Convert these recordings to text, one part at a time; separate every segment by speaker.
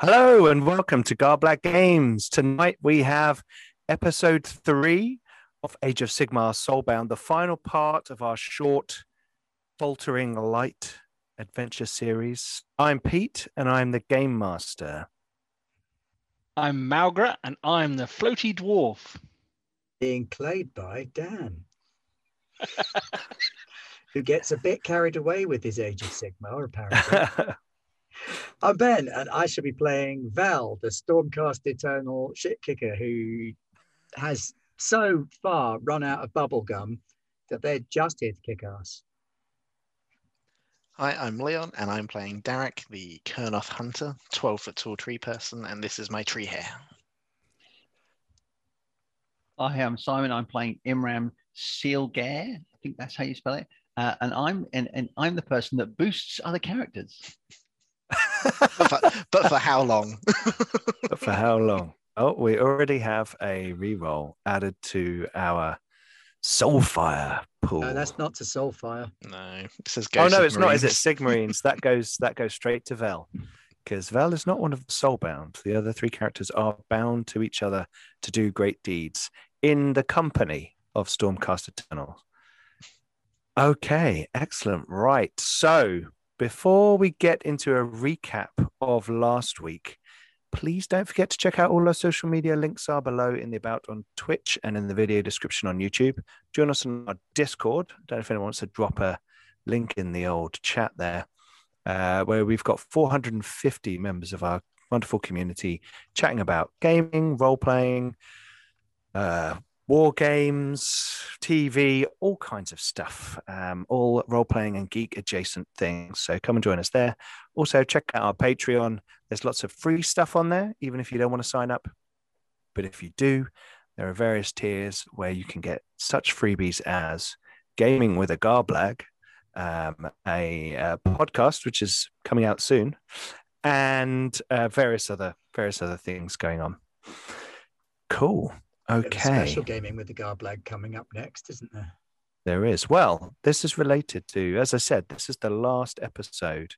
Speaker 1: Hello and welcome to Gar Black Games. Tonight we have episode three of Age of Sigmar Soulbound, the final part of our short Faltering Light adventure series. I'm Pete and I'm the game master.
Speaker 2: I'm Malgra, and I'm the floaty dwarf.
Speaker 3: being played by Dan, who gets a bit carried away with his Age of Sigmar, apparently. I'm Ben, and I shall be playing Val, the Stormcast Eternal shit kicker who has so far run out of bubblegum that they're just here to kick ass.
Speaker 4: Hi, I'm Leon, and I'm playing Derek, the Kernoff Hunter, 12 foot tall tree person, and this is my tree hair.
Speaker 5: I am Simon. I'm playing Imram Sealgare. I think that's how you spell it. Uh, and I'm and, and I'm the person that boosts other characters.
Speaker 4: But for, but for how long?
Speaker 1: But for how long? Oh, we already have a reroll added to our Soulfire pool.
Speaker 3: No, Uh, that's not to Soulfire.
Speaker 4: no, it says go.
Speaker 1: Oh no, it's not. Is it
Speaker 4: Submarines.
Speaker 1: Sigmarines? that goes that goes straight to Vel, because Vel is not one of the soulbound. The other three characters are bound to each other to do great deeds in the company of Stormcast Eternal. Okay, excellent. Right, so before we get into a recap of last week. Please don't forget to check out all our social media links are below in the about on Twitch and in the video description on YouTube. Join us on our Discord. Don't know if anyone wants to drop a link in the old chat there, uh, where we've got 450 members of our wonderful community chatting about gaming, role playing, uh, war games, TV, all kinds of stuff, um, all role playing and geek adjacent things. So come and join us there. Also, check out our Patreon. There's lots of free stuff on there, even if you don't want to sign up. But if you do, there are various tiers where you can get such freebies as gaming with a garblag, um, a, uh podcast which is coming out soon, and uh, various other various other things going on. Cool.
Speaker 3: Bit of
Speaker 1: Okay,
Speaker 3: Special gaming with the Garblag coming up next, isn't there?
Speaker 1: there is. Well, this is related to, as I said, this is the last episode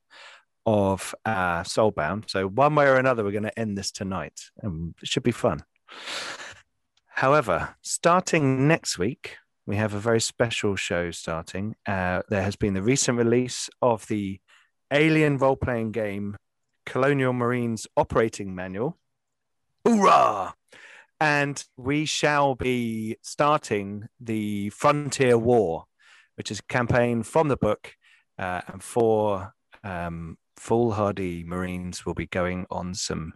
Speaker 1: of uh, Soulbound. So one way or another, we're going to end this tonight, and it should be fun. However, starting next week, we have a very special show starting. Uh, there has been the recent release of the Alien role playing game Colonial Marines Operating Manual. Hoorah! And we shall be starting the Frontier War, which is a campaign from the book, uh, and four um, foolhardy Marines will be going on some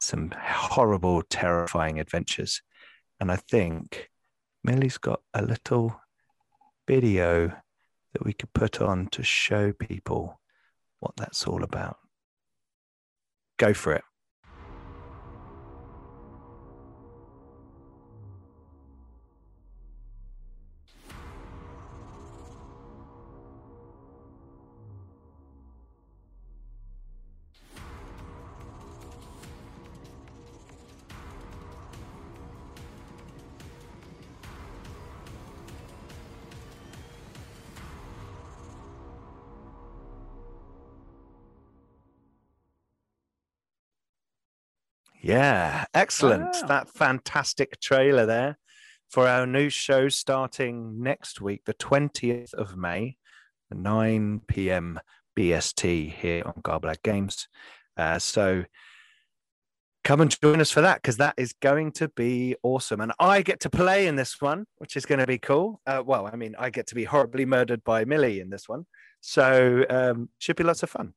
Speaker 1: some horrible, terrifying adventures. And I think Millie's got a little video that we could put on to show people what that's all about. Go for it. Yeah, excellent.
Speaker 2: Wow.
Speaker 1: That fantastic trailer there for our new show starting next week, the 20th of May, 9 p.m. BST here on Garblack Games. Uh, so come and join us for that because that is going to be awesome. And I get to play in this one, which is going to be cool. Uh, well, I mean, I get to be horribly murdered by Millie in this one. So um, should be lots of fun.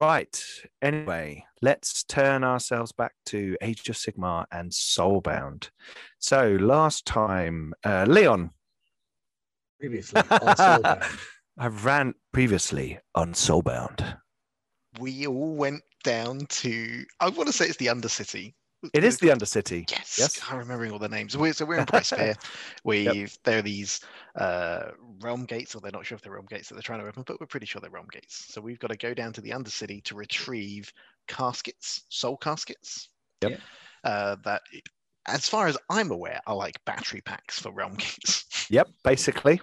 Speaker 1: Right. Anyway, let's turn ourselves back to Age of Sigmar and Soulbound. So last time, uh, Leon,
Speaker 3: Previously, on Soulbound.
Speaker 1: I ran previously on Soulbound.
Speaker 4: We all went down to, I want to say it's the Undercity.
Speaker 1: It is the Undercity.
Speaker 4: Yes,
Speaker 1: Yes.
Speaker 4: I'm remembering all the names. We're, so we're in Pricefair. We've there are these uh, realm gates, or they're not sure if they're realm gates that they're trying to open, but we're pretty sure they're realm gates. So we've got to go down to the Undercity to retrieve caskets, soul caskets.
Speaker 1: Yep.
Speaker 4: Uh, that, as far as I'm aware, are like battery packs for realm gates.
Speaker 1: Yep, basically.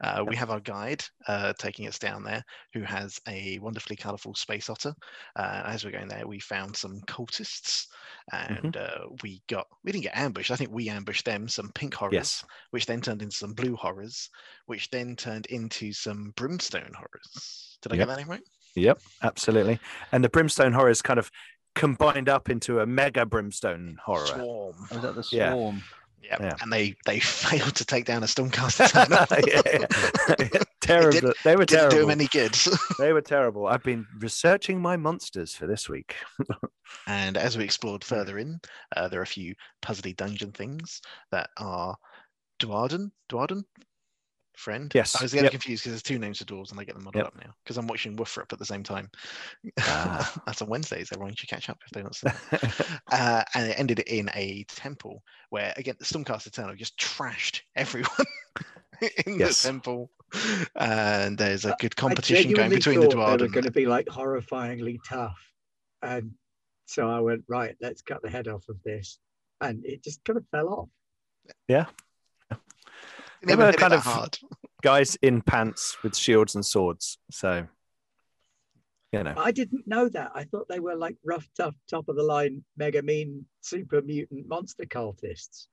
Speaker 4: Uh, we have our guide uh, taking us down there, who has a wonderfully colourful space otter. Uh, as we're going there, we found some cultists,
Speaker 1: Mm-hmm.
Speaker 4: and uh, we got we didn't get ambushed. I think we ambushed them some pink horrors,
Speaker 1: Yes.
Speaker 4: which then turned into some blue horrors, which then turned into some brimstone horrors. Did I
Speaker 1: Yep.
Speaker 4: get that name right?
Speaker 1: Yep, absolutely. And the brimstone horror is kind of combined up into a mega brimstone horror.
Speaker 4: Swarm.
Speaker 5: I was at the
Speaker 1: Yeah.
Speaker 5: swarm.
Speaker 4: Yep.
Speaker 1: Yeah.
Speaker 4: And they they failed to take down a stormcaster.
Speaker 1: Yeah, yeah.
Speaker 4: Turner.
Speaker 1: terrible. They were
Speaker 4: Didn't do
Speaker 1: terrible.
Speaker 4: them any good.
Speaker 1: They were terrible. I've been researching my monsters for this week.
Speaker 4: And as we explored further in, uh, there are a few puzzly dungeon things that are Dwarden, Dwarden, friend.
Speaker 1: Yes,
Speaker 4: I was getting
Speaker 1: yep.
Speaker 4: confused because there's two names for dwarves and they get them muddled
Speaker 1: Yep.
Speaker 4: up now because I'm watching Woofrup at the same time.
Speaker 1: Ah.
Speaker 4: That's on Wednesdays. Everyone should catch up if they're not. still up. uh, and it ended in a temple where, again, Stormcast Eternal just trashed everyone in
Speaker 1: Yes.
Speaker 4: the temple. And there's a good
Speaker 3: I
Speaker 4: competition going
Speaker 3: genuinely
Speaker 4: between the
Speaker 3: thought They were
Speaker 4: Dwarden.
Speaker 3: going to be like horrifyingly tough, and so I went right. Let's cut the head off of this, and it just kind of fell off.
Speaker 1: They
Speaker 4: They were
Speaker 1: were
Speaker 4: kind
Speaker 1: kind of-
Speaker 4: of hard.
Speaker 1: Guys in pants with shields and swords. So, you know,
Speaker 3: I didn't know that. I thought they were like rough, tough, top of the line, mega mean, super mutant monster cultists.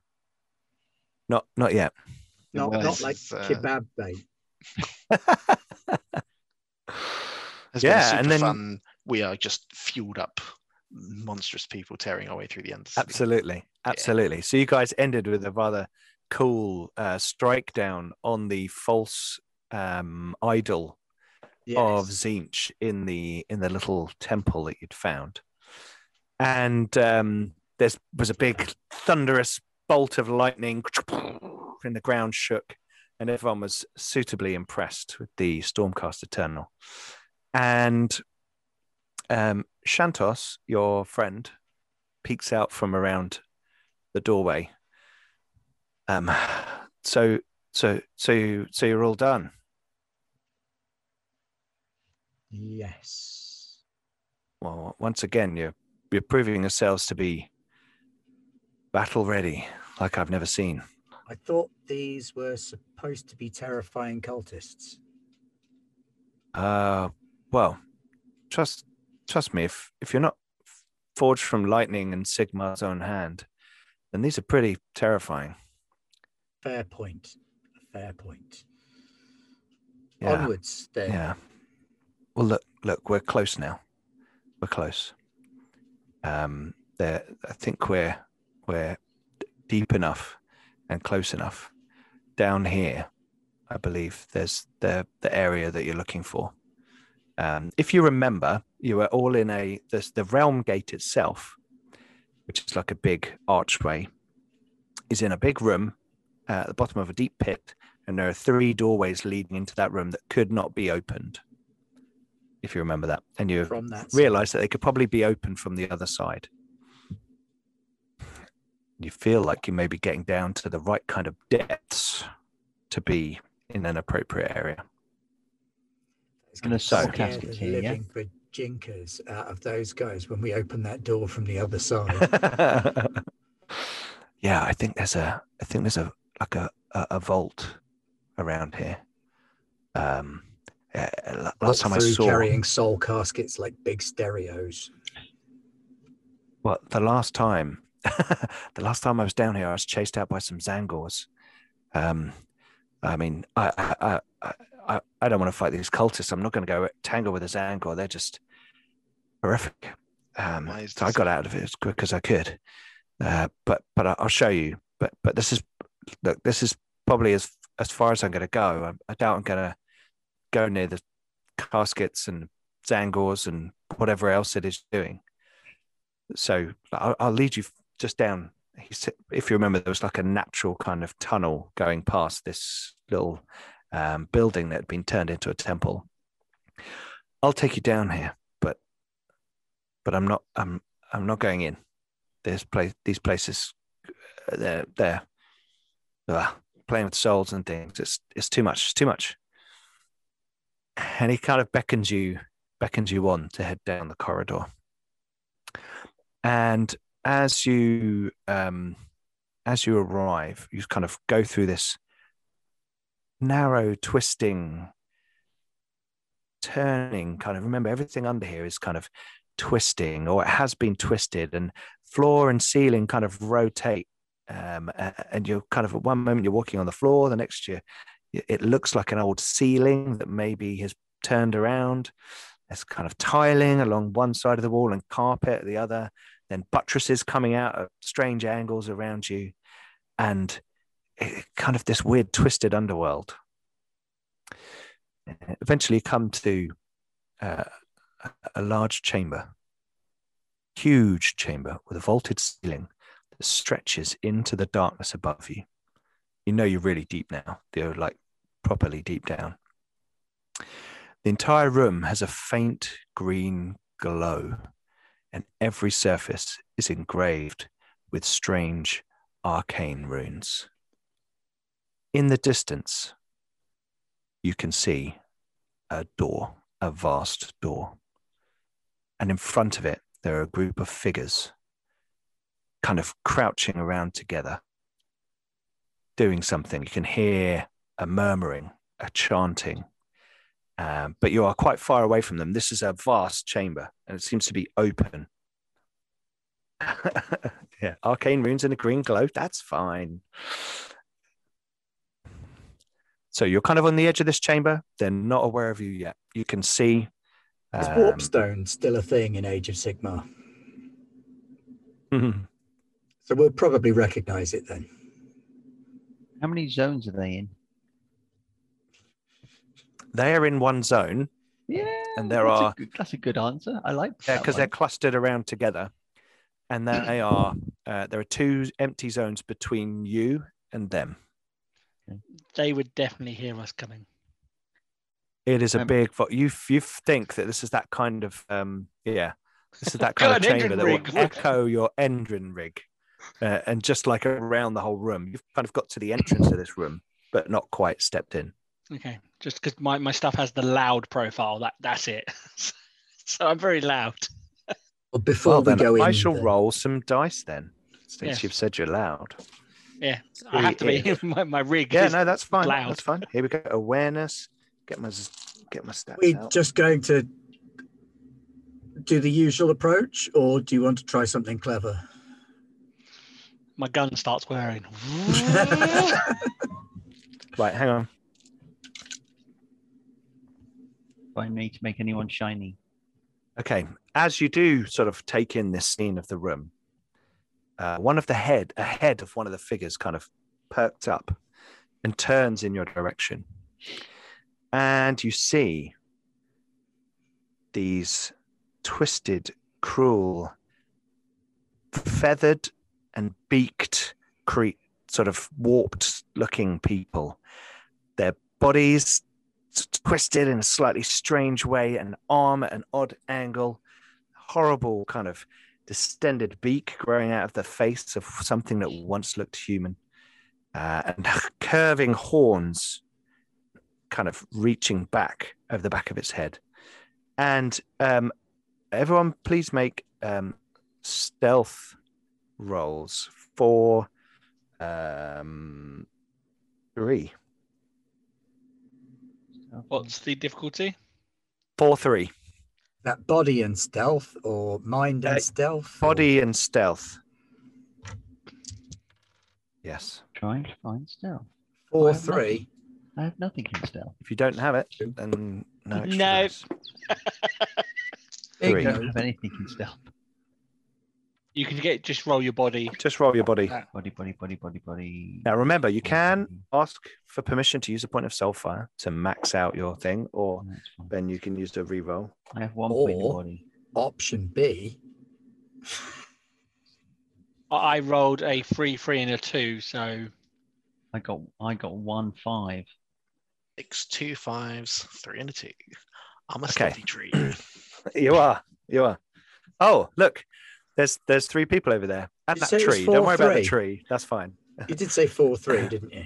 Speaker 1: not not yet.
Speaker 3: Not,
Speaker 5: Well,
Speaker 3: not
Speaker 4: this
Speaker 3: like
Speaker 4: is, uh,
Speaker 3: kebab bait.
Speaker 4: has been
Speaker 1: yeah,
Speaker 4: super
Speaker 1: and then
Speaker 4: fun. We are just fueled up, monstrous people tearing our way through the end.
Speaker 1: Absolutely, absolutely. So you guys ended with a rather cool uh, strike down on the false um, idol
Speaker 3: Yes.
Speaker 1: of Zinch in the in the little temple that you'd found, and um, there was a big thunderous bolt of lightning, and the ground shook, and everyone was suitably impressed with the Stormcast Eternal, and um, Shantos, your friend, peeks out from around the doorway. Um, so so so so you're all done.
Speaker 3: Yes.
Speaker 1: well, once again, you're you're proving yourselves to be battle ready, like I've never seen.
Speaker 3: I thought these were supposed to be terrifying cultists.
Speaker 1: Uh, well, trust trust me. If if you're not forged from lightning and Sigma's own hand, then these are pretty terrifying.
Speaker 3: Fair point. Fair point.
Speaker 1: Yeah,
Speaker 3: Onwards then.
Speaker 1: yeah. Well, look, look, we're close now. We're close. Um, there, I think we're we're d- deep enough and close enough down here. I believe there's the the area that you're looking for. Um, if you remember, you were all in a the the realm gate itself, which is like a big archway, is in a big room uh, at the bottom of a deep pit, and there are three doorways leading into that room that could not be opened. If you remember that, and you
Speaker 3: From that side.
Speaker 1: realize that they could probably be open from the other side. You feel like you may be getting down to the right kind of depths to be in an appropriate area.
Speaker 3: It's
Speaker 5: And
Speaker 3: gonna
Speaker 5: a soul
Speaker 3: scare
Speaker 5: casket
Speaker 3: the
Speaker 5: here, yeah?
Speaker 3: living bejinkers out of those guys when we open that door from the other side.
Speaker 1: yeah, I think there's a I think there's a like a a, a vault around here. Um uh, la- last time I
Speaker 3: Through
Speaker 1: saw
Speaker 3: carrying soul caskets like big stereos.
Speaker 1: Well, the last time, the last time I was down here, I was chased out by some Zangors. Um, I mean, I, I, I, I, I don't want to fight these cultists. I'm not going to go tangle with a Zangor. They're just horrific. Um,
Speaker 4: Why is
Speaker 1: so I
Speaker 4: this?
Speaker 1: got out of it as quick as I could. Uh, but, but I- I'll show you. But, but this is, look, this is probably as as far as I'm going to go. I, I doubt I'm going to go near the caskets and Zangors and whatever else it is doing. So I'll, I'll lead you just down. He said, if you remember, there was like a natural kind of tunnel going past this little um, building that had been turned into a temple. I'll take you down here, but but I'm not I'm I'm not going in. There's place these places uh, they're they're ugh, playing with souls and things. It's it's too much. It's too much. And he kind of beckons you beckons you on to head down the corridor. And as you um, as you arrive, you kind of go through this narrow, twisting, turning kind of. Remember, everything under here is kind of twisting or it has been twisted, and floor and ceiling kind of rotate. Um, a- and you're kind of at one moment you're walking on the floor, the next year it looks like an old ceiling that maybe has turned around. There's kind of tiling along one side of the wall and carpet at the other, then buttresses coming out at strange angles around you, and it, kind of this weird twisted underworld. Eventually, you come to uh, a- a large chamber, huge chamber with a vaulted ceiling that stretches into the darkness above you. You know you're really deep now. You're like properly deep down. The entire room has a faint green glow, and every surface is engraved with strange arcane runes. In the distance, you can see a door, a vast door. And in front of it, there are a group of figures kind of crouching around together, doing something. You can hear a murmuring, a chanting um, but you are quite far away from them. This is a vast chamber, and it seems to be open. yeah, arcane runes in a green glow. That's fine. So you're kind of on the edge of this chamber. They're not aware of you yet. You can see.
Speaker 3: Is
Speaker 1: um,
Speaker 3: warp stone still a thing in Age of Sigmar?
Speaker 1: mhm.
Speaker 3: So we'll probably recognize it then.
Speaker 5: How many zones are they in?
Speaker 1: They are in one zone
Speaker 5: Yeah.
Speaker 1: And there
Speaker 5: that's a
Speaker 1: are-
Speaker 5: good- that's a good answer. I like that.
Speaker 1: because they're
Speaker 5: one.
Speaker 1: clustered around together, and they are uh, there are two empty zones between you and them.
Speaker 2: They would definitely hear us coming.
Speaker 1: It is a
Speaker 5: Um,
Speaker 1: big. vo- You you think that this is that kind of um yeah, this is that kind of
Speaker 2: God, Endrin
Speaker 1: chamber that
Speaker 2: rig.
Speaker 1: will echo your Endrin rig, uh, and just like around the whole room, you've kind of got to the entrance of this room, but not quite stepped in.
Speaker 2: Okay, just because my, my stuff has the loud profile, that that's it. so I'm very loud.
Speaker 3: Well, before
Speaker 1: Well
Speaker 3: we
Speaker 1: then,
Speaker 3: go in,
Speaker 1: I shall
Speaker 3: then,
Speaker 1: roll some dice then, since
Speaker 2: Yes.
Speaker 1: you've said you're loud.
Speaker 2: Yeah, I have to be. my, my rig.
Speaker 1: Yeah,
Speaker 2: is-
Speaker 1: no, that's fine.
Speaker 2: loud.
Speaker 1: That's fine. Here we go. Awareness. Get my z- get my stats
Speaker 3: we
Speaker 1: out.
Speaker 3: just going to do the usual approach, or do you want to try something clever?
Speaker 2: My gun starts whirring.
Speaker 1: Right, hang on.
Speaker 5: By me to make anyone shiny.
Speaker 1: Okay. As you do sort of take in this scene of the room, uh, one of the head, a head of one of the figures kind of perked up and turns in your direction. And you see these twisted, cruel, feathered and beaked, cre- sort of warped looking people. Their bodies s- twisted in a slightly strange way, an arm at an odd angle, horrible kind of distended beak growing out of the face of something that once looked human, uh, and curving horns kind of reaching back over the back of its head. And um, everyone, please make um, stealth rolls for um, three,
Speaker 2: What's the difficulty?
Speaker 1: four, three.
Speaker 3: That body and stealth, or mind and
Speaker 1: Uh,
Speaker 3: stealth? or-
Speaker 1: Body and stealth. Yes.
Speaker 5: Trying to find stealth.
Speaker 3: Four,
Speaker 5: I have nothing.
Speaker 3: three.
Speaker 5: I have nothing in stealth.
Speaker 1: If you don't have it, then no. Extra
Speaker 2: No.
Speaker 1: dice.
Speaker 5: I
Speaker 1: Three.
Speaker 5: don't have anything in stealth.
Speaker 2: You can get just roll your body.
Speaker 1: Just roll your body.
Speaker 2: No.
Speaker 5: Body, body, body, body, body.
Speaker 1: Now remember, you can ask for permission to use a point of soulfire to max out your thing, or
Speaker 5: That's fine.
Speaker 1: then you can use the reroll.
Speaker 5: I have one point of
Speaker 3: Or-
Speaker 5: body.
Speaker 3: Option B.
Speaker 2: I I rolled a three, three, and a two, so
Speaker 5: I got I got one five.
Speaker 4: Six, two fives, three, and a two. I'm a
Speaker 1: Okay.
Speaker 4: stealthy tree.
Speaker 1: You are. You are. Oh, look. There's there's three people over there. And
Speaker 3: You
Speaker 1: that
Speaker 3: said it was
Speaker 1: tree. Don't
Speaker 3: four,
Speaker 1: worry about the
Speaker 3: three.
Speaker 1: tree. That's fine.
Speaker 3: You did say four, three, didn't you?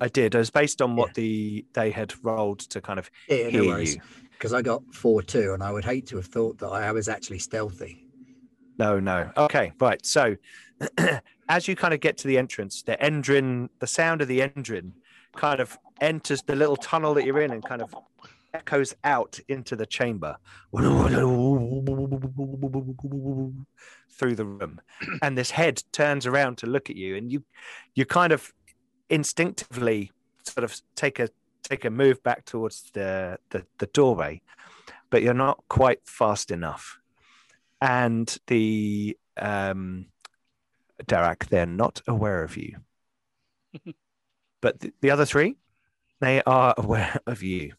Speaker 1: I did. It was based on what the they had rolled to kind of
Speaker 3: Yeah,
Speaker 1: hear
Speaker 3: no worries.
Speaker 1: you.
Speaker 3: Because I got four, two, and I would hate to have thought that I was actually stealthy.
Speaker 1: No, no. Okay, right. So as you kind of get to the entrance, the Endrin, the sound of the Endrin kind of enters the little tunnel that you're in and kind of echoes out into the chamber through the room and this head turns around to look at you and you you kind of instinctively sort of take a take a move back towards the the, the doorway but you're not quite fast enough and the um Darak, they're not aware of you but the, the other three they are aware of you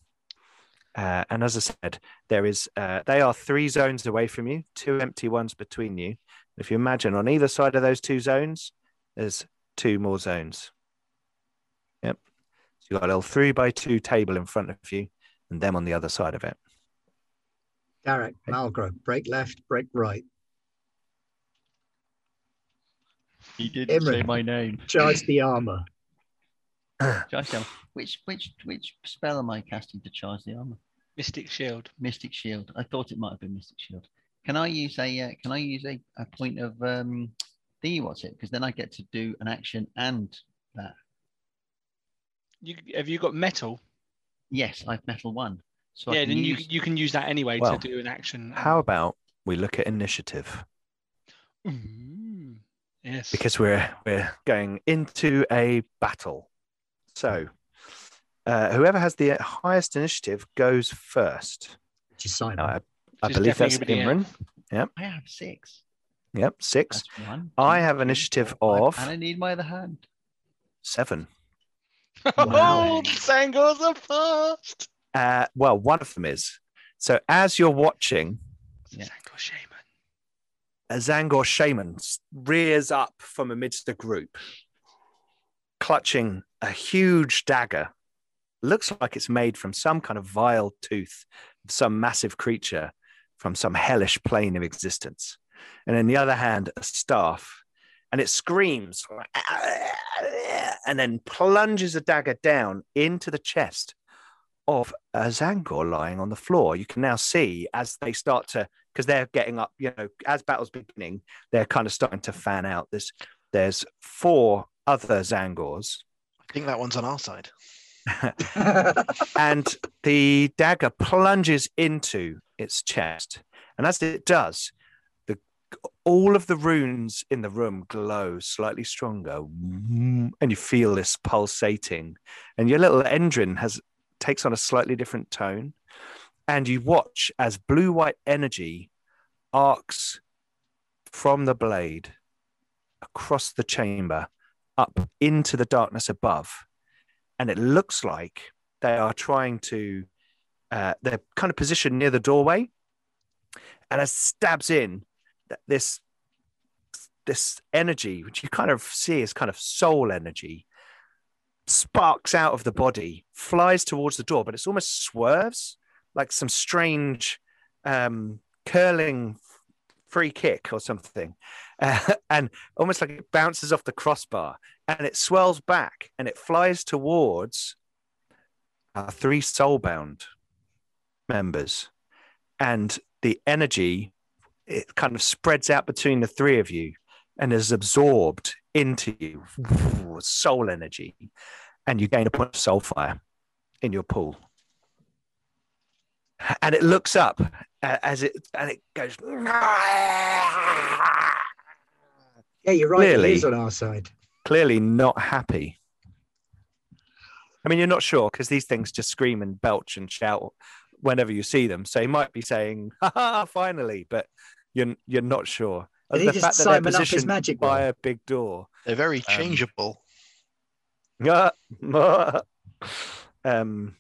Speaker 1: uh, and as I said, there is uh, they are three zones away from you, two empty ones between you. If you imagine on either side of those two zones, there's two more zones. Yep. So you've got a little three by two table in front of you and them on the other side of it.
Speaker 3: Derek, Malgro, break left, break right.
Speaker 5: He didn't say
Speaker 3: Imran.
Speaker 5: my name.
Speaker 3: Charge the armor.
Speaker 5: Charge the armor. Which which which spell am I casting to charge the armor?
Speaker 2: Mystic Shield.
Speaker 5: Mystic Shield. I thought it might have been Mystic Shield. Can I use a uh, Can I use a, a point of um, thingy? What's it? Because then I get to do an action and that.
Speaker 2: You have you got metal?
Speaker 5: Yes, I've metal one. So I
Speaker 2: yeah,
Speaker 5: can
Speaker 2: then
Speaker 5: use,
Speaker 2: you you can use that anyway
Speaker 1: Well,
Speaker 2: to do an action.
Speaker 1: How about we look at initiative?
Speaker 2: Mm. Yes.
Speaker 1: because we're we're going into a battle. So, uh, whoever has the highest initiative goes first.
Speaker 3: Which is Simon.
Speaker 1: Now, I, I
Speaker 2: Which is
Speaker 1: believe that's
Speaker 2: definitely gonna be
Speaker 1: Imran.
Speaker 5: I have six.
Speaker 1: Yep, six.
Speaker 5: That's one.
Speaker 1: I
Speaker 5: two,
Speaker 1: have
Speaker 5: three,
Speaker 1: initiative
Speaker 5: four,
Speaker 1: of
Speaker 5: five, and I need my other hand.
Speaker 1: seven.
Speaker 2: oh,
Speaker 5: Wow.
Speaker 2: the Sangors are fast.
Speaker 1: Uh, well, one of them is. So, as you're watching,
Speaker 5: Yeah.
Speaker 2: Sangor Shaman.
Speaker 1: a Zangor shaman s- rears up from amidst the group, clutching a huge dagger. Looks like it's made from some kind of vile tooth of some massive creature from some hellish plane of existence. And in the other hand, a staff. And it screams and then plunges a dagger down into the chest of a Zangor lying on the floor. You can now see as they start to because they're getting up, you know, as battle's beginning, they're kind of starting to fan out. There's there's four other Zangors,
Speaker 4: I think that one's on our side.
Speaker 1: and the dagger plunges into its chest. And as it does, the all of the runes in the room glow slightly stronger. And you feel this pulsating. And your little Endrin has takes on a slightly different tone. And you watch as blue white energy arcs from the blade across the chamber up into the darkness above. And it looks like they are trying to uh, they're kind of positioned near the doorway and as stabs in th- this this energy which you kind of see as kind of soul energy sparks out of the body flies towards the door but it's almost swerves like some strange um, curling free kick or something Uh, and almost like it bounces off the crossbar and it swells back and it flies towards our three soulbound members and the energy it kind of spreads out between the three of you and is absorbed into you soul energy and you gain a point of soul fire in your pool and it looks up a- as it and it goes
Speaker 3: yeah, you're right.
Speaker 1: Clearly.
Speaker 3: It is on our side.
Speaker 1: clearly not happy. I mean, you're not sure because these things just scream and belch and shout whenever you see them. So he might be saying, "Ha ha! Finally!" But you're you're not sure.
Speaker 3: Did he
Speaker 1: the
Speaker 3: just
Speaker 1: fact that they're
Speaker 3: Simon up his
Speaker 1: positioned
Speaker 3: magic
Speaker 1: by
Speaker 3: wand?
Speaker 1: a big door.
Speaker 4: They're very
Speaker 1: Um,
Speaker 4: changeable.
Speaker 1: um,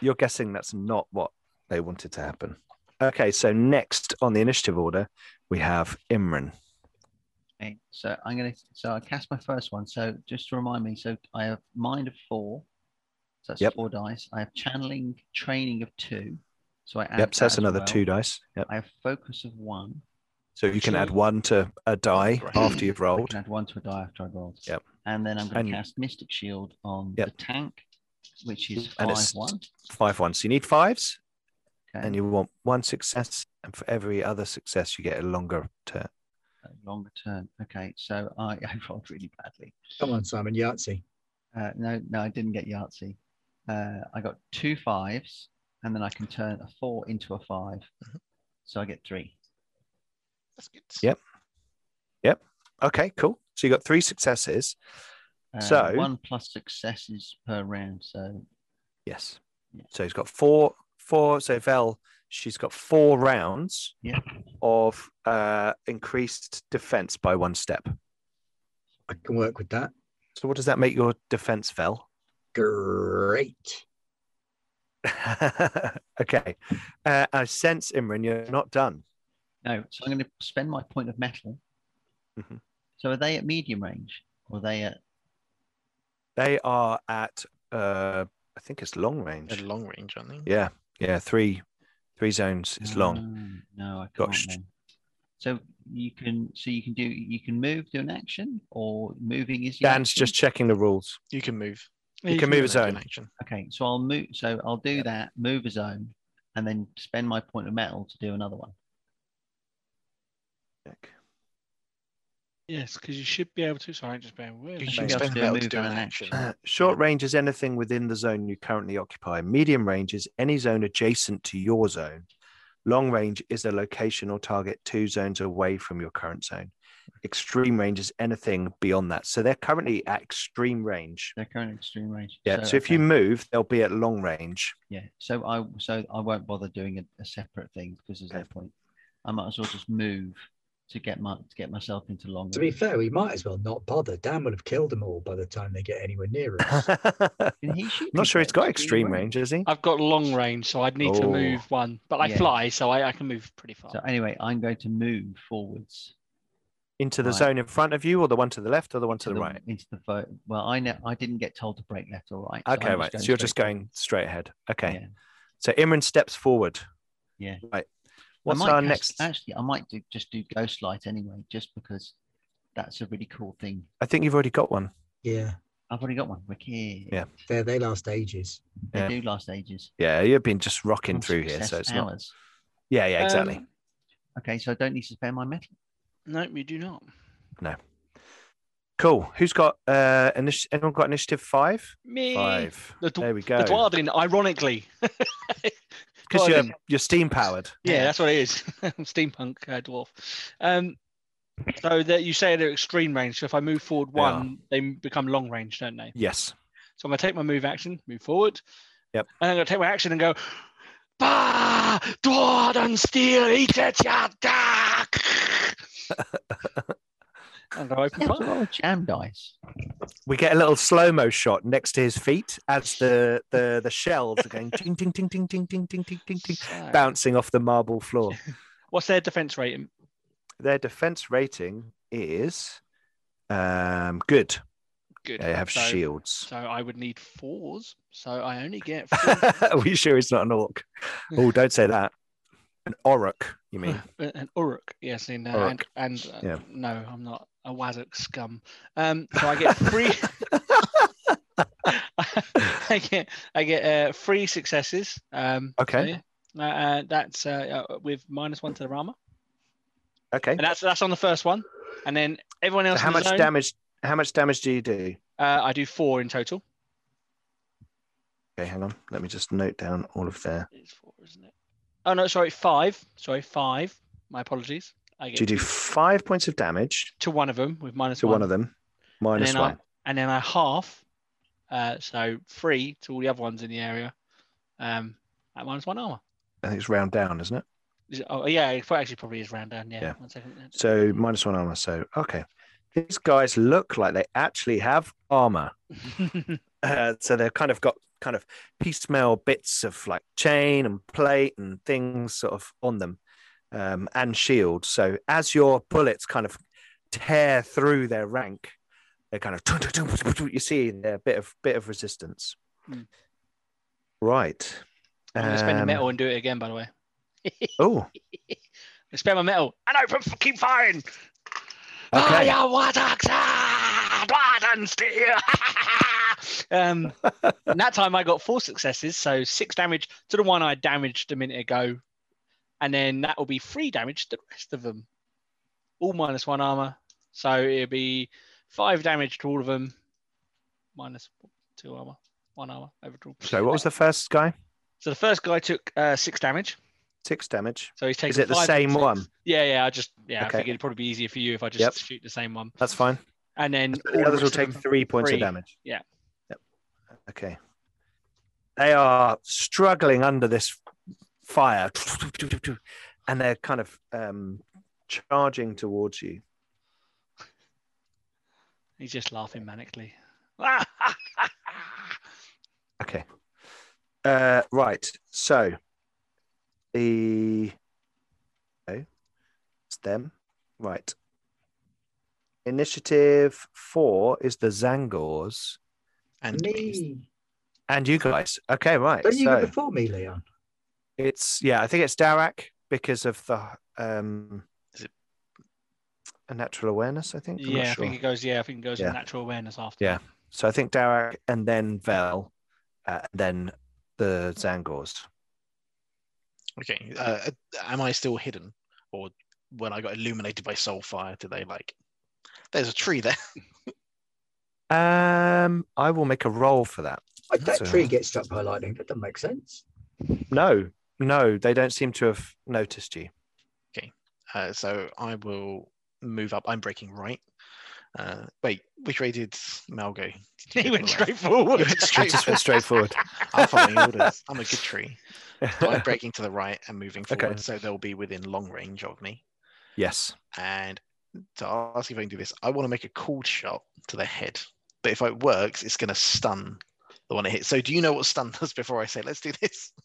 Speaker 1: you're guessing that's not what they wanted to happen. Okay, so next on the initiative order, we have Imran.
Speaker 5: Okay, so I'm gonna so I cast my first one. So just to remind me, so I have mind of four, so that's
Speaker 1: Yep.
Speaker 5: four dice. I have channeling training of two, so I add
Speaker 1: Yep, so
Speaker 5: that
Speaker 1: that's
Speaker 5: as
Speaker 1: another
Speaker 5: well.
Speaker 1: two dice. Yep.
Speaker 5: I have focus of one.
Speaker 1: So you can
Speaker 5: Actually-
Speaker 1: add one to a die
Speaker 4: Right.
Speaker 1: after you've
Speaker 5: I
Speaker 1: rolled.
Speaker 5: can add one to a die after I rolled.
Speaker 1: Yep.
Speaker 5: And then I'm going
Speaker 1: And-
Speaker 5: to cast Mystic Shield on
Speaker 1: Yep.
Speaker 5: the tank, which is
Speaker 1: And
Speaker 5: five
Speaker 1: it's-
Speaker 5: one.
Speaker 1: five ones. You need fives,
Speaker 5: Okay.
Speaker 1: and you want one success, and for every other success, you get a longer turn.
Speaker 5: a longer turn. Okay, so I, I rolled really badly.
Speaker 3: Come on, Simon Yahtzee.
Speaker 5: Uh, no, no, I didn't get Yahtzee. Uh, I got two fives, and then I can turn a four into a 5
Speaker 1: Mm-hmm.
Speaker 5: so I get three.
Speaker 4: That's good.
Speaker 1: Yep. Okay, cool. So you got three successes.
Speaker 5: Uh,
Speaker 1: So-
Speaker 5: one plus successes per round. So
Speaker 1: Yes.
Speaker 5: Yeah.
Speaker 1: So he's got four, four. So Vel, she's got four rounds
Speaker 5: Yeah.
Speaker 1: of uh, increased defense by one step.
Speaker 3: I can work with that.
Speaker 1: So what does that make your defense, Vel?
Speaker 3: Great.
Speaker 1: okay. Uh, I sense, Imran, you're not done.
Speaker 5: no, so I'm going to spend my point of metal.
Speaker 1: Mhm.
Speaker 5: So are they at medium range, or are they at
Speaker 1: They are at, uh, I think it's long
Speaker 4: They're
Speaker 1: range.
Speaker 4: long range, aren't they?
Speaker 1: Yeah. Yeah. Three, three zones is long.
Speaker 5: No, no, I can't.
Speaker 1: Got sh-
Speaker 5: then. So you can, so you can do, you can move, do an action, or moving is. the
Speaker 1: Dan's
Speaker 5: action?
Speaker 1: just checking the rules.
Speaker 4: You can move.
Speaker 1: You can move a
Speaker 4: That's an
Speaker 1: zone.
Speaker 4: action.
Speaker 5: Okay, so I'll move. So I'll do that, move a zone, and then spend my point of metal to do another one.
Speaker 2: Yes, because you should be able to. Sorry, just bear with
Speaker 4: You
Speaker 2: me.
Speaker 4: should
Speaker 5: else
Speaker 4: spend
Speaker 5: do
Speaker 4: metal to
Speaker 5: move
Speaker 4: do
Speaker 5: and
Speaker 4: an
Speaker 5: an
Speaker 4: action.
Speaker 5: action.
Speaker 1: Uh, short range is anything within the zone you currently occupy. Medium range is any zone adjacent to your zone. Long range is a location or target two zones away from your current zone. Extreme range is anything beyond that. So they're currently at extreme range.
Speaker 5: They're current extreme range.
Speaker 1: Yeah. So, if you
Speaker 5: okay,
Speaker 1: move, they'll be at long range.
Speaker 5: yeah, so I so I won't bother doing a, a separate thing because there's no
Speaker 1: Okay.
Speaker 5: point. I might as well just move to get my to get myself into long.
Speaker 3: To be
Speaker 5: range.
Speaker 3: fair, we might as well not bother. Dan would have killed them all by the time they get anywhere near us.
Speaker 5: Can he shoot
Speaker 1: Not
Speaker 5: people
Speaker 1: sure
Speaker 5: at
Speaker 1: he's got extreme range, Uh, is he?
Speaker 2: I've got long range, so I'd need to
Speaker 1: Oh.
Speaker 2: move one, but I
Speaker 5: Yeah.
Speaker 2: fly, so I, I can move pretty far.
Speaker 5: So anyway, I'm going to move forwards
Speaker 1: Into the
Speaker 5: Right.
Speaker 1: zone in front of you, or the one to the left, or the one to the right?
Speaker 5: into the vote. Well, I know I didn't get told to break left or right. so I'm
Speaker 1: Okay, right. So
Speaker 5: going
Speaker 1: you're
Speaker 5: straight
Speaker 1: just going straight ahead.
Speaker 5: forward.
Speaker 1: Okay.
Speaker 5: Yeah.
Speaker 1: So Imran steps forward.
Speaker 5: Yeah.
Speaker 1: Right.
Speaker 5: I
Speaker 1: What's
Speaker 5: might
Speaker 1: our
Speaker 5: cast-
Speaker 1: next?
Speaker 5: Actually, I might do, just do Ghost Light anyway, just because that's a really cool thing.
Speaker 1: I think you've already got one.
Speaker 3: yeah,
Speaker 5: I've already got one. Wicked.
Speaker 1: Yeah.
Speaker 3: they they last ages.
Speaker 5: They
Speaker 1: Yeah.
Speaker 5: do last ages.
Speaker 1: Yeah, you've been just rocking
Speaker 5: One
Speaker 1: through here,
Speaker 5: success
Speaker 1: so it's not.
Speaker 5: hours.
Speaker 1: Yeah, yeah, exactly.
Speaker 2: Um,
Speaker 5: Okay, so I don't need to spend my metal.
Speaker 2: no, you do not.
Speaker 1: cool. Who's got uh? Initi- anyone got initiative five?
Speaker 2: Me.
Speaker 1: Five.
Speaker 2: The, dw-
Speaker 1: There we
Speaker 2: the
Speaker 1: go.
Speaker 2: Dwarden, ironically.
Speaker 1: Because you're
Speaker 2: Dwarden.
Speaker 1: you're steam powered.
Speaker 2: Yeah, that's what it is. Steampunk uh, dwarf. Um, so that you say they're extreme range. So if I move forward
Speaker 1: They are.
Speaker 2: one, they become long range, don't they?
Speaker 1: Yes.
Speaker 2: So I'm gonna take my move action, move forward.
Speaker 1: Yep.
Speaker 2: And I'm gonna take my action and go, Bah! Dwarden steel, eat it, ya dark! and I open
Speaker 5: That's a
Speaker 2: fire.
Speaker 5: lot of jam dice.
Speaker 1: We get a little slow mo shot next to his feet as the the the shells are going ting ting ting ting ting ting ting ting ting ting,
Speaker 2: So,
Speaker 1: bouncing off the marble floor.
Speaker 2: What's their defense rating?
Speaker 1: Their defense rating is um good.
Speaker 2: Good.
Speaker 1: They have
Speaker 2: so,
Speaker 1: shields.
Speaker 2: So I would need fours. So I only get four.
Speaker 1: Are we sure it's not an orc? Oh, don't say that. An auroch, you mean?
Speaker 2: Uh, an Uruk, yes, in, uh,
Speaker 1: Uruk.
Speaker 2: and, and uh,
Speaker 1: Yeah.
Speaker 2: no, I'm not a Wazok scum. Um, so I get three. I get I get uh, three successes. Um, so
Speaker 1: Okay.
Speaker 2: yeah. Uh, uh, that's uh, uh, with minus one to the armor,
Speaker 1: Okay.
Speaker 2: and that's that's on the first one, and then everyone
Speaker 1: So
Speaker 2: else.
Speaker 1: how
Speaker 2: in the
Speaker 1: much
Speaker 2: zone,
Speaker 1: damage? How much damage do you do?
Speaker 2: Uh, I do four in total.
Speaker 1: Okay, hang on. Let me just note down all of their.
Speaker 2: It's four, isn't it? Oh no, sorry, five. Sorry, five. My apologies. I get
Speaker 1: So you do five points of damage
Speaker 2: to one of them with minus
Speaker 1: to one of them, minus
Speaker 2: then I-
Speaker 1: one.
Speaker 2: and then I half, uh, so three to all the other ones in the area, um, at minus one armor.
Speaker 1: I think it's round down, isn't it?
Speaker 2: Is it- oh yeah, it actually probably is round down. Yeah,
Speaker 1: Yeah.
Speaker 2: one second.
Speaker 1: So minus one armor. So okay, these guys look like they actually have armor. Uh, so they've kind of got kind of piecemeal bits of like chain and plate and things sort of on them, um, and shield. So as your bullets kind of tear through their rank, they're kind of tung, tung, tung, tung, you see a bit of bit of resistance.
Speaker 2: Hmm.
Speaker 1: Right.
Speaker 2: I'm gonna spend the
Speaker 1: Um,
Speaker 2: metal and do it again. By the way,
Speaker 1: Oh,
Speaker 2: I spend my metal and open fucking firing. Oh
Speaker 1: okay.
Speaker 2: yeah, what and steel. um, and that time I got four successes, so six damage to the one I damaged a minute ago, and then that will be three damage to the rest of them, all minus one armor. So it'll be five damage to all of them, minus two armor, one armor overdraw.
Speaker 1: So what was the first guy?
Speaker 2: So the first guy took uh, six damage.
Speaker 1: Six damage.
Speaker 2: So he's taking.
Speaker 1: Is it the
Speaker 2: five
Speaker 1: same
Speaker 2: d6.
Speaker 1: one?
Speaker 2: Yeah, yeah. I just yeah. I
Speaker 1: Okay.
Speaker 2: think it'd probably be easier for you if I just
Speaker 1: Yep.
Speaker 2: shoot the same one,
Speaker 1: That's fine.
Speaker 2: and then
Speaker 1: The others will
Speaker 2: rest of
Speaker 1: take
Speaker 2: them-
Speaker 1: three points
Speaker 2: three.
Speaker 1: of damage.
Speaker 2: Yeah.
Speaker 1: Yep. Okay. They are struggling under this fire, and they're kind of um, charging towards you.
Speaker 2: He's just laughing manically.
Speaker 1: Okay. Uh, right. So the oh, it's them. Right. Initiative four is the Zangors
Speaker 4: And please,
Speaker 3: me.
Speaker 1: and you guys. Okay. Right.
Speaker 3: Don't you
Speaker 1: so
Speaker 3: go before me, Leon?
Speaker 1: it's yeah. I think it's Darak because of the um.
Speaker 4: Is it-
Speaker 1: A natural awareness, I think. I'm not
Speaker 2: yeah, I
Speaker 1: sure.
Speaker 2: think it goes. Yeah, I think it goes
Speaker 1: Yeah.
Speaker 2: with natural awareness after.
Speaker 1: Yeah. So I think Darak and then Vel, uh, and then the Zangors.
Speaker 4: okay. Uh, am I still hidden, or when I got illuminated by soul fire, did they like? There's a tree there.
Speaker 1: Um, I will make a roll for that.
Speaker 3: Like, that
Speaker 1: So-
Speaker 3: tree gets struck by lightning. That doesn't make sense.
Speaker 1: No, no, they don't seem to have noticed you.
Speaker 4: Uh, so I will move up. I'm breaking right. Uh, wait, which way did Mal go? Did you
Speaker 2: he
Speaker 4: go
Speaker 2: went
Speaker 4: to the left?
Speaker 2: straight forward.
Speaker 4: He went
Speaker 1: I
Speaker 4: straight
Speaker 1: just went straight forward.
Speaker 4: I'm following orders. I'm a good tree. So I'm breaking to the right and moving
Speaker 1: Okay.
Speaker 4: forward, so they'll be within long range of me.
Speaker 1: yes.
Speaker 4: And so I'll ask if I can do this. I want to make a cold shot to the head, but if it works, it's going to stun the one it hits. So do you know what stun does before I say let's do this?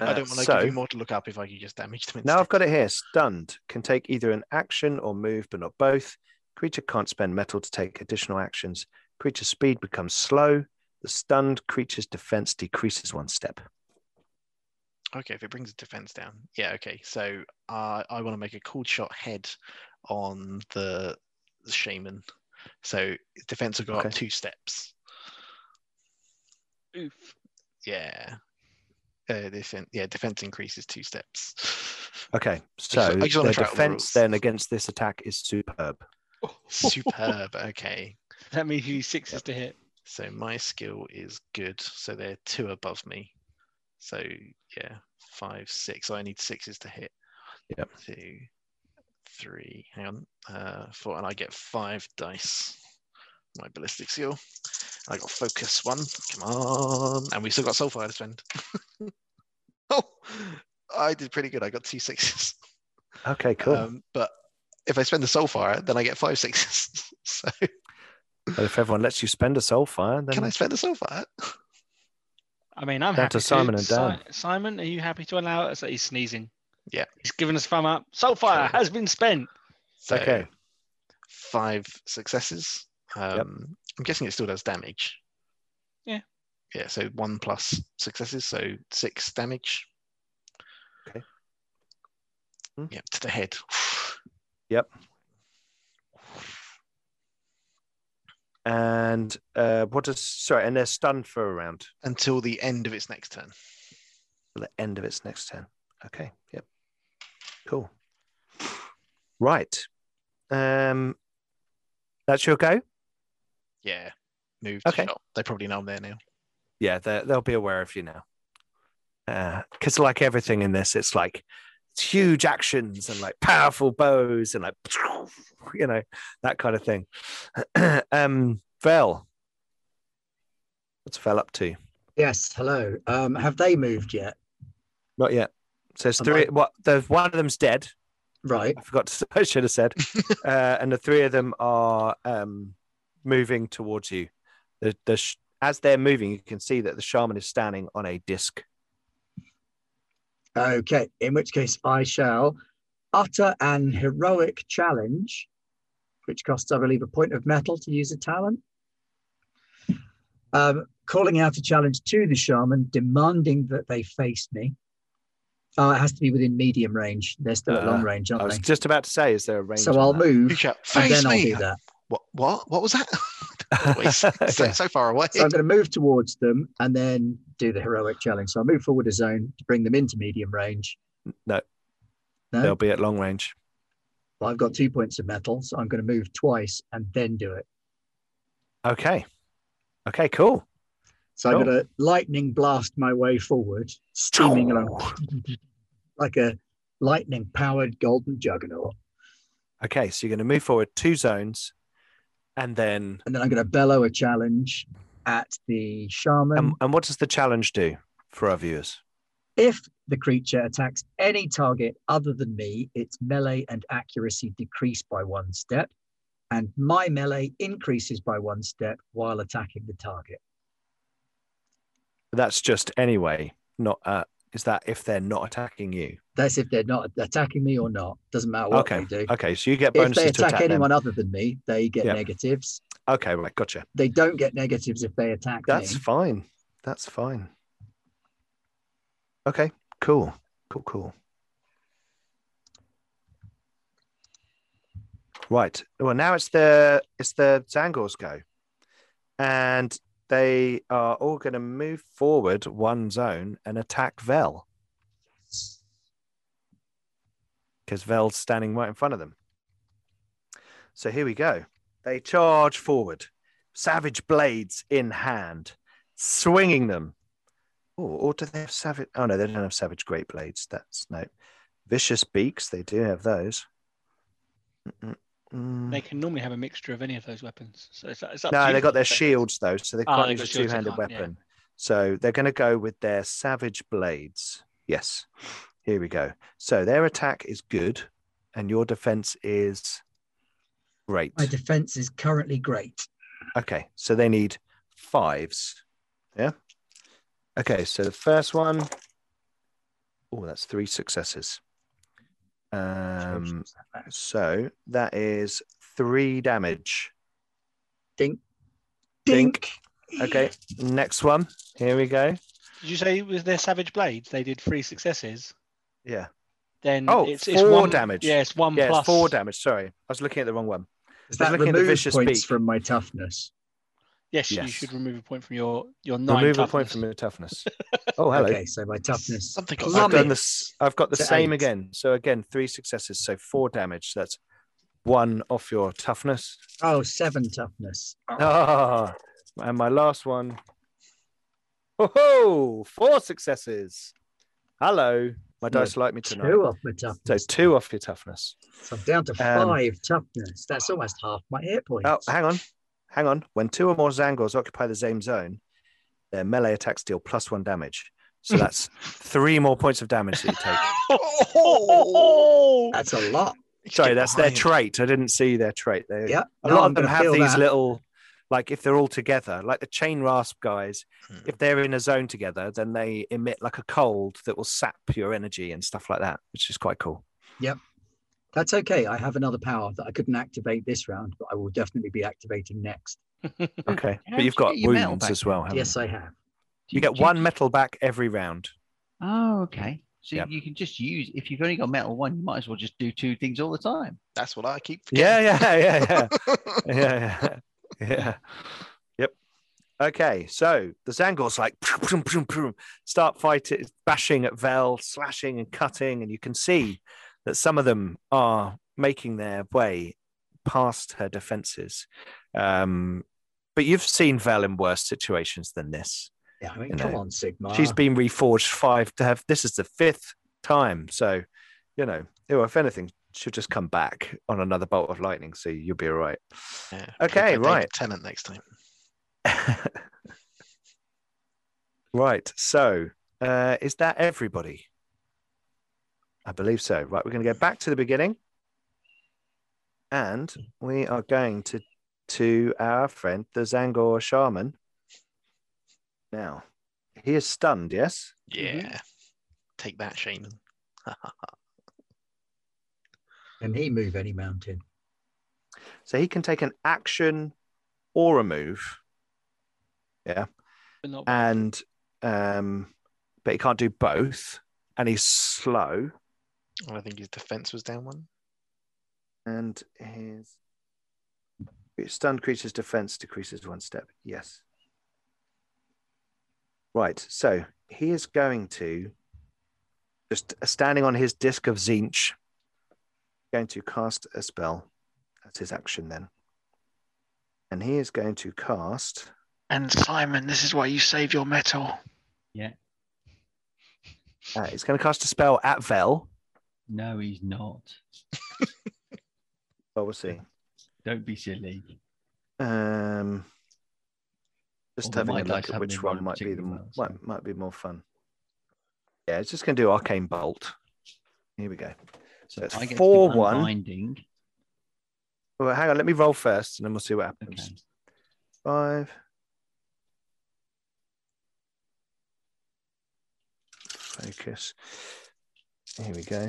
Speaker 4: I
Speaker 1: Uh,
Speaker 4: don't want to
Speaker 1: so-
Speaker 4: give you more to look up if I could just damage them.
Speaker 1: Now
Speaker 4: instead.
Speaker 1: I've got it here. Stunned can take either an action or move, but not both. Creature can't spend metal to take additional actions. Creature speed becomes slow. The stunned creature's defense decreases one step.
Speaker 4: Okay, if it brings the defense down. Yeah, okay. So uh, I want to make a cold shot head on the shaman. So defense will go up
Speaker 1: Okay.
Speaker 4: two steps.
Speaker 2: Oof.
Speaker 4: Yeah. Uh, defense, yeah, defense increases two steps.
Speaker 1: Okay,
Speaker 4: I
Speaker 1: so
Speaker 4: just- I just wanna
Speaker 1: their
Speaker 4: try out the
Speaker 1: defense
Speaker 4: rules.
Speaker 1: then against this attack is superb.
Speaker 4: Superb. Okay.
Speaker 2: That means you need sixes to hit.
Speaker 4: So my skill is good. So they're two above me. So yeah, five, six. So I need sixes to hit.
Speaker 1: Yep.
Speaker 4: Two, three. Hang on. Uh, four, and I get five dice. My ballistic skill. I got focus one. Come on, and we still got soulfire to spend. oh, I did pretty good. I got two sixes.
Speaker 1: Okay, cool.
Speaker 4: Um, but if I spend the soulfire, then I get five sixes. so
Speaker 1: well, if everyone lets you spend a soul fire, then
Speaker 4: can I spend the soulfire?
Speaker 2: I mean, I'm
Speaker 1: Down
Speaker 2: happy
Speaker 1: to Simon and
Speaker 2: Si-
Speaker 1: Dan.
Speaker 2: Simon, are you happy to allow us? He's sneezing.
Speaker 4: Yeah.
Speaker 2: He's giving us thumb up. Soulfire
Speaker 4: Sure.
Speaker 2: has been spent.
Speaker 4: So
Speaker 1: Okay.
Speaker 4: Five successes. Um, I'm guessing it still does damage.
Speaker 2: Yeah.
Speaker 4: Yeah. So one plus successes, so six damage.
Speaker 1: Okay. Hmm.
Speaker 4: Yep, to the head.
Speaker 1: Yep. and uh, what does sorry, and they're stunned for a round
Speaker 4: Until the end of its next turn.
Speaker 1: for the end of its next turn. Okay, yep, cool. Right, um, that's your go.
Speaker 4: Yeah. Move.
Speaker 1: Okay.
Speaker 4: Okay. They probably know I'm there now.
Speaker 1: Yeah, they- they'll be aware of you now. Because Uh, like everything in this, it's like it's huge actions and like powerful bows and like you know that kind of thing. um, Vel, what's Vel up to?
Speaker 3: Yes. Hello. Um, have they moved yet?
Speaker 1: Not yet. So it's
Speaker 3: Am
Speaker 1: three.
Speaker 3: I-
Speaker 1: What the one of them's dead.
Speaker 3: Right.
Speaker 1: I forgot. To, I should have said. uh, and the three of them are um, moving towards you. The the sh- as they're moving, you can see that the shaman is standing on a disc.
Speaker 3: Okay. In which case, I shall utter an heroic challenge, which costs, I believe, a point of metal to use a talent. Um, calling out a challenge to the shaman, demanding that they face me. Oh, it has to be within medium range. They're still at
Speaker 1: Uh,
Speaker 3: long range,
Speaker 1: I
Speaker 3: aren't
Speaker 1: was
Speaker 3: they?
Speaker 1: just about to say, is there a range?
Speaker 3: So
Speaker 1: on
Speaker 3: I'll
Speaker 1: that?
Speaker 4: You
Speaker 3: move,
Speaker 4: shout,
Speaker 3: and
Speaker 4: face
Speaker 3: then I'll
Speaker 4: me.
Speaker 3: do that.
Speaker 4: What? What? What was that? Always. so,
Speaker 1: Yeah.
Speaker 4: so far away.
Speaker 3: So I'm going to move towards them and then do the heroic challenge. So I'll move forward a zone to bring them into medium range.
Speaker 1: No.
Speaker 3: No.
Speaker 1: They'll be at long range.
Speaker 3: Well, I've got two points of metal, so I'm going to move twice and then do it.
Speaker 1: Okay. Okay, cool.
Speaker 3: So I'm
Speaker 1: Cool.
Speaker 3: going to lightning blast my way forward, steaming along like a lightning powered golden juggernaut.
Speaker 1: Okay, so you're going to move forward two zones, and then
Speaker 3: And then I'm going to bellow a challenge at the shaman.
Speaker 1: and, and what does the challenge do for our viewers?
Speaker 3: if the creature attacks any target other than me, its melee and accuracy decrease by one step, and my melee increases by one step while attacking the target.
Speaker 1: That's just anyway. Not uh, is that if they're not attacking you?
Speaker 3: That's if they're not attacking me or not. Doesn't matter what
Speaker 1: okay,
Speaker 3: they do.
Speaker 1: okay. So you get
Speaker 3: If
Speaker 1: bonuses
Speaker 3: they
Speaker 1: to
Speaker 3: attack,
Speaker 1: attack them.
Speaker 3: anyone other than me, they get
Speaker 1: Yeah.
Speaker 3: negatives.
Speaker 1: Okay, right, gotcha.
Speaker 3: They don't get negatives if they attack
Speaker 1: That's
Speaker 3: me.
Speaker 1: fine. That's fine. Okay, cool, cool, cool. Right. Well, now it's the it's the Zangors go, and they are all going to move forward one zone and attack Vel because Vel's standing right in front of them. So here we go. They charge forward, savage blades in hand, swinging them. Oh, or do they have savage? Oh no, they don't have savage great blades. That's no. Vicious beaks, they do have those. Mm, mm,
Speaker 2: They
Speaker 1: mm.
Speaker 2: can normally have a mixture of any of those weapons. So it's, it's up to
Speaker 1: No,
Speaker 2: you
Speaker 1: they
Speaker 2: to
Speaker 1: got their
Speaker 2: set-
Speaker 1: shields though, so they
Speaker 2: Ah,
Speaker 1: can't
Speaker 2: they've got
Speaker 1: use a
Speaker 2: shields, they
Speaker 1: two-handed
Speaker 2: can't, yeah.
Speaker 1: weapon. So they're going to go with their savage blades. Yes, here we go. So their attack is good, and your defense is great.
Speaker 3: My defense is currently great.
Speaker 1: Okay, so they need fives. Yeah. Okay, so the first one. Oh, that's three successes. Um, so that is three damage.
Speaker 3: Dink.
Speaker 1: Dink. Okay, next one. Here we go.
Speaker 2: Did you say with their savage blades they did three successes?
Speaker 1: Yeah.
Speaker 2: Then
Speaker 1: Oh,
Speaker 2: it's, it's
Speaker 1: four
Speaker 2: one
Speaker 1: damage.
Speaker 2: Yeah, it's one
Speaker 1: Yeah,
Speaker 2: plus
Speaker 1: it's four damage. Sorry, I was looking at the wrong one.
Speaker 3: Does
Speaker 1: I was
Speaker 3: that
Speaker 1: looking at the
Speaker 3: remove
Speaker 1: vicious
Speaker 3: points
Speaker 1: beak.
Speaker 3: from my toughness?
Speaker 2: Yes, you
Speaker 1: Yes.
Speaker 2: should remove a point from your your nine.
Speaker 1: Remove a
Speaker 2: toughness.
Speaker 1: point from your toughness. Oh, hello.
Speaker 3: Okay, so my toughness.
Speaker 4: Something got
Speaker 1: I've, done
Speaker 4: Love
Speaker 3: plummets.
Speaker 4: it.
Speaker 1: this, I've got the
Speaker 3: To
Speaker 1: same
Speaker 3: eight.
Speaker 1: again. So again, three successes. So four damage. That's one off your toughness.
Speaker 3: Oh, seven toughness.
Speaker 1: Ah, and my last one. Oh, ho, four successes. Hello. My
Speaker 3: No,
Speaker 1: dice like me tonight.
Speaker 3: Two off my
Speaker 1: So
Speaker 3: toughness.
Speaker 1: two off your toughness.
Speaker 3: So I'm down to
Speaker 1: Um,
Speaker 3: five toughness. That's almost half my hit points.
Speaker 1: Oh, hang on. Hang on. When two or more Zangors occupy the same zone, their melee attacks deal plus one damage. So that's three more points of damage that you take.
Speaker 4: Oh.
Speaker 3: That's a lot.
Speaker 1: Sorry,
Speaker 4: Get
Speaker 1: that's their
Speaker 4: behind.
Speaker 1: trait. I didn't see their trait. They,
Speaker 3: Yeah.
Speaker 1: A
Speaker 3: no,
Speaker 1: lot
Speaker 3: I'm
Speaker 1: of them
Speaker 3: gonna
Speaker 1: have
Speaker 3: feel
Speaker 1: these
Speaker 3: that.
Speaker 1: little, like if they're all together, like the chain rasp guys,
Speaker 4: Hmm.
Speaker 1: if they're in a zone together, then they emit like a cold that will sap your energy and stuff like that, which is quite cool.
Speaker 3: That's okay. I have another power that I couldn't activate this round, but I will definitely be activating next.
Speaker 1: Okay.
Speaker 5: How
Speaker 1: but
Speaker 5: do
Speaker 1: you've
Speaker 5: you
Speaker 1: got
Speaker 5: get your metal
Speaker 1: wounds
Speaker 5: back
Speaker 1: as well. haven't
Speaker 3: Yes,
Speaker 1: you?
Speaker 3: I have.
Speaker 1: You get one metal back every round.
Speaker 5: Oh, okay. So
Speaker 1: Yep.
Speaker 5: you can just use if you've only got metal one, you might as well just do two things all the time.
Speaker 4: That's what I keep.
Speaker 1: Yeah,
Speaker 4: Forgetting.
Speaker 1: yeah, yeah, yeah. yeah, yeah, yeah. Yep. Okay, so the Zangors like prum, prum, prum, start fighting, bashing at Vel, slashing and cutting, and you can see that some of them are making their way past her defenses. Um, but you've seen Vel in worse situations than this.
Speaker 3: Yeah, I mean,
Speaker 1: You
Speaker 3: come
Speaker 1: know,
Speaker 3: on, Sigma.
Speaker 1: She's been reforged five to have. This is the fifth time, so you know, if anything, she'll just come back on another bolt of lightning. So you'll be all right.
Speaker 4: Yeah,
Speaker 1: Okay,
Speaker 4: play David
Speaker 1: right.
Speaker 4: Tennant next time.
Speaker 1: right. So, uh, is that everybody? I believe so. Right. We're going to go back to the beginning. And we are going to to our friend, the Zangor shaman. Now, he is stunned, yes?
Speaker 4: Yeah. Take that, Shaman.
Speaker 3: Can he move any mountain?
Speaker 1: So he can take an action or a move.
Speaker 2: But not-
Speaker 1: And um, but he can't do both. And he's slow.
Speaker 4: And I think his defense was down one.
Speaker 1: And his stunned creature's defense decreases one step. Yes. Right. So he is going to just uh, standing on his disc of Zinch, going to cast a spell. That's his action then. And he is going to cast.
Speaker 2: And Simon, this is why you save your metal.
Speaker 1: Uh, it's going to cast a spell at Vel.
Speaker 5: No, he's not.
Speaker 1: Well, we'll see.
Speaker 5: Don't be silly.
Speaker 1: Um, just
Speaker 5: Although
Speaker 1: having
Speaker 5: my
Speaker 1: a
Speaker 5: dice
Speaker 1: look at
Speaker 5: haven't
Speaker 1: which
Speaker 5: been
Speaker 1: one
Speaker 5: rolling
Speaker 1: might be the
Speaker 5: particularly
Speaker 1: m-
Speaker 5: well, so-
Speaker 1: might, might be more fun. Yeah, it's just going to do Arcane Bolt. Here we go.
Speaker 5: So
Speaker 1: That's
Speaker 5: I get
Speaker 1: four,
Speaker 5: to do
Speaker 1: one.
Speaker 5: unbinding.
Speaker 1: Well, hang on, let me roll first, and then we'll see what happens.
Speaker 5: Okay.
Speaker 1: Five. Focus. Here we go.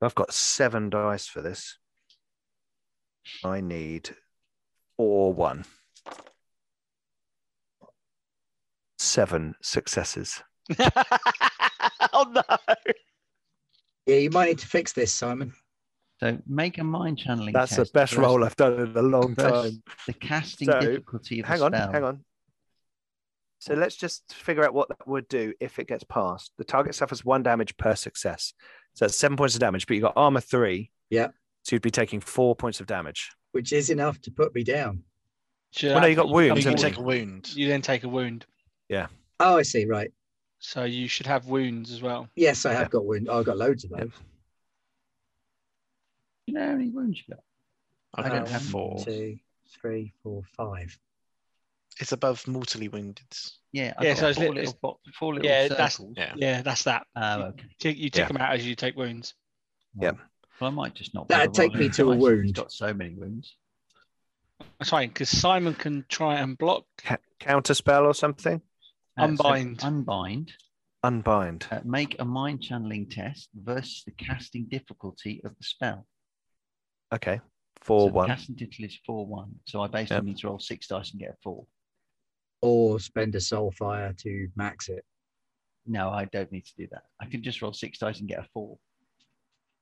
Speaker 1: I've got seven dice for this. I need four one. Seven successes.
Speaker 2: oh no!
Speaker 3: Yeah, you might need to fix this, Simon.
Speaker 5: So make a mind channeling.
Speaker 1: That's the
Speaker 5: test
Speaker 1: best
Speaker 5: versus
Speaker 1: roll I've done in a long
Speaker 5: versus
Speaker 1: time.
Speaker 5: The casting
Speaker 1: So,
Speaker 5: difficulty of
Speaker 1: Hang
Speaker 5: the
Speaker 1: on,
Speaker 5: spell.
Speaker 1: hang on. So let's just figure out what that would do if it gets passed. The target suffers one damage per success. So that's seven points of damage, but you got armor three.
Speaker 3: Yeah.
Speaker 1: So you'd be taking four points of damage.
Speaker 3: Which is enough to put me down.
Speaker 1: well, no, you got wounds.
Speaker 4: You
Speaker 1: haven't
Speaker 4: can take
Speaker 1: you?
Speaker 4: a wound.
Speaker 2: You then take a wound,
Speaker 3: Oh, I see. Right.
Speaker 2: so you should have wounds as well.
Speaker 3: Yes, I have
Speaker 1: Yeah.
Speaker 3: got wound. I've got loads of
Speaker 1: Yeah.
Speaker 3: those.
Speaker 5: You know how many wounds you got?
Speaker 4: I
Speaker 3: I
Speaker 4: don't
Speaker 3: got
Speaker 4: have
Speaker 5: one,
Speaker 4: four.
Speaker 3: Two, three, four, five.
Speaker 4: It's above mortally wounded.
Speaker 5: Yeah,
Speaker 2: Yeah,
Speaker 5: I've
Speaker 2: so
Speaker 5: got
Speaker 2: it's
Speaker 5: four
Speaker 2: lit-
Speaker 5: little,
Speaker 2: it's-
Speaker 5: bo- four little
Speaker 2: yeah, that's-
Speaker 5: circles.
Speaker 4: Yeah.
Speaker 2: Yeah, that's that.
Speaker 5: Oh, okay.
Speaker 2: Tick- You tick
Speaker 1: Yeah.
Speaker 2: them out as you take wounds.
Speaker 1: Yep.
Speaker 5: Well, I might just not.
Speaker 3: That'd
Speaker 5: bother
Speaker 3: take me
Speaker 5: rolling
Speaker 3: to a
Speaker 5: dice. He's
Speaker 3: wound.
Speaker 5: Got so many wounds.
Speaker 2: That's fine, because Simon can try and block.
Speaker 1: Ca- counter spell or something?
Speaker 5: Uh, so
Speaker 2: Unbind.
Speaker 5: unbind.
Speaker 1: Unbind.
Speaker 5: Uh, make a mind channeling test versus the casting difficulty of the spell.
Speaker 1: Okay.
Speaker 5: So
Speaker 1: Four
Speaker 5: the
Speaker 1: one.
Speaker 5: Casting difficulty is four one. So I basically
Speaker 1: Yep.
Speaker 5: need to roll six dice and get a four.
Speaker 3: Or spend a soul fire to max it.
Speaker 5: No, I don't need to do that. I can just roll six dice and get a four.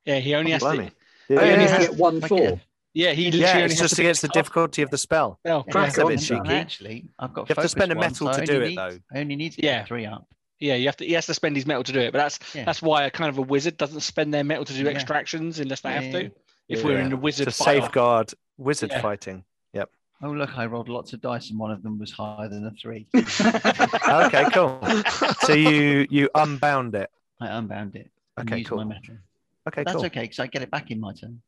Speaker 2: Yeah, he only
Speaker 1: Oh,
Speaker 2: has
Speaker 1: blimey.
Speaker 2: to.
Speaker 1: Yeah,
Speaker 3: I
Speaker 2: yeah,
Speaker 3: only
Speaker 2: yeah.
Speaker 3: have to get one
Speaker 5: I
Speaker 3: four.
Speaker 5: get a-
Speaker 2: Yeah, he literally
Speaker 1: Yeah,
Speaker 2: only
Speaker 1: it's
Speaker 2: has
Speaker 1: just
Speaker 2: to
Speaker 1: against the
Speaker 2: pick up-
Speaker 1: difficulity of the spell.
Speaker 2: Oh,
Speaker 5: Yeah,
Speaker 3: Crack
Speaker 5: I
Speaker 3: on,
Speaker 5: haven't
Speaker 3: cheeky.
Speaker 5: done that Actually, I've got.
Speaker 1: You have to
Speaker 5: focus
Speaker 1: spend a
Speaker 5: one,
Speaker 1: metal
Speaker 5: so I
Speaker 1: to
Speaker 5: only
Speaker 1: do it,
Speaker 5: need-
Speaker 1: though.
Speaker 5: I only need to
Speaker 2: Yeah.
Speaker 5: get three up.
Speaker 2: Yeah, you have to. He has to spend his metal to do it. But that's
Speaker 5: Yeah.
Speaker 2: that's why a kind of a wizard doesn't spend their metal to do
Speaker 5: Yeah.
Speaker 2: extra actions unless they have
Speaker 5: Yeah.
Speaker 2: to. If we're
Speaker 1: Yeah.
Speaker 2: in a wizard
Speaker 1: To
Speaker 2: fight,
Speaker 1: safeguard wizard
Speaker 2: Yeah.
Speaker 1: fighting.
Speaker 5: Oh look, I rolled lots of dice and one of them was higher than a three.
Speaker 1: Okay, cool. so you you unbound it.
Speaker 5: I unbound it. and
Speaker 1: Okay,
Speaker 5: used
Speaker 1: cool.
Speaker 5: My metal.
Speaker 1: Okay,
Speaker 5: That's
Speaker 1: cool.
Speaker 5: okay because I get it back in my turn.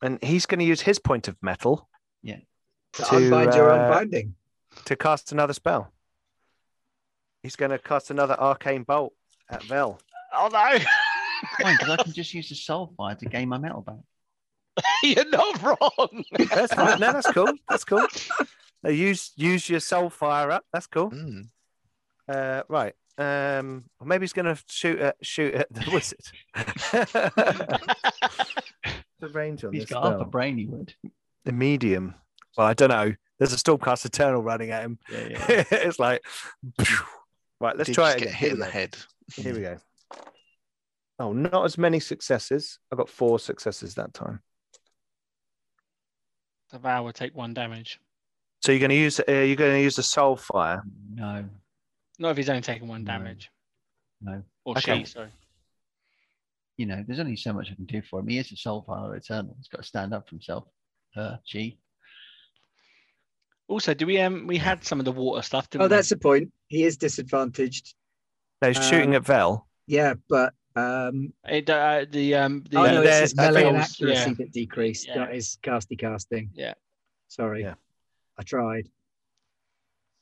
Speaker 1: And he's going to use his point of metal
Speaker 3: To
Speaker 1: To,
Speaker 3: unbind your
Speaker 1: uh,
Speaker 3: unbinding.
Speaker 1: to cast another spell. He's going to cast another arcane bolt at Vel.
Speaker 2: oh no,
Speaker 5: Fine, because I can just use the soul fire to gain my metal back.
Speaker 2: you're not wrong.
Speaker 1: That's fine. No, that's cool. That's cool. Now use use your soul fire up. That's cool.
Speaker 4: Mm.
Speaker 1: Uh, right. Um, or maybe he's going to shoot at shoot at the wizard. the range on
Speaker 5: He's
Speaker 1: this
Speaker 5: got half a
Speaker 1: spell.
Speaker 5: brain, he would.
Speaker 1: The medium. Well, I don't know. There's a stormcast eternal running at him.
Speaker 5: Yeah, yeah.
Speaker 1: it's like, right. Let's
Speaker 4: Did
Speaker 1: try
Speaker 4: just
Speaker 1: it.
Speaker 4: Get
Speaker 1: again.
Speaker 4: hit in the
Speaker 1: Here we go.
Speaker 4: head.
Speaker 1: Here we go. Oh, not as many successes. I got four successes that time.
Speaker 2: Devour take one damage.
Speaker 1: So you're going to use uh, you're going to use the soul fire.
Speaker 5: Um, No,
Speaker 2: Not if he's only taken one
Speaker 5: No.
Speaker 2: damage.
Speaker 5: no.
Speaker 2: Or
Speaker 1: Okay.
Speaker 2: she, sorry.
Speaker 5: You know, there's only so much I can do for him. He is a soul fire eternal. He's got to stand up for himself. Uh, Her, she.
Speaker 2: Also, do we um we had some of the water stuff? Didn't
Speaker 3: Oh,
Speaker 2: we?
Speaker 3: that's the point. He is disadvantaged.
Speaker 1: No, he's shooting at Vel.
Speaker 3: Yeah, but um,
Speaker 2: it, uh, the um the
Speaker 3: oh no, it's
Speaker 1: there-
Speaker 3: his
Speaker 1: I
Speaker 3: melee
Speaker 1: think-
Speaker 3: and
Speaker 2: yeah.
Speaker 3: accuracy that decreased,
Speaker 2: Yeah.
Speaker 3: not his casty casting.
Speaker 2: Yeah.
Speaker 3: Sorry.
Speaker 1: Yeah.
Speaker 3: I tried.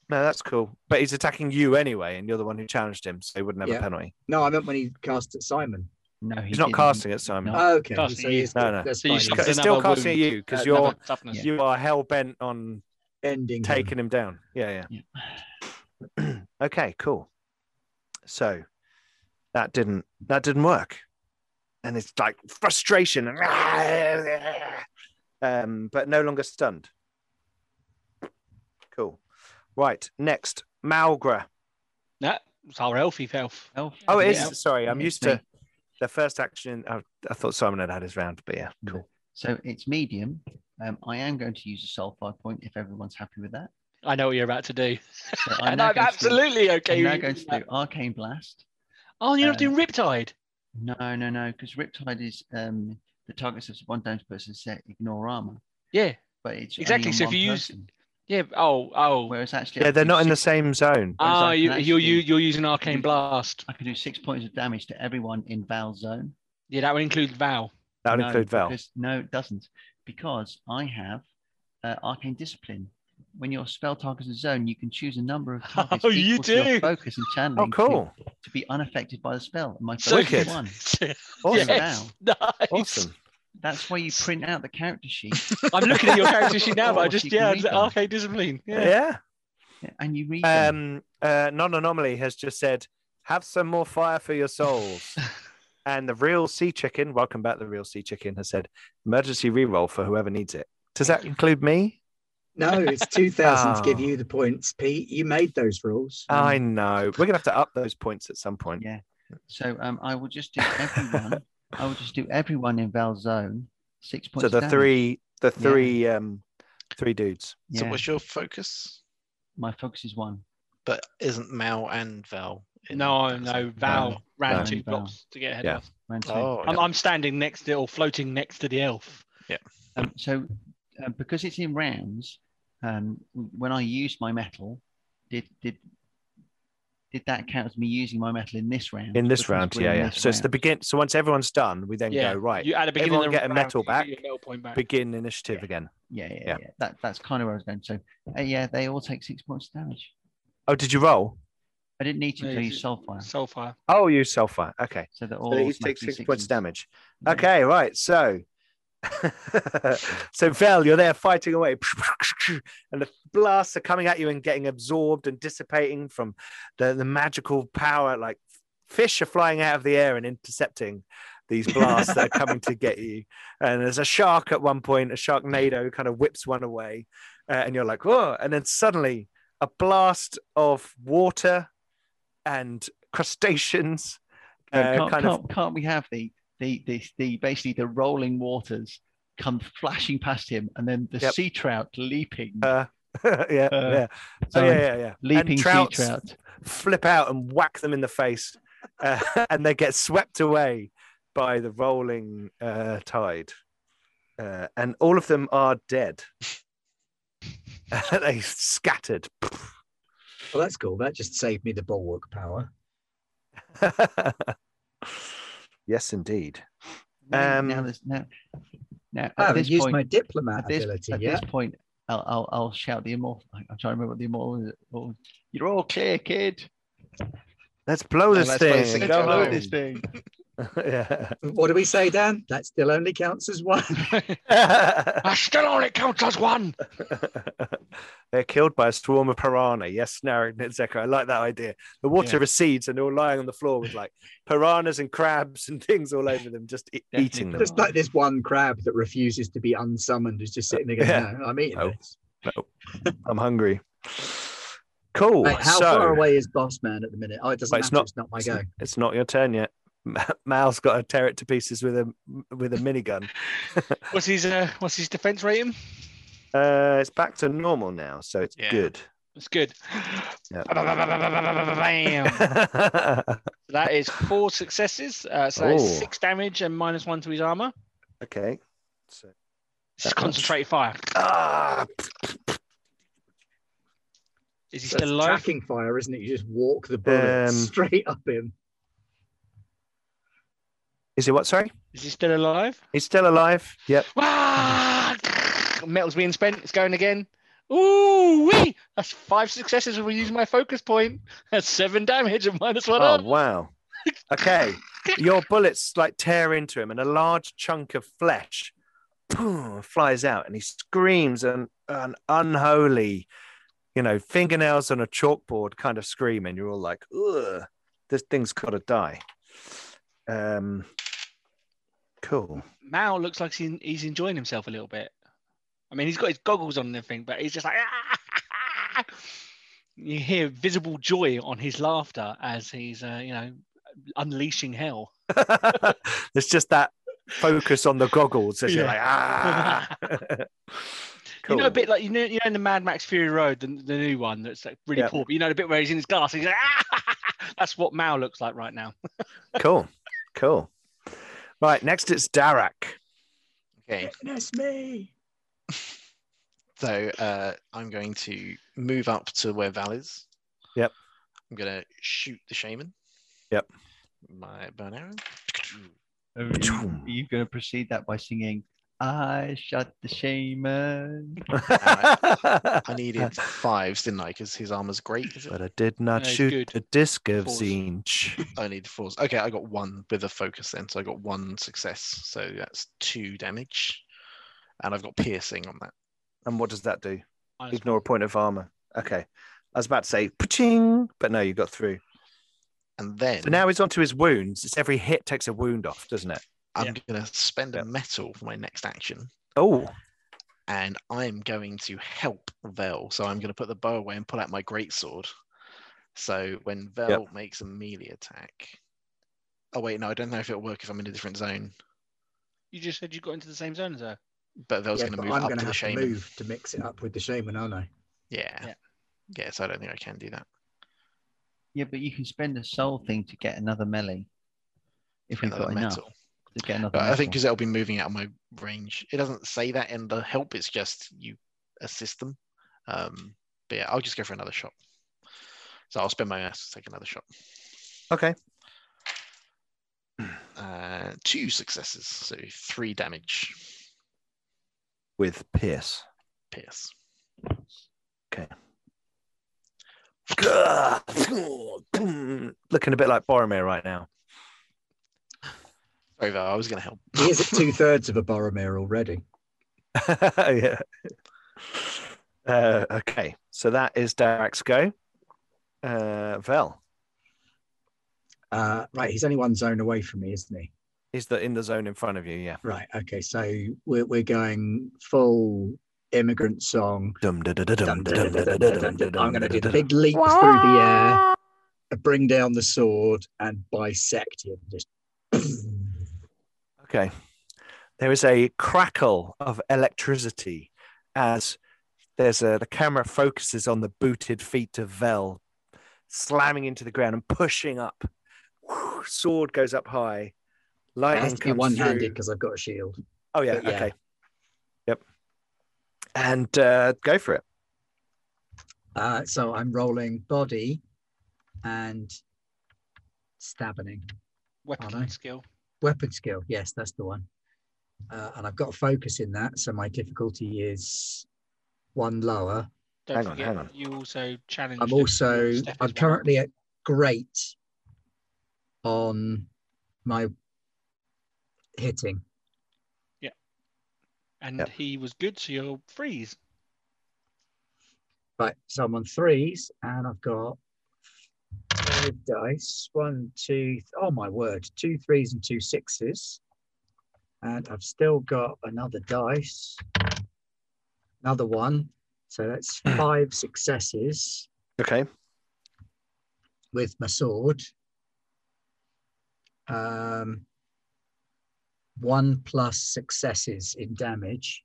Speaker 1: No, that's cool. But he's attacking you anyway, and you're the one who challenged him, so he wouldn't have
Speaker 3: Yeah.
Speaker 1: a penalty.
Speaker 3: No, I meant when he cast at Simon.
Speaker 5: No, he
Speaker 1: He's not
Speaker 5: didn't.
Speaker 1: casting at Simon.
Speaker 5: No.
Speaker 3: Oh, okay.
Speaker 2: Casting
Speaker 3: so
Speaker 2: you.
Speaker 3: he's,
Speaker 1: No, no.
Speaker 3: That's
Speaker 2: So you
Speaker 3: fine.
Speaker 2: should-
Speaker 1: It's
Speaker 2: Another
Speaker 1: still casting at
Speaker 2: wound.
Speaker 1: you because
Speaker 3: Uh,
Speaker 1: you're
Speaker 2: Another toughness.
Speaker 1: you are hell bent on
Speaker 3: ending. him.
Speaker 1: taking him down. Yeah,
Speaker 5: Yeah.
Speaker 1: yeah. okay, cool. So that didn't that didn't work, and it's like frustration, um, but no longer stunned. Cool. Right, next Malgra.
Speaker 2: That was our elfie elf.
Speaker 5: Elf.
Speaker 1: Oh, it is.
Speaker 2: Yeah.
Speaker 1: Sorry, I'm
Speaker 5: It's
Speaker 1: used
Speaker 5: me.
Speaker 1: to the first action. I, I thought Simon had had his round, but yeah, cool.
Speaker 5: So it's medium. Um, I am going to use a soul fire point if everyone's happy with that.
Speaker 2: I know what you're about to do,
Speaker 5: So
Speaker 2: and
Speaker 5: now
Speaker 2: I'm
Speaker 5: going to do-
Speaker 2: absolutely okay.
Speaker 5: I'm now
Speaker 2: with
Speaker 5: going to
Speaker 2: that.
Speaker 5: do arcane blast.
Speaker 2: Oh, you're not
Speaker 5: uh,
Speaker 2: doing Riptide.
Speaker 5: No, no, no, because Riptide is um, the target of one damage person set ignore armor,
Speaker 2: Yeah,
Speaker 5: but it's
Speaker 2: Exactly,
Speaker 5: Only on
Speaker 2: so if
Speaker 5: one
Speaker 2: you use-
Speaker 5: person.
Speaker 2: Yeah. Oh. Oh.
Speaker 5: Whereas actually, I
Speaker 1: Yeah,
Speaker 5: could
Speaker 1: they're
Speaker 5: do
Speaker 1: not in the
Speaker 5: six-
Speaker 1: same zone.
Speaker 5: whereas
Speaker 2: Ah,
Speaker 5: I
Speaker 2: you,
Speaker 5: can
Speaker 2: you're you,
Speaker 5: actually-
Speaker 2: you're using arcane blast.
Speaker 5: I could do six points of damage to everyone in Val's zone.
Speaker 2: Yeah, that would include Val.
Speaker 1: That would
Speaker 5: No,
Speaker 1: include Val.
Speaker 5: because- no, it doesn't, because I have uh, arcane discipline. When your spell targets a zone, you can choose a number of targets
Speaker 2: Oh,
Speaker 5: oh,
Speaker 2: you
Speaker 5: equal to
Speaker 2: do?
Speaker 5: your focus and channeling
Speaker 1: Oh,
Speaker 5: to-
Speaker 1: cool.
Speaker 5: to, be unaffected by the spell. And my
Speaker 2: So
Speaker 5: focus is
Speaker 1: good.
Speaker 5: one.
Speaker 1: Awesome.
Speaker 2: Yes. Nice.
Speaker 1: Awesome.
Speaker 5: That's why you print out the character sheet
Speaker 2: I'm looking at your character sheet now, but I
Speaker 5: Or
Speaker 2: just
Speaker 5: she can
Speaker 2: yeah,
Speaker 5: read them.
Speaker 2: arcade discipline. Yeah.
Speaker 1: Yeah.
Speaker 5: and you read them.
Speaker 1: Um, uh, non anomaly has just said, "Have some more fire for your souls." and the real sea chicken, welcome back. The real sea chicken has said, "Emergency reroll for whoever needs it." Does that include me?
Speaker 3: No, it's 2000 to give
Speaker 1: Oh.
Speaker 3: you the points, Pete. You made those rules.
Speaker 1: I know. We're gonna have to up those points at some point.
Speaker 5: Mm. Yeah. So um, I will just do everyone. I will just do everyone in Val's zone. Six points.
Speaker 1: So
Speaker 5: of
Speaker 1: the
Speaker 5: damage.
Speaker 1: three, the
Speaker 5: Yeah.
Speaker 1: three, um, three dudes.
Speaker 5: Yeah,
Speaker 4: So what's your focus?
Speaker 5: my focus is one.
Speaker 4: But isn't Mal and Val? in
Speaker 2: No,
Speaker 4: that
Speaker 2: no,
Speaker 4: zone?
Speaker 2: Val
Speaker 1: No.
Speaker 2: ran
Speaker 1: No.
Speaker 2: two
Speaker 5: Only Val.
Speaker 2: blocks to get ahead
Speaker 1: Yeah.
Speaker 2: of us.
Speaker 5: Round two.
Speaker 4: Oh,
Speaker 2: I'm, I'm standing next to or floating next to the elf.
Speaker 5: Um, so, um, because it's in rounds, um, when I used my metal, did did did that count as me using my metal in this round?
Speaker 1: In this
Speaker 5: Because
Speaker 1: round,
Speaker 5: we're
Speaker 1: yeah,
Speaker 5: in
Speaker 1: yeah.
Speaker 5: this
Speaker 1: So it's the
Speaker 5: round.
Speaker 1: begin. So once everyone's done, we then
Speaker 2: yeah.
Speaker 1: go right.
Speaker 2: You at the beginning
Speaker 1: Everyone
Speaker 2: of the
Speaker 1: get a
Speaker 2: round,
Speaker 1: metal
Speaker 2: you get
Speaker 1: back.
Speaker 2: your metal point back.
Speaker 1: Begin initiative
Speaker 5: Yeah.
Speaker 1: again.
Speaker 5: yeah, yeah,
Speaker 1: yeah.
Speaker 5: yeah, That that's kind of where I was going. So, uh, yeah, they all take six points of damage.
Speaker 1: Oh, did you roll?
Speaker 5: I didn't need to
Speaker 2: Yeah,
Speaker 5: until
Speaker 2: you
Speaker 5: you
Speaker 2: did.
Speaker 5: soulfire,
Speaker 2: Soulfire.
Speaker 1: Oh, you self fire. Okay.
Speaker 5: so they're all
Speaker 1: So each
Speaker 5: automatically
Speaker 1: takes six points
Speaker 5: sixes.
Speaker 1: damage.
Speaker 5: Yeah.
Speaker 1: Okay, right. So, so Vel, you're there fighting away, and the blasts are coming at you and getting absorbed and dissipating from the, the magical power. Like fish are flying out of the air and intercepting these blasts that are coming to get you. And there's a shark at one point, a sharknado kind of whips one away, uh, and you're like, whoa. And then suddenly, a blast of water and crustaceans.
Speaker 5: No,
Speaker 1: uh,
Speaker 5: can't,
Speaker 1: kind of
Speaker 5: can't, can't we have the, the the the basically the rolling waters come flashing past him, and then the
Speaker 1: Yep.
Speaker 5: sea trout leaping,
Speaker 1: Uh, yeah,
Speaker 5: Uh,
Speaker 1: yeah. Oh,
Speaker 5: sorry.
Speaker 1: yeah, yeah, yeah.
Speaker 5: leaping
Speaker 1: and
Speaker 5: sea
Speaker 1: trouts
Speaker 5: trout.
Speaker 1: flip out and whack them in the face, uh, and they get swept away by the rolling uh, tide, uh, and all of them are dead. they scattered.
Speaker 3: Well, that's cool. That just saved me the bulwark power.
Speaker 1: yes, indeed.
Speaker 5: Now, now
Speaker 1: Um,
Speaker 5: there's now, now
Speaker 3: I
Speaker 5: at
Speaker 3: haven't
Speaker 5: this
Speaker 3: used
Speaker 5: point,
Speaker 3: my diplomat
Speaker 5: at this,
Speaker 3: ability
Speaker 5: at
Speaker 3: yet.
Speaker 5: this point, I'll, I'll I'll shout the immortal. I- I'm trying to remember what the immortal. Is. Oh, You're all clear, kid.
Speaker 1: Let's blow
Speaker 4: Yeah,
Speaker 1: this
Speaker 4: let's blow this
Speaker 1: thing.
Speaker 4: thing
Speaker 1: and
Speaker 4: to
Speaker 1: Go
Speaker 4: a
Speaker 5: Hello,
Speaker 4: Hello.
Speaker 5: this thing.
Speaker 1: home.
Speaker 3: What do we say, Dan? That still only counts as one.
Speaker 1: yeah.
Speaker 2: I still only count as one.
Speaker 1: They're killed by a swarm of piranha. Yes, Narek Nitzeko. I like that idea. The water
Speaker 5: Yeah.
Speaker 1: recedes and they're all lying on the floor with like piranhas and crabs and things all over them, just e-
Speaker 5: Definitely
Speaker 1: eating them.
Speaker 5: piranha.
Speaker 3: Just like this one crab that refuses to be unsummoned is just sitting there going,
Speaker 1: Yeah.
Speaker 3: no, I'm eating
Speaker 1: No.
Speaker 3: this.
Speaker 1: I'm hungry. Cool.
Speaker 3: Mate, how
Speaker 1: Oh, so
Speaker 3: far away is Boss Man at the minute? Oh, it doesn't
Speaker 1: Well, it's
Speaker 3: matter.
Speaker 1: not-
Speaker 3: it's not my
Speaker 1: it's,
Speaker 3: go.
Speaker 1: it's not your turn yet. Mal's got to tear it to pieces with a with a minigun.
Speaker 2: What's his uh, what's his defense rating?
Speaker 1: Uh, it's back to normal now, so it's
Speaker 4: Yeah.
Speaker 1: good.
Speaker 2: It's good.
Speaker 1: Yeah.
Speaker 2: Bam. That is four successes. Uh, so that is
Speaker 1: Oh.
Speaker 2: six damage and minus one to his armor.
Speaker 1: okay. So
Speaker 2: It's
Speaker 1: That much.
Speaker 2: concentrated fire.
Speaker 1: ah,
Speaker 2: Is he
Speaker 3: That's
Speaker 2: still alive?
Speaker 3: tracking fire, isn't it? You just walk the bullet
Speaker 1: Um,
Speaker 3: straight up him.
Speaker 1: is it what? Sorry,
Speaker 2: Is he still alive?
Speaker 1: he's still alive. Yep.
Speaker 2: Ah! Metal's being spent. It's going again. Ooh wee! That's five successes if we use my focus point. That's seven damage and minus one.
Speaker 1: Oh
Speaker 2: armor.
Speaker 1: wow. Okay. Your bullets like tear into him and a large chunk of flesh boom, flies out and he screams an, an unholy, you know, fingernails on a chalkboard kind of scream, and you're all like, ugh, this thing's gotta die. Um cool.
Speaker 2: Mao looks like he's, he's enjoying himself a little bit. I mean, he's got his goggles on and everything, but he's just like, "Ah!" you hear visible joy on his laughter as he's, uh, you know, unleashing hell.
Speaker 1: There's just that focus on the goggles as you're
Speaker 2: Yeah.
Speaker 1: like, ah
Speaker 2: You know, a bit like you know, you know, in the Mad Max Fury Road, the, the new one that's like really
Speaker 1: Yeah.
Speaker 2: poor. But you know, the bit where he's in his glass, he's like, "Ah!" that's what Mao looks like right now.
Speaker 1: cool. Cool. Right, next it's Darak.
Speaker 4: Okay.
Speaker 3: That's me.
Speaker 4: So uh, I'm going to move up to where Val is.
Speaker 1: Yep.
Speaker 4: I'm going to shoot the shaman.
Speaker 1: Yep.
Speaker 4: My bow and arrow.
Speaker 5: Are you, are you going to proceed that by singing, I shot the shaman?
Speaker 4: I needed fives, didn't I? Because his armor's great. Is it?
Speaker 1: But I did not
Speaker 2: No, it's
Speaker 1: shoot
Speaker 2: good.
Speaker 1: the disc of
Speaker 2: Force.
Speaker 1: Zinch.
Speaker 4: I needed fours. Okay, I got one with a focus then. So I got one success. So that's two damage. And I've got piercing on that.
Speaker 1: And what does that do?
Speaker 2: Minus
Speaker 1: Ignore a point of armor. Okay. I was about to say, paching, but no, you got through.
Speaker 4: And then
Speaker 1: So now he's onto his wounds. It's every hit takes a wound off, doesn't it?
Speaker 4: I'm
Speaker 2: Yeah.
Speaker 4: going to spend
Speaker 1: Yeah.
Speaker 4: a metal for my next action.
Speaker 1: Oh,
Speaker 4: and I'm going to help Vel. So I'm going to put the bow away and pull out my greatsword. So when Vel makes a melee attack, oh wait, no, I don't know if it'll work if I'm in a different zone.
Speaker 2: You just said you got into the same zone as her.
Speaker 4: But Vel's
Speaker 3: Yeah,
Speaker 4: going
Speaker 3: but
Speaker 4: to move
Speaker 3: I'm
Speaker 4: up
Speaker 3: gonna
Speaker 4: to the
Speaker 3: have
Speaker 4: shaman.
Speaker 3: to move to mix it up with the shaman, aren't I?
Speaker 4: Yeah. yeah,
Speaker 2: Yeah.
Speaker 4: So I don't think I can do that.
Speaker 5: Yeah, but you can spend a soul thing to get another melee if we've
Speaker 4: Another
Speaker 5: got enough
Speaker 4: metal.
Speaker 5: to get another.
Speaker 4: But I think
Speaker 5: metal.
Speaker 4: because it'll be moving out of my range. It doesn't say that in the help. It's just you assist them. Um, but yeah, I'll just go for another shot. So I'll spend my ass to take another shot.
Speaker 1: okay.
Speaker 4: Uh, two successes, so three damage.
Speaker 1: With Pierce.
Speaker 4: Pierce.
Speaker 1: Looking a bit like Boromir right now.
Speaker 4: Sorry, Val, I was going to help.
Speaker 3: He is at two thirds of a Boromir already.
Speaker 1: yeah. Uh, okay. So that is Derek's go. Uh, Vel
Speaker 3: Uh, right, he's only one zone away from me, isn't he?
Speaker 1: is the in the zone in front of you. Yeah.
Speaker 3: Right. Okay. So we're we're going full immigrant song.
Speaker 1: Dum, da, da, da, dum,
Speaker 3: Dum,
Speaker 1: da,
Speaker 3: dum,
Speaker 1: dum, da,
Speaker 3: dum,
Speaker 1: da, da,
Speaker 3: dum, dum,
Speaker 1: dum,
Speaker 3: dum,
Speaker 1: da,
Speaker 3: dum.
Speaker 1: dum,
Speaker 3: I'm going to
Speaker 1: da,
Speaker 3: do
Speaker 1: da,
Speaker 3: the
Speaker 1: dum.
Speaker 3: big leap through the air, bring down the sword, and bisect him. Just
Speaker 1: Okay. There is a crackle of electricity as there's a the camera focuses on the booted feet of Vel slamming into the ground and pushing up. Sword goes up high.
Speaker 3: it
Speaker 1: Lightning
Speaker 3: has to be
Speaker 1: comes
Speaker 3: one-handed
Speaker 1: through.
Speaker 3: because I've got a shield.
Speaker 1: Oh yeah,
Speaker 3: But yeah.
Speaker 1: okay. Yep. And uh, go for it.
Speaker 3: Uh, so I'm rolling body and stabbing.
Speaker 2: Weapon
Speaker 3: Are they?
Speaker 2: skill.
Speaker 3: Weapon skill. Yes, that's the one. Uh, and I've got focus in that, so my difficulty is one lower.
Speaker 2: Don't
Speaker 1: Hang on,
Speaker 2: forget
Speaker 1: hang on.
Speaker 2: You also challenge.
Speaker 3: I'm also I'm currently at great on my hitting.
Speaker 2: and
Speaker 1: Yep.
Speaker 2: he was good, so you'll freeze.
Speaker 3: Right, so I'm on threes and I've got five dice. One, two, th- oh my word, two threes and two sixes. And I've still got another dice, another one. So that's five successes
Speaker 1: Okay.
Speaker 3: with my sword. Um, one plus successes in damage.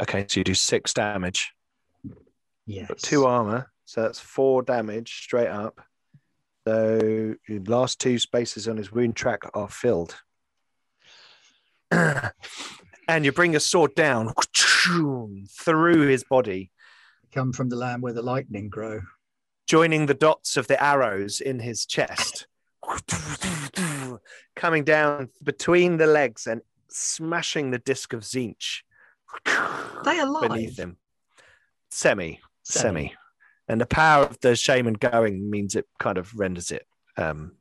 Speaker 1: Okay, so you do six damage.
Speaker 3: Yes.
Speaker 1: Got two armor, so that's four damage straight up. So your last two spaces on his wound track are filled. and you bring a sword down through his body,
Speaker 3: Come from the land where the lightning grow.
Speaker 1: joining the dots of the arrows in his chest, coming down between the legs and smashing the disc of Zinch
Speaker 3: They alive.
Speaker 1: beneath him. Semi,
Speaker 3: Semi.
Speaker 1: semi. And the power of the shaman going means it kind of renders it um,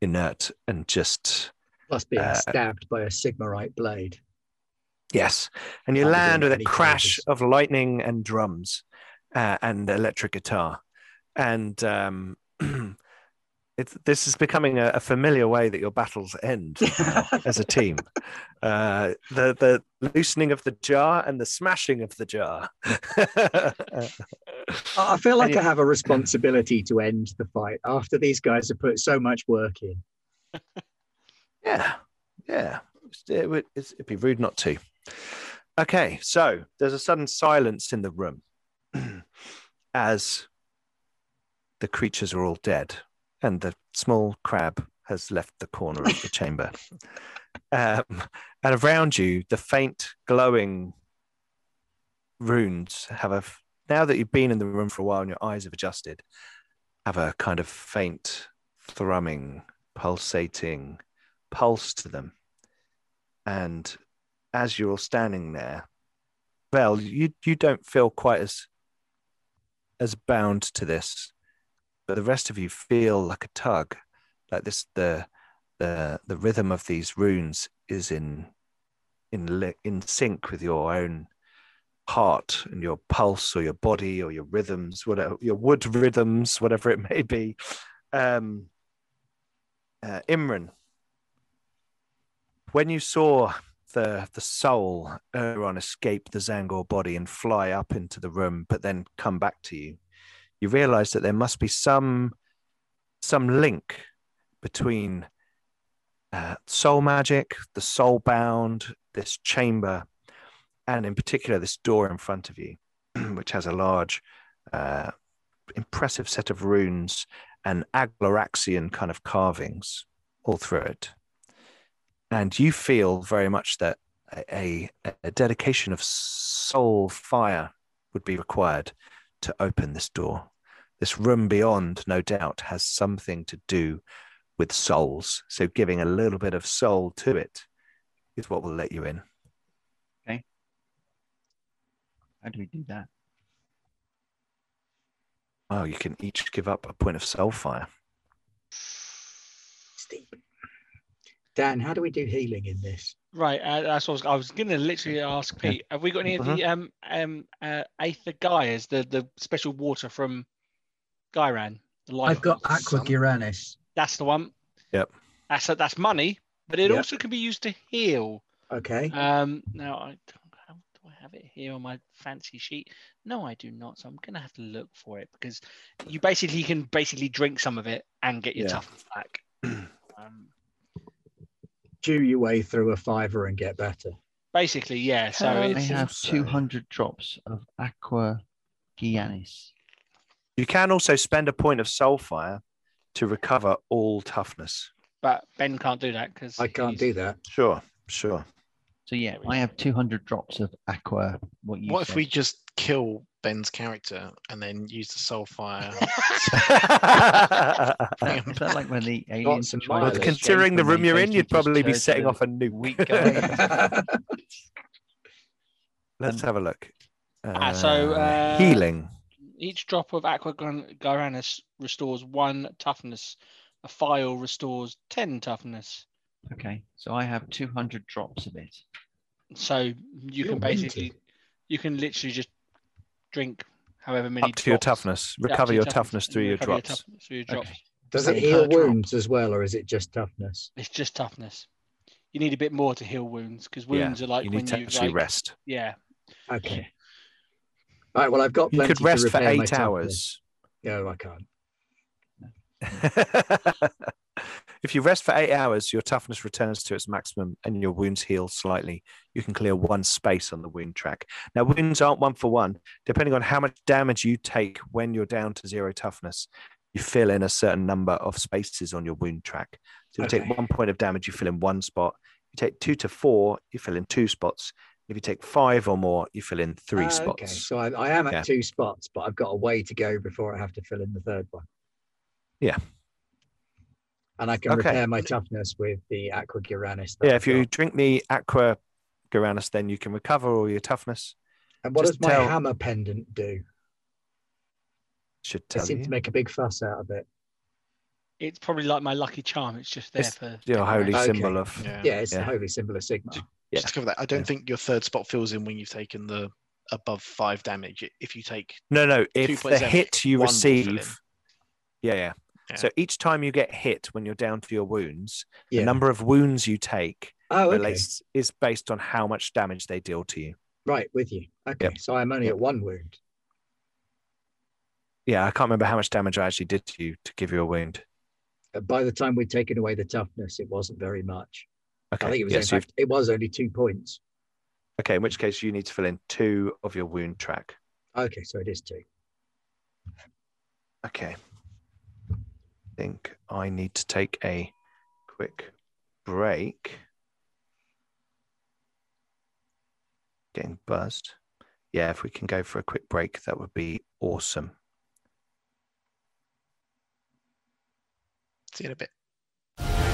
Speaker 1: inert and just,
Speaker 3: Plus being
Speaker 1: Uh,
Speaker 3: stabbed by a Sigmarite blade.
Speaker 1: yes. And you
Speaker 3: Can't be
Speaker 1: land
Speaker 3: doing
Speaker 1: with a
Speaker 3: any
Speaker 1: crash
Speaker 3: favors.
Speaker 1: of lightning and drums uh, and electric guitar. And um, it's, this is becoming a, a familiar way that your battles end. as a team. Uh, the the loosening of the jar and the smashing of the jar.
Speaker 3: I I feel like
Speaker 1: Any-
Speaker 3: I have a responsibility to end the fight after these guys have put so much work in.
Speaker 1: yeah, yeah. It would, it's- it'd be rude not to. Okay, so there's a sudden silence in the room as the creatures are all dead and the small crab has left the corner of the chamber. Um, and around you, the faint glowing runes have a f- now that you've been in the room for a while and your eyes have adjusted, have a kind of faint thrumming, pulsating pulse to them. And as you're all standing there, well, you you don't feel quite as as bound to this, but the rest of you feel like a tug, like this the the the rhythm of these runes is in in li- in sync with your own heart and your pulse or your body or your rhythms, whatever your wood rhythms, whatever it may be. Um, uh, Imran, when you saw the the soul earlier on escape the Zangor body and fly up into the room, but then come back to you, you realize that there must be some some link between uh, soul magic, the soul bound, this chamber, and in particular this door in front of you, which has a large, uh, impressive set of runes and Agloraxian kind of carvings all through it. And you feel very much that a, a, a dedication of soul fire would be required to open this door. This room beyond, no doubt, has something to do with souls. So giving a little bit of soul to it is what will let you in.
Speaker 5: How do we do that?
Speaker 1: Oh, you can each give up a point of soul fire.
Speaker 3: Steve. Dan, how do we do healing in this?
Speaker 2: Right, uh, that's what I was, I was going to literally ask Pete. Have we got any
Speaker 1: Mm-hmm.
Speaker 2: of the um um uh, Aether Gaias, the the special water from Gyran? The life
Speaker 3: I've got
Speaker 2: water?
Speaker 4: Aqua
Speaker 3: Aqua
Speaker 4: some-
Speaker 3: Guaranis.
Speaker 2: That's the one.
Speaker 1: Yep.
Speaker 2: That's that's money, but it
Speaker 3: Yep.
Speaker 2: also can be used to heal.
Speaker 3: Okay.
Speaker 2: Um, now I don't, how do I have it here on my fancy sheet? No, I do not. So I'm gonna have to look for it because you basically can basically drink some of it and get your
Speaker 1: Yeah.
Speaker 2: toughness back. um,
Speaker 3: Chew your way through a fiver and get better.
Speaker 2: basically, yeah. So
Speaker 1: Can
Speaker 5: I
Speaker 2: it's,
Speaker 1: think
Speaker 5: have
Speaker 1: so.
Speaker 5: 200 drops of Aqua Giannis.
Speaker 1: You can also spend a point of soul fire to recover all toughness.
Speaker 2: but Ben can't do that because
Speaker 3: I can't do that.
Speaker 1: Sure, sure.
Speaker 5: So yeah,
Speaker 2: There we
Speaker 5: I have 200 drops of Aqua. What you?
Speaker 4: What if
Speaker 5: said.
Speaker 4: we just kill Ben's character and then use the soul fire?
Speaker 5: Is that- is that like when the aliens?
Speaker 4: some
Speaker 5: were trying to
Speaker 4: mileage.
Speaker 5: escape
Speaker 1: Considering the
Speaker 5: when they
Speaker 1: room you're in,
Speaker 5: basically
Speaker 1: you'd
Speaker 5: just
Speaker 1: probably be
Speaker 5: turned
Speaker 1: setting
Speaker 5: to
Speaker 1: off a nuke.
Speaker 5: weak guy?
Speaker 1: Let's have a look.
Speaker 2: Ah, so, uh,
Speaker 1: healing.
Speaker 2: Each drop of Aqua Gran- Garanus restores one toughness. A file restores ten toughness.
Speaker 5: okay, so I have 200 drops of it.
Speaker 2: So you
Speaker 3: You're
Speaker 2: can basically,
Speaker 3: minted.
Speaker 2: you can literally just drink however many
Speaker 1: Up to your
Speaker 2: drops.
Speaker 1: toughness.
Speaker 2: Yeah, up
Speaker 1: Recover
Speaker 2: to
Speaker 1: your
Speaker 2: toughness
Speaker 1: toughness
Speaker 2: and
Speaker 1: through your
Speaker 2: recover
Speaker 1: drops.
Speaker 2: toughness through your
Speaker 5: Okay.
Speaker 2: drops.
Speaker 3: Does
Speaker 4: Same
Speaker 3: it heal
Speaker 4: per drop.
Speaker 3: wounds as well, or is it just toughness?
Speaker 2: It's just toughness. You need a bit more to heal wounds because
Speaker 1: Yeah,
Speaker 2: wounds are like
Speaker 1: You
Speaker 2: when
Speaker 1: need to
Speaker 2: you
Speaker 1: actually
Speaker 2: like,
Speaker 1: rest.
Speaker 2: Yeah,
Speaker 3: Okay. All right. Well, I've got
Speaker 1: You
Speaker 3: plenty
Speaker 1: could rest
Speaker 3: to
Speaker 1: for
Speaker 3: repair my
Speaker 1: eight
Speaker 3: toughness.
Speaker 1: hours.
Speaker 3: No, I can't.
Speaker 1: if you rest for eight hours, your toughness returns to its maximum and your wounds heal slightly. You can clear one space on the wound track. Now, wounds aren't one for one. Depending on how much damage you take when you're down to zero toughness, you fill in a certain number of spaces on your wound track. So if you
Speaker 3: Okay.
Speaker 1: take one point of damage, you fill in one spot. If you take two to four, you fill in two spots. If you take five or more, you fill in three
Speaker 3: Ah,
Speaker 1: spots.
Speaker 3: Okay. So I, I am at
Speaker 1: Yeah.
Speaker 3: two spots, but I've got a way to go before I have to fill in the third one.
Speaker 1: Yeah.
Speaker 3: And I can
Speaker 1: Okay.
Speaker 3: repair my toughness with the Aqua Guaranis. that
Speaker 1: Yeah,
Speaker 3: I've
Speaker 1: if you
Speaker 3: got.
Speaker 1: drink the aqua guaranis, then you can recover all your toughness.
Speaker 3: And what
Speaker 1: just
Speaker 3: does my
Speaker 1: tell-
Speaker 3: hammer pendant do?
Speaker 1: Should
Speaker 3: They
Speaker 1: tell
Speaker 3: seem
Speaker 1: you.
Speaker 3: to make a big fuss out of it.
Speaker 2: it's probably like my lucky charm. It's just there
Speaker 1: It's
Speaker 2: for
Speaker 1: Your holy
Speaker 3: Okay.
Speaker 1: symbol of
Speaker 4: yeah.
Speaker 3: Yeah, it's
Speaker 1: Yeah.
Speaker 3: the holy symbol of Sigma.
Speaker 1: Yeah.
Speaker 4: Just to cover that, I don't
Speaker 1: Yeah.
Speaker 4: think your third spot fills in when you've taken the above five damage. If you take
Speaker 1: no, no. If the
Speaker 4: 2.7,
Speaker 1: hit you
Speaker 4: one will fill in.
Speaker 1: receive, yeah, yeah,
Speaker 4: Yeah.
Speaker 1: So each time you get hit when you're down to your wounds,
Speaker 3: Yeah.
Speaker 1: the number of wounds you take
Speaker 3: oh, okay.
Speaker 1: relates is based on how much damage they deal to you.
Speaker 3: Right, with you. Okay. So I'm only
Speaker 1: Yep.
Speaker 3: at one wound.
Speaker 1: Yeah, I can't remember how much damage I actually did to you to give you a wound.
Speaker 3: Uh, By the time we'd taken away the toughness, it wasn't very much.
Speaker 1: Okay.
Speaker 3: I think it was,
Speaker 1: yeah,
Speaker 3: in
Speaker 1: so you've-
Speaker 3: fact, it was only two points.
Speaker 1: okay. In which case, you need to fill in two of your wound track.
Speaker 3: Okay, so it is two.
Speaker 1: Okay. I think I need to take a quick break. Getting buzzed. yeah, if we can go for a quick break, that would be awesome.
Speaker 4: See you in a bit.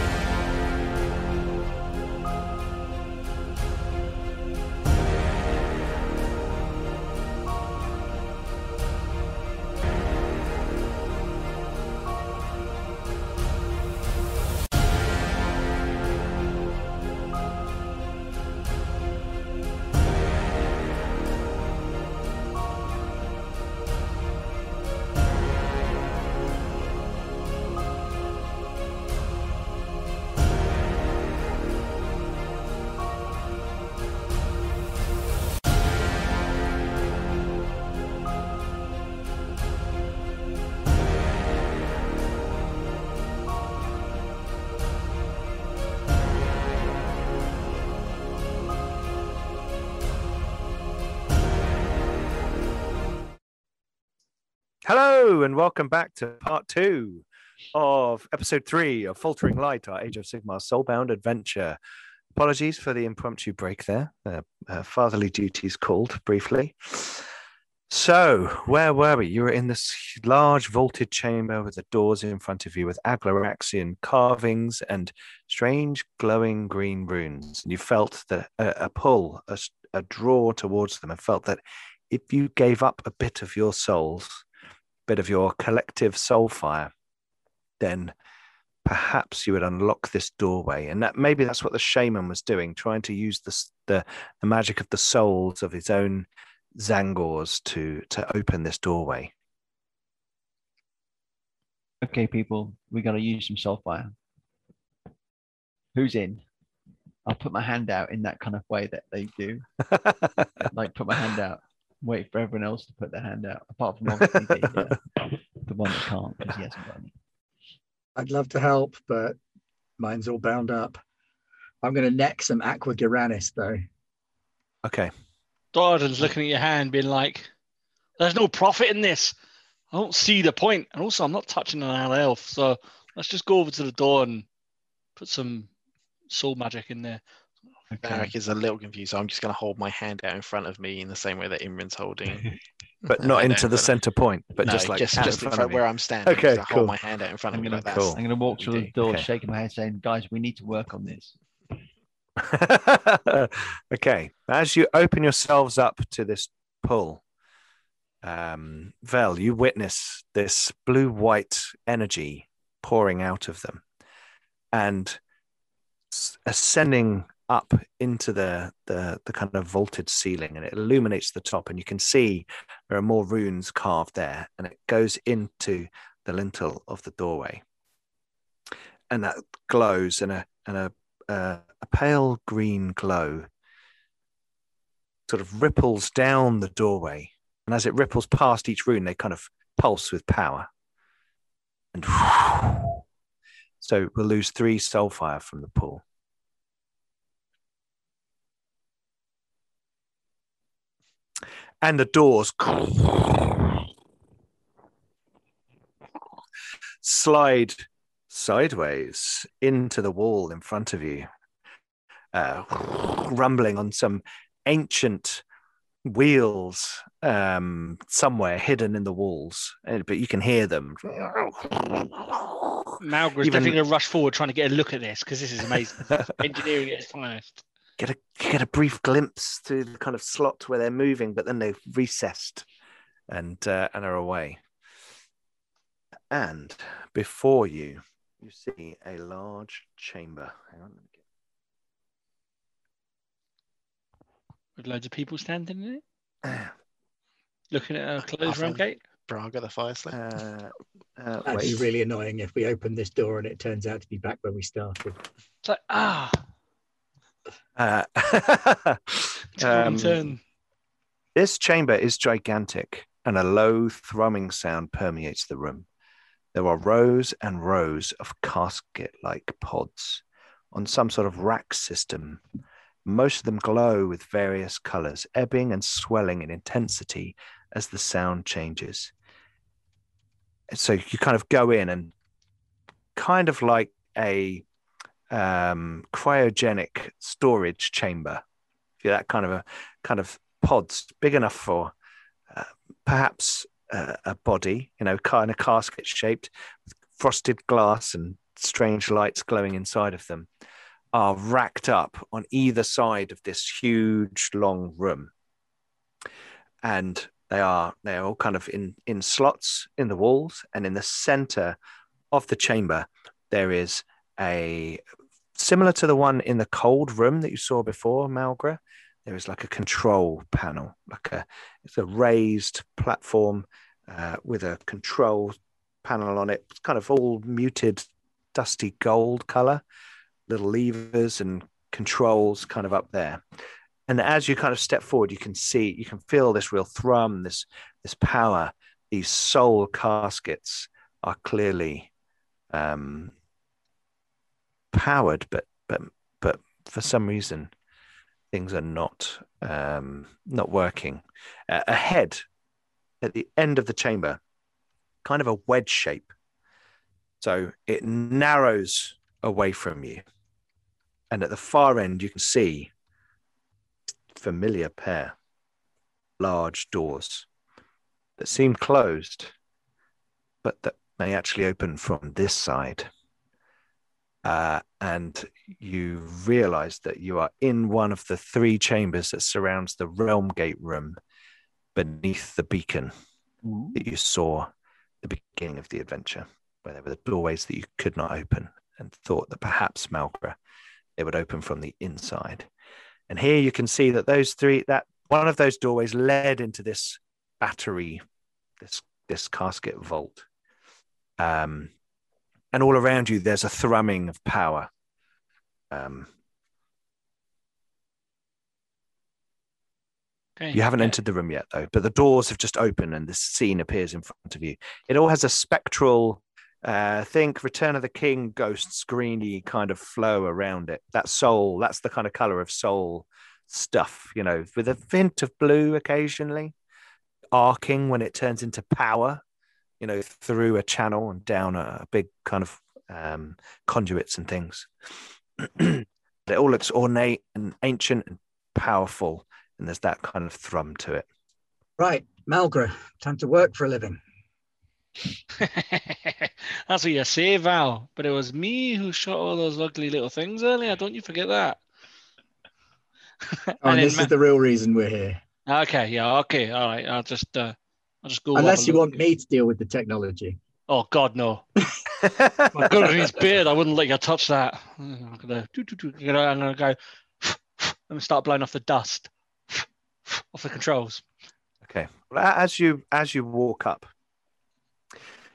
Speaker 1: Hello, and welcome back to part two of episode three of Faltering Light, our Age of Sigma soulbound adventure. Apologies for the impromptu break there. Uh, uh, fatherly duties called briefly. So, where were we? You were in this large vaulted chamber with the doors in front of you with Aglaraxian carvings and strange glowing green runes. And you felt that uh, a pull, a, a draw towards them, and felt that if you gave up a bit of your souls, bit of your collective soul fire, then perhaps you would unlock this doorway. And that maybe that's what the shaman was doing, trying to use the the, the magic of the souls of his own Zangors to to open this doorway.
Speaker 5: Okay, people, we got to use some soul fire. Who's in? I'll put my hand out in that kind of way that they do, like put my hand out wait for everyone else to put their hand out, apart from obviously the, uh, the one that can't because he hasn't got any.
Speaker 3: I'd love to help, but mine's all bound up. I'm going to neck some Aqua Giranis, though.
Speaker 1: Okay.
Speaker 2: Darden's looking at your hand, being like, "There's no profit in this. I don't see the point." And also, I'm not touching an owl elf, so let's just go over to the door and put some soul magic in there.
Speaker 5: Okay.
Speaker 4: Eric is a little confused, so I'm just going to hold my hand out in front of me in the same way that Imran's holding,
Speaker 1: But
Speaker 4: No,
Speaker 1: not
Speaker 4: I don't,
Speaker 1: into the
Speaker 4: but I-
Speaker 1: center point, but
Speaker 4: No,
Speaker 1: just like
Speaker 4: just,
Speaker 1: out
Speaker 4: just
Speaker 1: in
Speaker 4: in
Speaker 1: front of
Speaker 4: front
Speaker 1: you.
Speaker 4: where I'm standing.
Speaker 1: Okay,
Speaker 4: just I
Speaker 1: cool.
Speaker 4: hold my hand out in front of me
Speaker 5: I'm
Speaker 4: like that.
Speaker 5: gonna- I'm going to walk
Speaker 4: we
Speaker 5: through the
Speaker 4: do.
Speaker 5: door,
Speaker 1: Okay.
Speaker 5: shaking my head, saying, "Guys, we need to work on this."
Speaker 1: okay. As you open yourselves up to this pull, um, Vel, you witness this blue white energy pouring out of them and s- ascending up into the, the the kind of vaulted ceiling and it illuminates the top and you can see there are more runes carved there and it goes into the lintel of the doorway and that glows and a and a uh, a pale green glow sort of ripples down the doorway. And as it ripples past each rune, they kind of pulse with power. And so we'll lose three soulfire from the pool. And the doors slide sideways into the wall in front of you, uh, rumbling on some ancient wheels um, somewhere hidden in the walls, Uh, but you can hear them.
Speaker 2: Malgra's
Speaker 1: Even-
Speaker 2: definitely going to rush forward, trying to get a look at this because this is amazing. Engineering at its finest.
Speaker 1: get a get a brief glimpse through the kind of slot where they're moving, but then they've recessed and uh, and are away. And before you, you see a large chamber. Hang on, let me get
Speaker 2: With loads of people standing in it,
Speaker 1: Ah.
Speaker 2: looking at our closed
Speaker 4: Awesome.
Speaker 2: room gate.
Speaker 4: Bro, I got the fire slip.
Speaker 1: Uh, uh,
Speaker 3: That'd be
Speaker 1: wait.
Speaker 3: really annoying if we opened this door and it turns out to be back where we started.
Speaker 2: It's like ah,
Speaker 1: Uh,
Speaker 2: it's a wrong
Speaker 1: um,
Speaker 2: turn.
Speaker 1: This chamber is gigantic, and a low thrumming sound permeates the room. There are rows and rows of casket like pods on some sort of rack system. Most of them glow with various colors, ebbing and swelling in intensity as the sound changes. So you kind of go in and kind of like a um, cryogenic storage chamber, If you're that kind of a kind of pods big enough for uh, perhaps uh, a body, you know, kind of casket shaped, with frosted glass and strange lights glowing inside of them, are racked up on either side of this huge long room. And they are they are all kind of in in slots in the walls, and in the center of the chamber there is a similar to the one in the cold room that you saw before, Malgra. There is like a control panel, like a it's a raised platform uh, with a control panel on it. It's kind of all muted, dusty gold color. Little levers and controls kind of up there. And as you kind of step forward, you can see, you can feel this real thrum, this this power. These soul caskets are clearly um, powered, but but but for some reason things are not um, not working. Uh, ahead, at the end of the chamber, kind of a wedge shape, so it narrows away from you, and at the far end you can see familiar pair, large doors that seem closed, but that may actually open from this side. Uh, and you realize that you are in one of the three chambers that surrounds the realm gate room beneath the beacon
Speaker 5: Ooh.
Speaker 1: that you saw at the beginning of the adventure, where there were the doorways that you could not open and thought that perhaps Malgra they would open from the inside. And here you can see that those three that one of those doorways led into this battery, this this casket vault. Um, and all around you there's a thrumming of power um,
Speaker 2: Okay.
Speaker 1: you haven't
Speaker 2: Uh,
Speaker 1: entered the room yet though but the doors have just opened and this scene appears in front of you it all has a spectral uh, think return of the king ghosts greeny kind of flow around it that soul that's the kind of color of soul stuff you know with a hint of blue occasionally arcing when it turns into power you know through a channel and down a big kind of um, conduits and things it all looks ornate and ancient and powerful and there's that kind of thrum to it
Speaker 3: Right, Malgra, time to work for a living.
Speaker 2: That's what you say, Val. But it was me who shot all those ugly little things earlier. Don't you forget that.
Speaker 3: Oh,
Speaker 2: And
Speaker 3: and
Speaker 2: then
Speaker 3: this
Speaker 2: Ma-
Speaker 3: is the real reason we're here.
Speaker 2: Okay, yeah, okay, all right. I'll just, uh, I'll just go. have
Speaker 3: Unless
Speaker 2: a
Speaker 3: you
Speaker 2: look.
Speaker 3: want me to deal with the technology.
Speaker 2: Oh God, no! My gun in his beard. I wouldn't let you touch that. I'm gonna, do, do, do, you know, I'm gonna go. and start blowing off the dust off the controls.
Speaker 1: okay well, a- as you as you walk up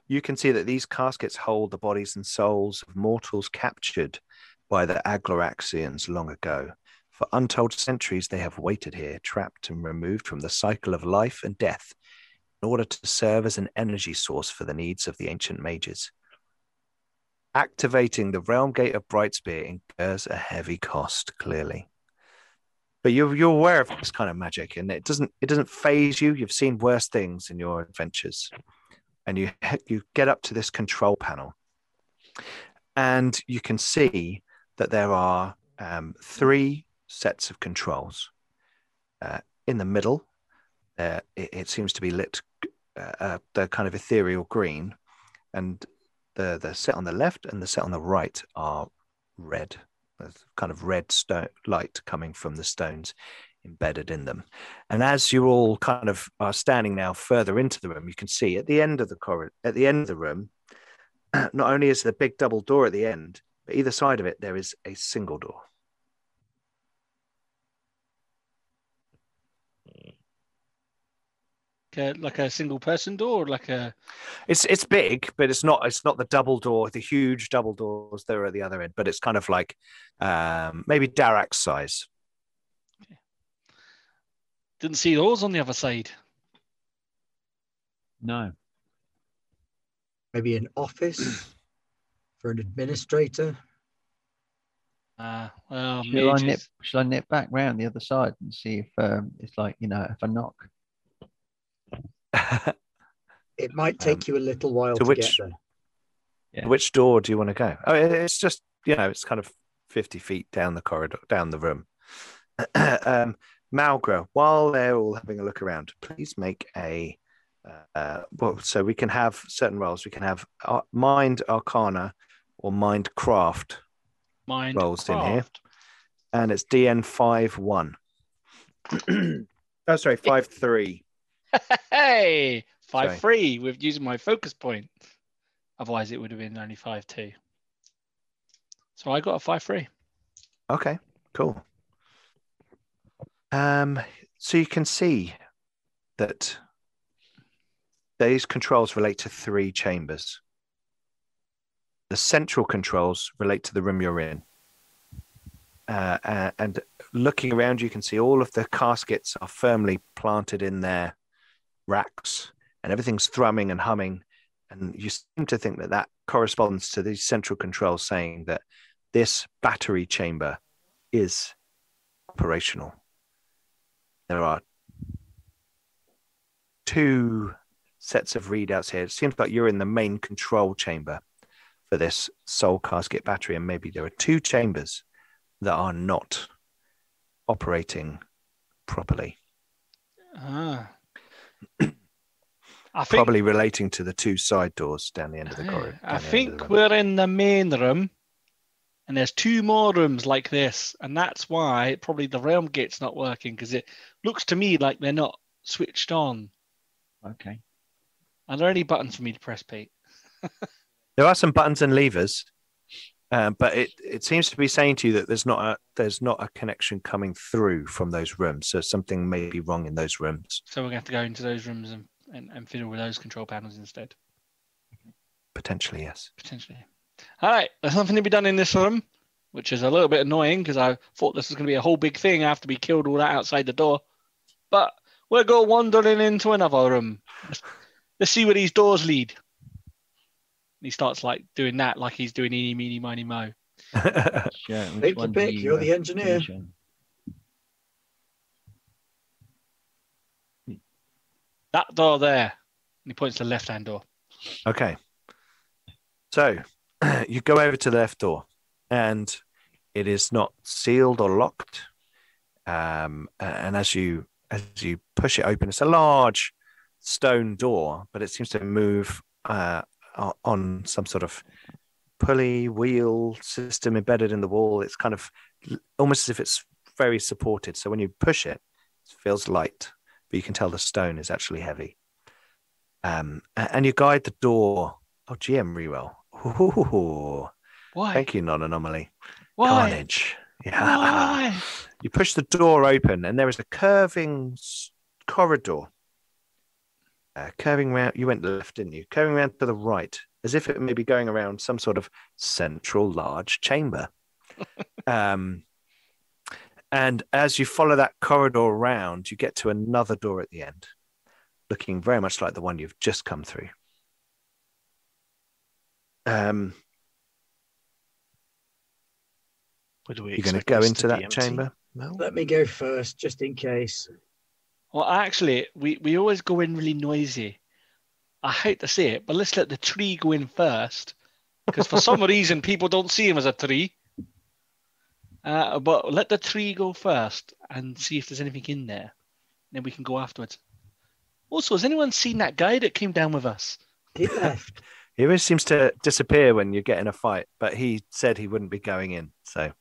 Speaker 1: you can see that these caskets hold the bodies and souls of mortals captured by the agloraxians long ago for untold centuries they have waited here trapped and removed from the cycle of life and death in order to serve as an energy source for the needs of the ancient mages activating the realm gate of brightspear incurs a heavy cost clearly but you're, you're aware of this kind of magic and it doesn't it doesn't phase you you've seen worse things in your adventures and you you get up to this control panel and you can see that there are um, three sets of controls uh, in the middle uh, it, it seems to be lit uh, uh, the kind of ethereal green and the the set on the left and the set on the right are red there's kind of red stone light coming from the stones embedded in them. And as you all kind of are standing now further into the room, you can see at the end of the corridor, at the end of the room, not only is the big double door at the end, but either side of it there is a single door.
Speaker 2: Okay, like a single person door, like a
Speaker 1: It's it's big, but it's not it's not the double door, the huge double doors that are at the other end, but it's kind of like um, maybe Darak's size.
Speaker 2: didn't see those on the other side.
Speaker 5: No.
Speaker 3: Maybe an office for an administrator.
Speaker 2: Ah, well,
Speaker 5: Shall I, nip,
Speaker 2: mages.
Speaker 5: shall I nip back round the other side and see if um, it's like, you know, if I knock?
Speaker 3: It might take
Speaker 1: Um,
Speaker 3: you a little while
Speaker 1: to
Speaker 3: to,
Speaker 1: which-
Speaker 3: get there.
Speaker 5: Yeah.
Speaker 1: Which door do you want to go? Oh, it- it's just you know, it's kind of fifty feet down the corridor, down the room. um, Malgro, while they're all having a look around, please make a. Uh, well, so we can have certain roles. We can have uh, mind arcana or mind craft,
Speaker 2: Mind
Speaker 1: Rolls in here.
Speaker 2: craft.
Speaker 1: and it's DN five one. oh, sorry, five three.
Speaker 2: Hey, five
Speaker 1: Sorry.
Speaker 2: free with using my focus point. Otherwise, it would have been only five two. So I got a five free.
Speaker 1: Okay, cool. Um, so you can see that these controls relate to three chambers. The central controls relate to the room you're in. Uh, a- and looking around, you can see all of the caskets are firmly planted in their racks, and everything's thrumming and humming. And you seem to think that that corresponds to these central controls saying that this battery chamber is operational. There are two sets of readouts here. It seems like you're in the main control chamber for this soul casket battery, and maybe there are two chambers that are not operating properly,
Speaker 2: Ah. I think,
Speaker 1: probably relating to the two side doors down the end of the
Speaker 2: Yeah,
Speaker 1: corridor. down the
Speaker 2: I
Speaker 1: end of the
Speaker 2: think
Speaker 1: room.
Speaker 2: we're in the main room, and there's two more rooms like this, and that's why probably the realm gate's not working because it looks to me like they're not switched on.
Speaker 5: Okay.
Speaker 2: Are there any buttons for me to press, Pete?
Speaker 1: there are some buttons and levers uh, but it, it seems to be saying to you that there's not a there's not a connection coming through from those rooms so something may be wrong in those rooms
Speaker 2: So we're gonna have to go into those rooms and, and, and fiddle with those control panels instead,
Speaker 1: potentially yes
Speaker 2: potentially. All right, there's nothing to be done in this room, which is a little bit annoying because I thought this was gonna be a whole big thing. I have to be killed all that outside the door, but we'll go wandering into another room. Let's- Let's see where these doors lead. And he starts like doing that, like he's doing eeny, meeny, miny, mo.
Speaker 5: Sure. Which
Speaker 3: Take the
Speaker 5: one do
Speaker 3: pick.
Speaker 5: you,
Speaker 3: You're
Speaker 5: uh,
Speaker 3: the engineer.
Speaker 5: finish on?
Speaker 2: That door there. And he points to the left hand door.
Speaker 1: okay so you go over to the left door and it is not sealed or locked um, a- and as you as you push it open it's a large stone door but it seems to move uh, o- on some sort of pulley wheel system embedded in the wall it's kind of l- almost as if it's very supported so when you push it it feels light but you can tell the stone is actually heavy um, a- and you guide the door oh gm reroll Ooh,
Speaker 2: Why?
Speaker 1: thank you non-anomaly
Speaker 2: Why?
Speaker 1: carnage yeah
Speaker 2: Why?
Speaker 1: you push the door open, and there is a curving s- corridor. Uh, curving round, you went left, didn't you? Curving round to the right, as if it may be going around some sort of central large chamber. um, and as you follow that corridor round, you get to another door at the end, looking very much like the one you've just come through. Um,
Speaker 4: Would we
Speaker 1: you're going to
Speaker 4: expect
Speaker 1: go
Speaker 4: this
Speaker 1: into that
Speaker 4: DMT?
Speaker 1: chamber.
Speaker 4: No.
Speaker 3: Let me go first, just in case.
Speaker 2: Well, actually, we, we always go in really noisy. I hate to say it, but let's let the tree go in first. Because for some reason, people don't see him as a tree. Uh, but let the tree go first and see if there's anything in there. Then we can go afterwards. Also, has anyone seen that guy that came down with us?
Speaker 3: He left.
Speaker 1: He always seems to disappear when you get in a fight, but he said he wouldn't be going in. So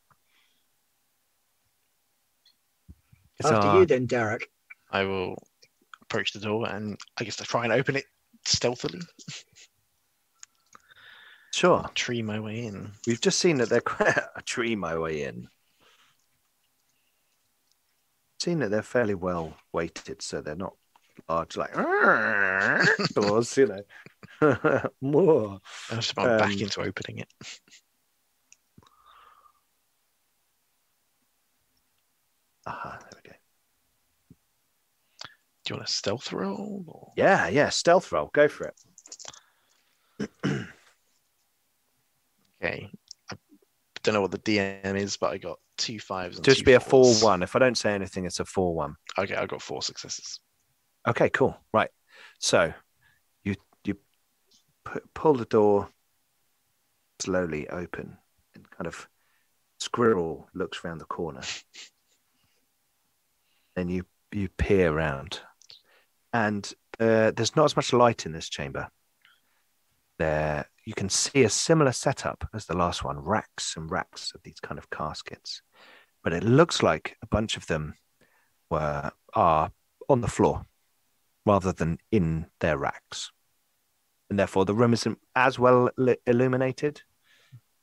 Speaker 1: it's
Speaker 3: After
Speaker 1: our-
Speaker 3: you, then, Derek.
Speaker 4: I will approach the door and I guess I try and open it stealthily,
Speaker 1: sure.
Speaker 4: tree my way in.
Speaker 1: We've just seen that they're quite a tree my way in. Seen that they're fairly well weighted, so they're not large like doors, you know. More.
Speaker 4: I'm just- I'm
Speaker 1: Um,
Speaker 4: back into opening it.
Speaker 1: Aha, there we go.
Speaker 4: Do you want a stealth roll? Or...
Speaker 1: Yeah, yeah, stealth roll. Go for it.
Speaker 4: Okay. I don't know what the DM is, but I got two fives. And
Speaker 1: Just
Speaker 4: two
Speaker 1: be a
Speaker 4: fours.
Speaker 1: 4 1. If I don't say anything, it's a 4 1.
Speaker 4: Okay, I got four successes.
Speaker 1: Okay, cool. Right. So you you pu- pull the door slowly open and kind of squirrel looks round the corner. and you you peer around, and uh, there's not as much light in this chamber. There, you can see a similar setup as the last one, racks and racks of these kind of caskets, but it looks like a bunch of them were are on the floor rather than in their racks, and therefore the room isn't as well li- illuminated.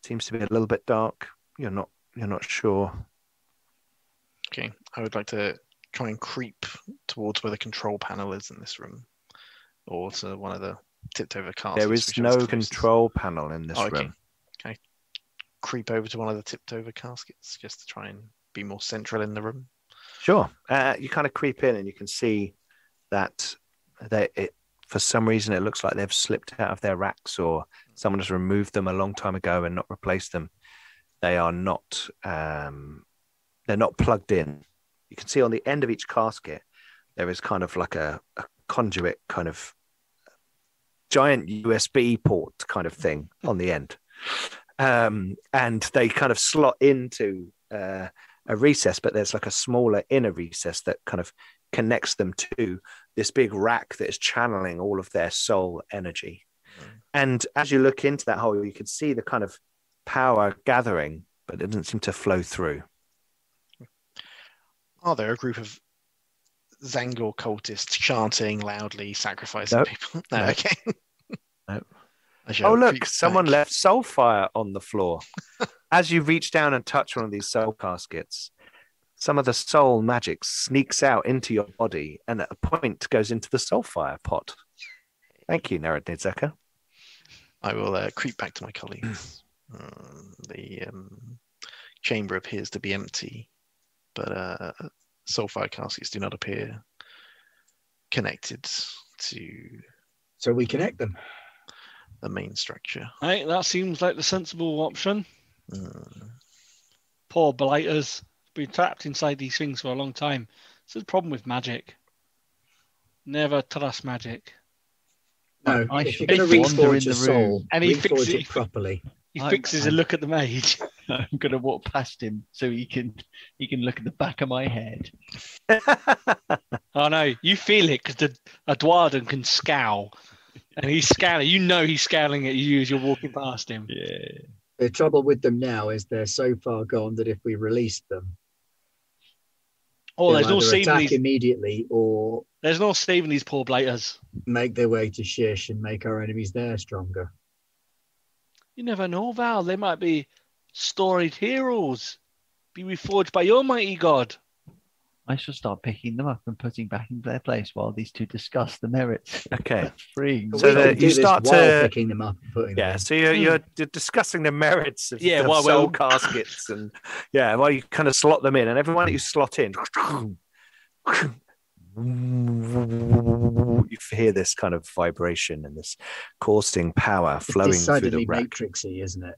Speaker 1: Seems to be a little bit dark. You're not you're not sure
Speaker 4: Okay, I would like to try and creep towards where the control panel is in this room, or to one of the tipped over caskets.
Speaker 1: There is
Speaker 4: whichever
Speaker 1: no
Speaker 4: closest.
Speaker 1: control panel in this
Speaker 4: Oh, okay.
Speaker 1: room.
Speaker 4: Can I creep over to one of the tipped over caskets just to try and be more central in the room?
Speaker 1: Sure. Uh, you kind of creep in and you can see that they, it, for some reason it looks like they've slipped out of their racks or someone has removed them a long time ago and not replaced them. They are not um, they're not plugged in. You can see on the end of each casket there is kind of like a, a conduit kind of giant USB port kind of thing on the end. Um, and they kind of slot into uh, a recess, but there's like a smaller inner recess that kind of connects them to this big rack that is channeling all of their soul energy. And as you look into that hole, you can see the kind of power gathering, but it doesn't seem to flow through.
Speaker 4: Are there a group of Zangor cultists chanting loudly, sacrificing
Speaker 1: No,
Speaker 4: people? No,
Speaker 1: no.
Speaker 4: okay.
Speaker 1: No.
Speaker 4: I shall
Speaker 1: oh, look,
Speaker 4: creep
Speaker 1: someone
Speaker 4: back.
Speaker 1: left soul fire on the floor. as you reach down and touch one of these soul caskets, some of the soul magic sneaks out into your body and at a point goes into the soul fire pot. Thank you, Narad Nidzeka.
Speaker 4: I will uh, creep back to my colleagues. um, the um, chamber appears to be empty, but uh, sulfide caskets do not appear connected to
Speaker 3: So we connect them.
Speaker 4: the main structure.
Speaker 2: Hey, that seems like the sensible option.
Speaker 4: Mm.
Speaker 2: Poor blighters. Been trapped inside these things for a long time. This is the problem with magic. Never trust magic.
Speaker 3: No,
Speaker 5: I
Speaker 3: if you're
Speaker 5: should
Speaker 3: going to
Speaker 2: wander
Speaker 3: reforge
Speaker 5: in the
Speaker 3: your
Speaker 5: room.
Speaker 3: soul,
Speaker 2: And he
Speaker 3: reforge
Speaker 2: fixes
Speaker 3: it
Speaker 2: it.
Speaker 3: properly.
Speaker 2: He
Speaker 5: I-
Speaker 2: fixes a
Speaker 5: I-
Speaker 2: look at the mage.
Speaker 5: I'm gonna walk past him so he can he can look at the back of my head.
Speaker 2: Oh no, you feel it because the a Dwarden can scowl, and he's scowling. You know he's scowling at you as you're walking past him.
Speaker 5: Yeah.
Speaker 3: The trouble with them now is they're so far gone that if we release them,
Speaker 2: Oh,
Speaker 3: they'll
Speaker 2: there's no
Speaker 3: either
Speaker 2: saving
Speaker 3: attack
Speaker 2: these.
Speaker 3: immediately or
Speaker 2: There's no saving these poor blighters.
Speaker 3: make their way to Shish and make our enemies there stronger.
Speaker 2: You never know, Val. They might be storied heroes, be reforged by your mighty god.
Speaker 5: I shall start picking them up and putting back into their place while these two discuss the merits.
Speaker 1: Okay.
Speaker 5: Free.
Speaker 1: So
Speaker 3: we
Speaker 1: the-
Speaker 3: can do
Speaker 1: you
Speaker 3: this
Speaker 1: start
Speaker 3: while
Speaker 1: to-
Speaker 3: picking them up and putting
Speaker 1: Yeah.
Speaker 3: them.
Speaker 1: So you're, you're, you're discussing the merits of,
Speaker 2: Hmm. Yeah,
Speaker 1: of
Speaker 2: while we're
Speaker 1: soul
Speaker 2: all-
Speaker 1: caskets and yeah, while you kind of slot them in, and everyone that you slot in, you hear this kind of vibration and this coursing power
Speaker 3: in.
Speaker 1: flowing
Speaker 3: It's
Speaker 1: through
Speaker 3: decidedly
Speaker 1: the rack.
Speaker 3: matrixy, isn't it?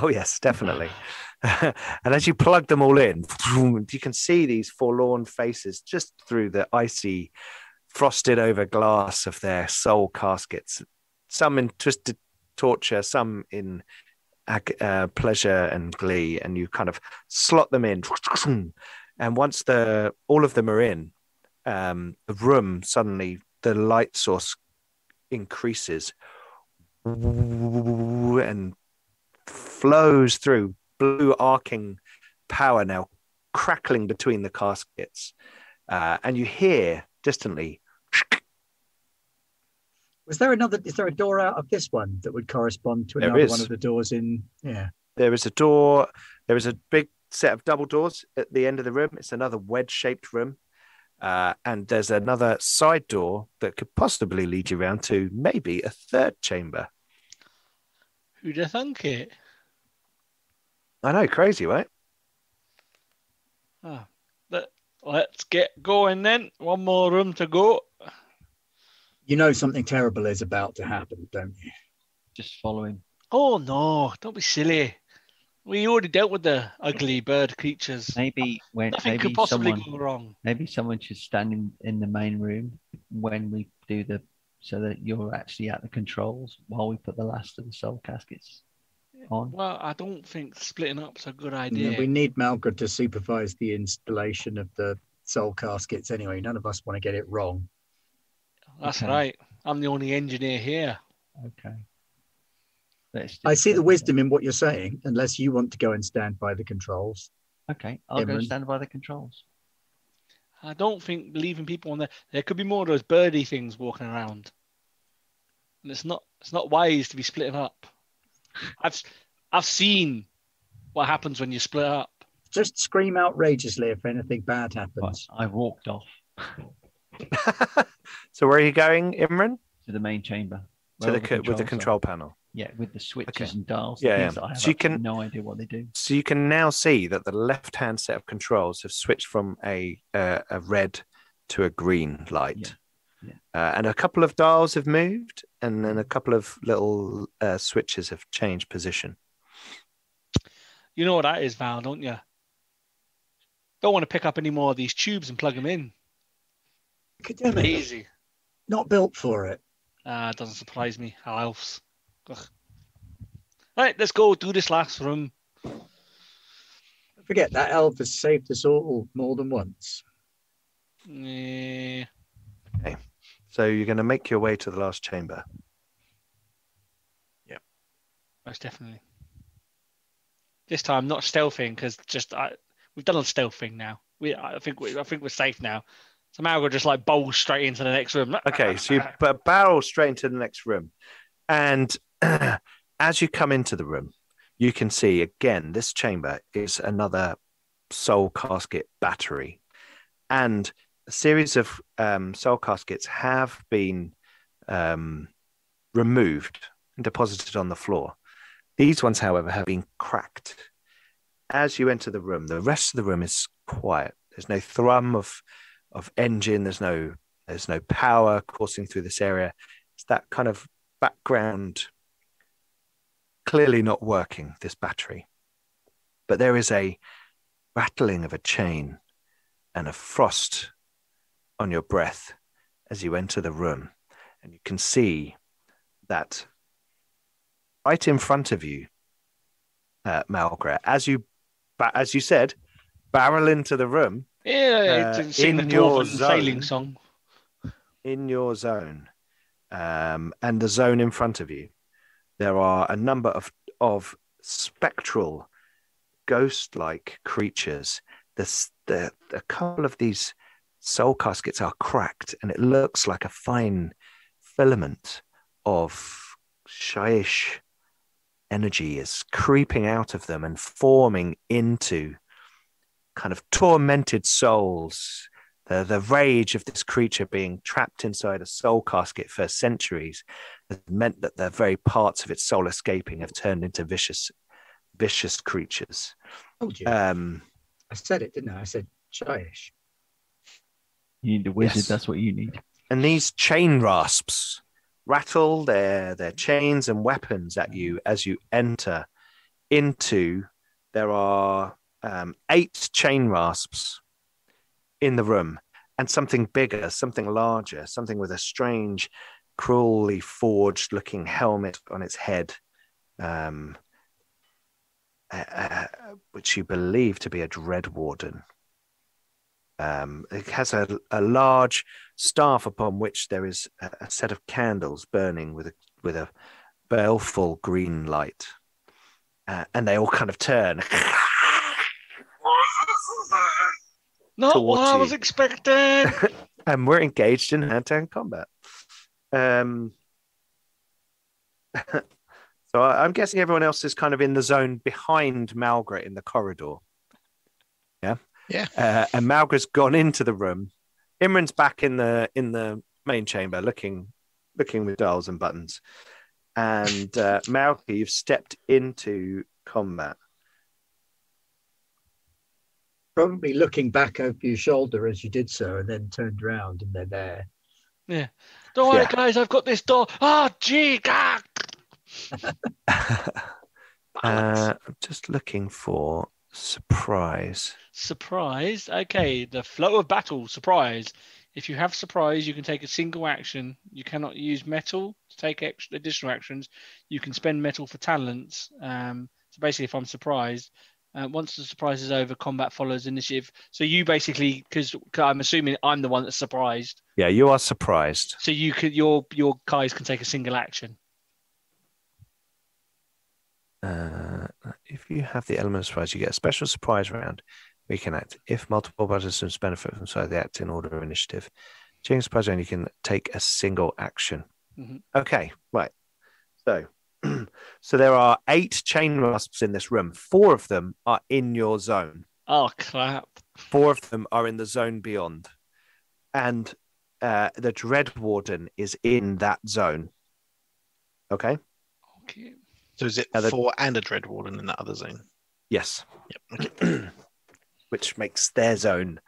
Speaker 1: Oh yes, definitely. and as you plug them all in, you can see these forlorn faces just through the icy, frosted over glass of their soul caskets. Some in twisted torture, some in ag- uh, pleasure and glee, and you kind of slot them in. And once the all of them are in, um, the room suddenly the light source increases, and flows through blue arcing power now crackling between the caskets uh, and you hear distantly
Speaker 3: Was there another? Is there a door out of this one that would correspond to
Speaker 1: There
Speaker 3: another
Speaker 1: is.
Speaker 3: one of the doors in? Yeah.
Speaker 1: there is a door there is a big set of double doors at the end of the room it's another wedge shaped room uh, and there's another side door that could possibly lead you round to maybe a third chamber
Speaker 2: Who'd have thunk it?
Speaker 1: i know crazy right
Speaker 2: Ah, let, let's get going then. One more room to go.
Speaker 3: You know something terrible is about to happen, don't you?
Speaker 5: Just follow him.
Speaker 2: Oh no, don't be silly. We already dealt with the ugly bird creatures.
Speaker 5: Maybe when
Speaker 2: Nothing
Speaker 5: maybe
Speaker 2: could possibly
Speaker 5: someone
Speaker 2: go wrong.
Speaker 5: maybe someone should stand in, in the main room when we do the so that you're actually at the controls while we put the last of the soul caskets on.
Speaker 2: Well, I don't think splitting up's a good
Speaker 3: And then
Speaker 2: idea.
Speaker 3: we need Malcolm to supervise the installation of the soul caskets anyway. None of us want to get it wrong.
Speaker 2: That's
Speaker 5: Okay.
Speaker 2: right. I'm the only engineer here.
Speaker 5: Okay. Let's
Speaker 3: I
Speaker 5: just-
Speaker 3: see the wisdom in what you're saying, unless you want to go and stand by the controls.
Speaker 5: Okay, I'll go
Speaker 3: Edmund.
Speaker 5: stand by the controls.
Speaker 2: I don't think leaving people on there. There could be more of those birdie things walking around, and it's not it's not wise to be splitting up. I've s- I've seen what happens when you split up.
Speaker 3: Just scream outrageously if anything bad happens.
Speaker 5: I walked off
Speaker 1: so where are you going, Imran?
Speaker 5: to the main chamber.
Speaker 1: To
Speaker 5: where
Speaker 1: the,
Speaker 5: all
Speaker 1: co- with the
Speaker 5: controls are.
Speaker 1: control panel.
Speaker 5: Yeah, with the switches
Speaker 1: Okay.
Speaker 5: and dials.
Speaker 1: Yeah,
Speaker 5: Yeah,
Speaker 1: yeah.
Speaker 5: things That I have
Speaker 1: So you
Speaker 5: absolutely
Speaker 1: can-
Speaker 5: no idea what they do.
Speaker 1: So you can now see that the left-hand set of controls have switched from a uh, a red to a green light,
Speaker 5: Yeah, Mm.
Speaker 1: Uh, and a couple of dials have moved, and then a couple of little uh, switches have changed position.
Speaker 2: You know what that is, Val, don't you? Don't want to pick up any more of these tubes and plug them in.
Speaker 3: Academic,
Speaker 2: Easy.
Speaker 3: not built for it.
Speaker 2: Uh, doesn't surprise me. How else? Ugh. All right, let's go do this last room.
Speaker 3: Forget that elf has saved us all more than once.
Speaker 2: Eh,
Speaker 1: So you're going to make your way to the last chamber.
Speaker 2: most definitely. This time, not stealthing because just I, we've done a stealthing now. We, I think, we, I think we're safe now. Somehow we're just like bowl straight into the next room.
Speaker 1: Okay, so you b- barrel straight into the next room. And as you come into the room, you can see again, this chamber is another soul casket battery. And a series of um, soul caskets have been um, removed and deposited on the floor. These ones, however, have been cracked. As you enter the room, the rest of the room is quiet. There's no thrum of, of engine, there's no there's no power coursing through this area. It's that kind of background clearly not working, this battery. But there is a rattling of a chain and a frost on your breath as you enter the room. And you can see that right in front of you, uh, Malgra, as you, ba- as you said, barrel into the room,
Speaker 2: yeah,
Speaker 1: uh,
Speaker 2: to sing the
Speaker 1: in your
Speaker 2: Northern sailing
Speaker 1: zone.
Speaker 2: song.
Speaker 1: in your zone um, and the zone in front of you, there are a number of, of spectral, ghost like creatures. There's, the, a couple of these soul caskets are cracked, and it looks like a fine filament of shyish energy is creeping out of them and forming into kind of tormented souls the, the rage of this creature being trapped inside a soul casket for centuries has meant that the very parts of its soul escaping have turned into vicious, vicious creatures.
Speaker 3: Told you.
Speaker 1: Um,
Speaker 3: I said it, didn't I? I said shyish.
Speaker 5: You need a wizard.
Speaker 1: Yes.
Speaker 5: That's what you need.
Speaker 1: and these chain rasps rattle their, their chains and weapons at you as you enter into. There are um, eight chain rasps in the room, and something bigger, something larger, something with a strange, cruelly forged looking helmet on its head, um, uh, uh, which you believe to be a dread warden. Um, it has a, a large staff upon which there is a, a set of candles burning with a with a baleful green light, uh, and they all kind of turn.
Speaker 2: Not
Speaker 1: towards
Speaker 2: what I
Speaker 1: you.
Speaker 2: was expecting.
Speaker 1: and we're engaged in hand-to-hand combat. Um, so I, I'm guessing everyone else is kind of in the zone behind Malgra in the corridor. Yeah.
Speaker 4: Yeah.
Speaker 1: Uh, and Malgra's gone into the room. Imran's back in the in the main chamber, looking looking with dials and buttons. And uh, Malga, you've stepped into combat.
Speaker 3: Probably looking back over your shoulder as you did so, and then turned around and they're there.
Speaker 2: Don't worry,
Speaker 1: Yeah.
Speaker 2: guys, I've got this door. Oh, gee, ah,
Speaker 1: Uh, I'm just looking for surprise.
Speaker 2: surprise. Okay, the flow of battle, surprise. If you have surprise, you can take a single action. You cannot use metal to take extra, additional actions. You can spend metal for talents. Um, so basically, if I'm surprised, Uh, once the surprise is over, combat follows initiative. So you basically, because I'm assuming I'm the one that's surprised.
Speaker 1: Yeah, you are surprised.
Speaker 2: So you could your your guys can take a single action.
Speaker 1: Uh, if you have the element of surprise, you get a special surprise round. We can act. If multiple participants benefit from side of the act in order of initiative, during the surprise round, you can take a single action.
Speaker 2: Mhm.
Speaker 1: Okay, right. So, so there are eight chain wasps in this room. Four of them are in your zone
Speaker 2: Oh crap!
Speaker 1: four of them are in the zone beyond, and uh, the Dread Warden is in that zone. Okay.
Speaker 2: Okay.
Speaker 4: So is it
Speaker 1: Yeah, that-
Speaker 4: four and a dread warden in that other zone?
Speaker 1: Yes.
Speaker 4: Yep. Okay.
Speaker 1: Which makes their zone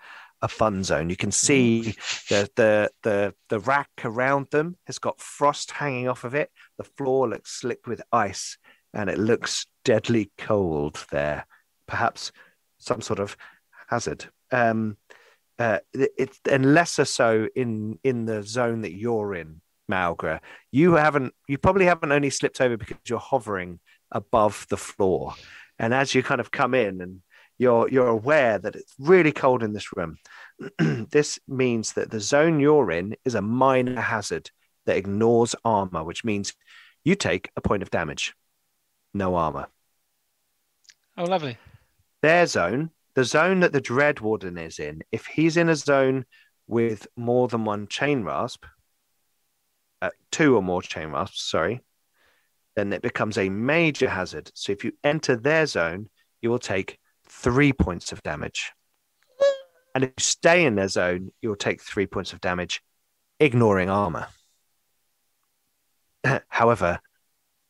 Speaker 1: a fun zone. You can see the the the the rack around them has got frost hanging off of it. The floor looks slick with ice, and it looks deadly cold there. Perhaps some sort of hazard. Um, uh, it, it- and lesser so in in the zone that you're in, Malgra. You haven't. You probably haven't only slipped over because you're hovering above the floor, and as you kind of come in and you're you're aware that it's really cold in this room. this means that the zone you're in is a minor hazard that ignores armor, which means you take a point of damage. No armor.
Speaker 2: Oh lovely.
Speaker 1: Their zone, the zone that the Dread Warden is in, if he's in a zone with more than one chain rasp, uh, two or more chain rasps, sorry, then it becomes a major hazard. So if you enter their zone, you will take three points of damage. And if you stay in their zone, you'll take three points of damage, ignoring armor. However,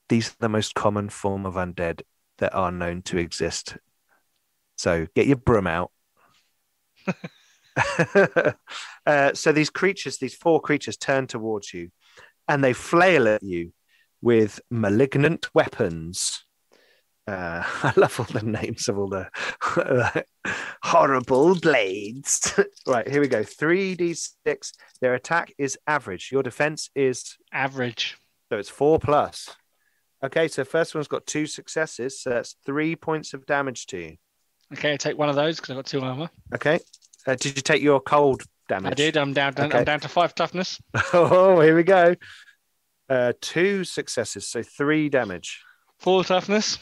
Speaker 1: these are the most common form of undead that are known to exist. So get your broom out. Uh, so these creatures, these four creatures, turn towards you, and they flail at you with malignant weapons. Uh, I love all the names of all the horrible blades. right, here we go. 3d6. Their attack is average. Your defense is,
Speaker 2: Average.
Speaker 1: so it's four plus. Okay, so first one's got two successes. So that's three points of damage to you.
Speaker 2: Okay, I take one of those because I've got two armor.
Speaker 1: Okay. Uh, did you take your cold damage?
Speaker 2: I did. I'm down. down
Speaker 1: Okay.
Speaker 2: I'm down to five toughness.
Speaker 1: Oh, here we go. Uh, two successes, so three damage.
Speaker 2: Four toughness.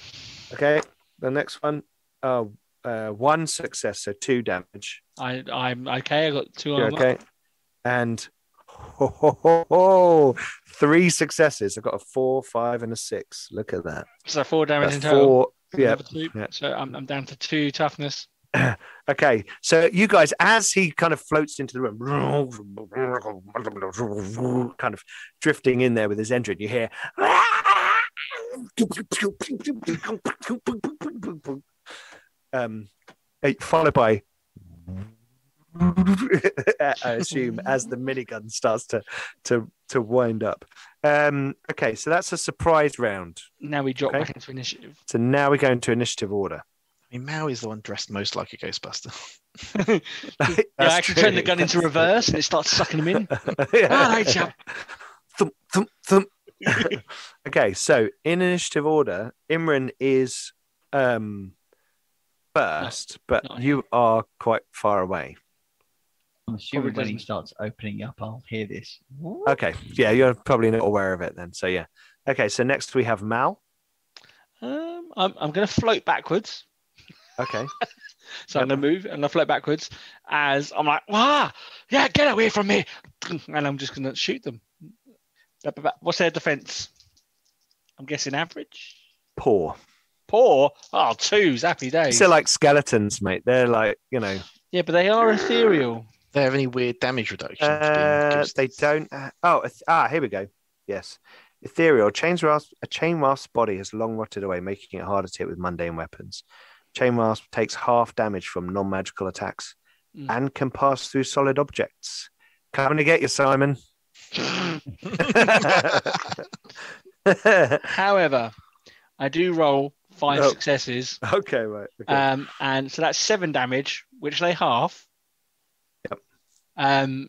Speaker 1: Okay. The next one, uh, uh, one success, so two damage.
Speaker 2: I I'm okay. I got two
Speaker 1: You're
Speaker 2: armor.
Speaker 1: okay. And ho, ho, ho, ho, three successes. I've got a four, five, and a six. Look at that.
Speaker 2: So four damage
Speaker 1: That's
Speaker 2: in total.
Speaker 1: four. Yeah.
Speaker 2: Another two.
Speaker 1: yeah.
Speaker 2: So I'm, I'm down to two toughness.
Speaker 1: Okay, so you guys, as he kind of floats into the room, kind of drifting in there with his engine, you hear. Um, eh, followed by, I assume, as the minigun starts to to to wind up. Um, okay, so that's a surprise round.
Speaker 2: Now we drop
Speaker 1: Okay.
Speaker 2: back into initiative.
Speaker 1: So now we go into initiative order.
Speaker 4: I mean, Mao is the one dressed most like a Ghostbuster.
Speaker 1: That's
Speaker 2: Yeah, I actually
Speaker 1: true.
Speaker 2: turn the gun Ah, into
Speaker 1: That's-
Speaker 2: reverse and it starts sucking them in.
Speaker 1: Yeah.
Speaker 2: Alright, chap.
Speaker 1: Thump, thump, thump. okay, so in initiative order, Imran is um first, but
Speaker 2: not
Speaker 1: you are quite far away.
Speaker 5: I'm assuming when he
Speaker 2: doesn't.
Speaker 5: starts opening up, I'll hear this.
Speaker 1: Okay, yeah, you're probably not aware of it then. So yeah. Okay, so next we have Mal.
Speaker 2: Um, I'm, I'm going to float backwards.
Speaker 1: Okay.
Speaker 2: So I'm going to move and I float backwards as I'm like, wah, yeah, get away from me. And I'm just going to shoot them. Ba- ba- ba- What's their defense? I'm guessing average.
Speaker 1: Poor.
Speaker 2: Poor. Oh, twos. Happy days.
Speaker 1: So like skeletons, mate. They're like, you know,
Speaker 2: yeah, but they are ethereal.
Speaker 4: Do they have any weird damage reduction? for being
Speaker 1: Uh,
Speaker 4: ghosts?
Speaker 1: they don't. Uh, oh, eth- ah, here we go. Yes, ethereal. Chains rasp. A chain rasp's body has long rotted away, making it harder to hit with mundane weapons. Chain rasp takes half damage from non-magical attacks
Speaker 2: Mm.
Speaker 1: and can pass through solid objects. Coming to get you, Simon. okay,
Speaker 2: However, I do roll five
Speaker 1: Oh.
Speaker 2: successes.
Speaker 1: right. Okay.
Speaker 2: Um, and so that's seven damage, which they half.
Speaker 1: Yep.
Speaker 2: Um,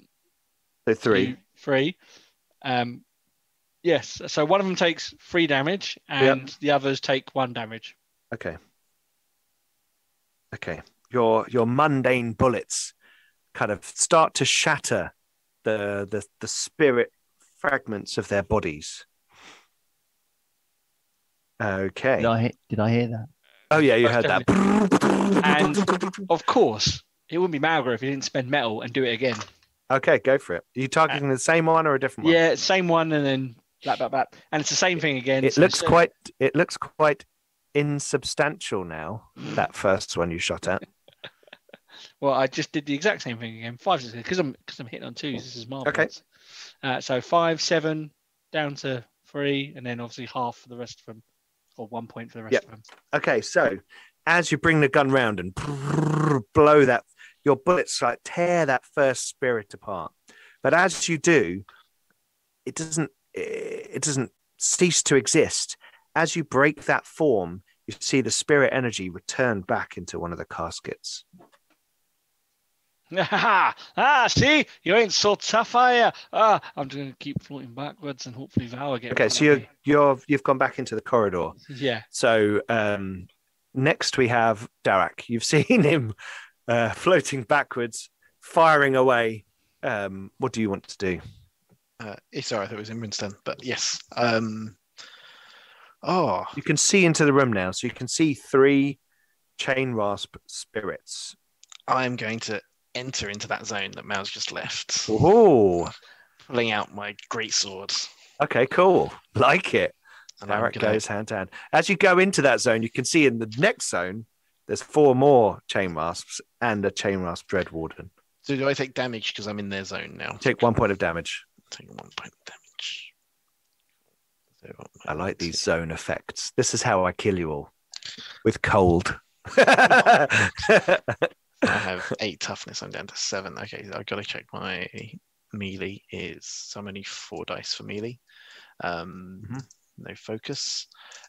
Speaker 1: so three.
Speaker 2: two, three. Um, yes. So one of them takes three damage, and the others take one damage.
Speaker 1: Okay. Okay. Your your mundane bullets kind of start to shatter the the, the spirit fragments of their bodies. Okay.
Speaker 5: Did I he- did I hear that?
Speaker 1: Oh yeah, you heard
Speaker 2: Most
Speaker 1: that.
Speaker 2: And- Of course, it wouldn't be Malgra if he didn't spend metal and do it again.
Speaker 1: okay, go for it. Are you targeting the same one or a different one?
Speaker 2: Uh, Yeah, same one and then blah blah blah, and it's the same thing again.
Speaker 1: It
Speaker 2: so
Speaker 1: looks
Speaker 2: so-
Speaker 1: quite it looks quite insubstantial now, that first one you shot at.
Speaker 2: Well, I just did the exact same thing again. Five because I'm because I'm hitting on twos. This is marvelous.
Speaker 1: Okay.
Speaker 2: Uh, so five, seven, down to three, and then obviously half for the rest of them, or one point for the rest
Speaker 1: Yep.
Speaker 2: of them.
Speaker 1: Okay, so as you bring the gun round and blow that, your bullets like tear that first spirit apart. But as you do, it doesn't eh, it doesn't cease to exist. As you break that form, you see the spirit energy return back into one of the caskets.
Speaker 2: ah, see, you ain't so tough, are you? Ah, I'm just gonna keep floating backwards, and hopefully Val will get.
Speaker 1: Okay,
Speaker 2: one
Speaker 1: so
Speaker 2: of
Speaker 1: you're you're you've gone back into the corridor.
Speaker 2: me. yeah.
Speaker 1: So um, next we have Darak. You've seen him uh, floating backwards, firing away. Um, what do you want to do?
Speaker 4: Uh, eh, sorry, I thought it was in Winston, but yes. Um, oh,
Speaker 1: You can see into the room now, so you can see three chain rasp spirits.
Speaker 4: I'm going to enter into that zone that Mal's just left,
Speaker 1: Oh,
Speaker 4: pulling out my great sword.
Speaker 1: okay, cool. Like it.
Speaker 4: And I'm
Speaker 1: Darak
Speaker 4: gonna-
Speaker 1: goes hand to hand. As you go into that zone, you can see in the next zone there's four more chain rasps and a chain rasp dread warden.
Speaker 4: So do I take damage because I'm in their zone now?
Speaker 1: Take one point of damage.
Speaker 4: Take one point of damage. So,
Speaker 1: I like these zone effects. This is how I kill you all with cold.
Speaker 4: I have eight toughness. I'm down to seven. Okay, I've got to check my melee is. So I'm only four dice for melee. Um,
Speaker 1: Mhm.
Speaker 4: No focus,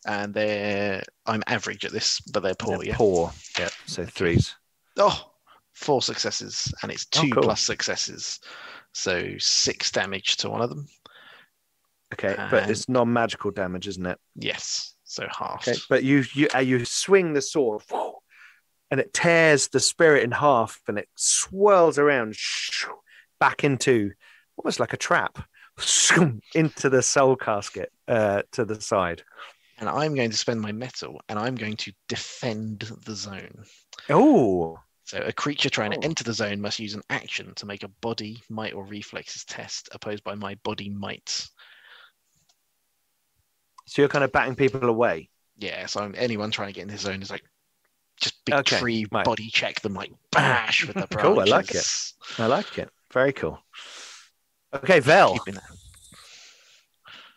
Speaker 4: and they're I'm average at this, but they're poor.
Speaker 1: They're
Speaker 4: yeah.
Speaker 1: Poor. Yep. So threes.
Speaker 4: Oh, four successes, and it's
Speaker 1: Oh,
Speaker 4: two
Speaker 1: cool.
Speaker 4: plus successes, so six damage to one of them.
Speaker 1: Okay, but it's non-magical damage, isn't it?
Speaker 4: Yes, so half.
Speaker 1: Okay, but you you uh, you swing the sword, whoo, and it tears the spirit in half, and it swirls around shoo, back into almost like a trap shoo, into the soul casket uh, to the side.
Speaker 4: And I'm going to spend my metal, and I'm going to defend the zone.
Speaker 1: Oh,
Speaker 4: So a creature trying
Speaker 1: Oh.
Speaker 4: to enter the zone must use an action to make a body, might, or reflexes test opposed by my body might.
Speaker 1: so you're kind of batting people away.
Speaker 4: Yeah, so I'm, anyone trying to get in the zone is like just big
Speaker 1: Okay,
Speaker 4: tree
Speaker 1: right.
Speaker 4: body check them like bash with the branches.
Speaker 1: Cool, I like it. I like it. Very cool. Okay, Vel.
Speaker 4: Keeping that-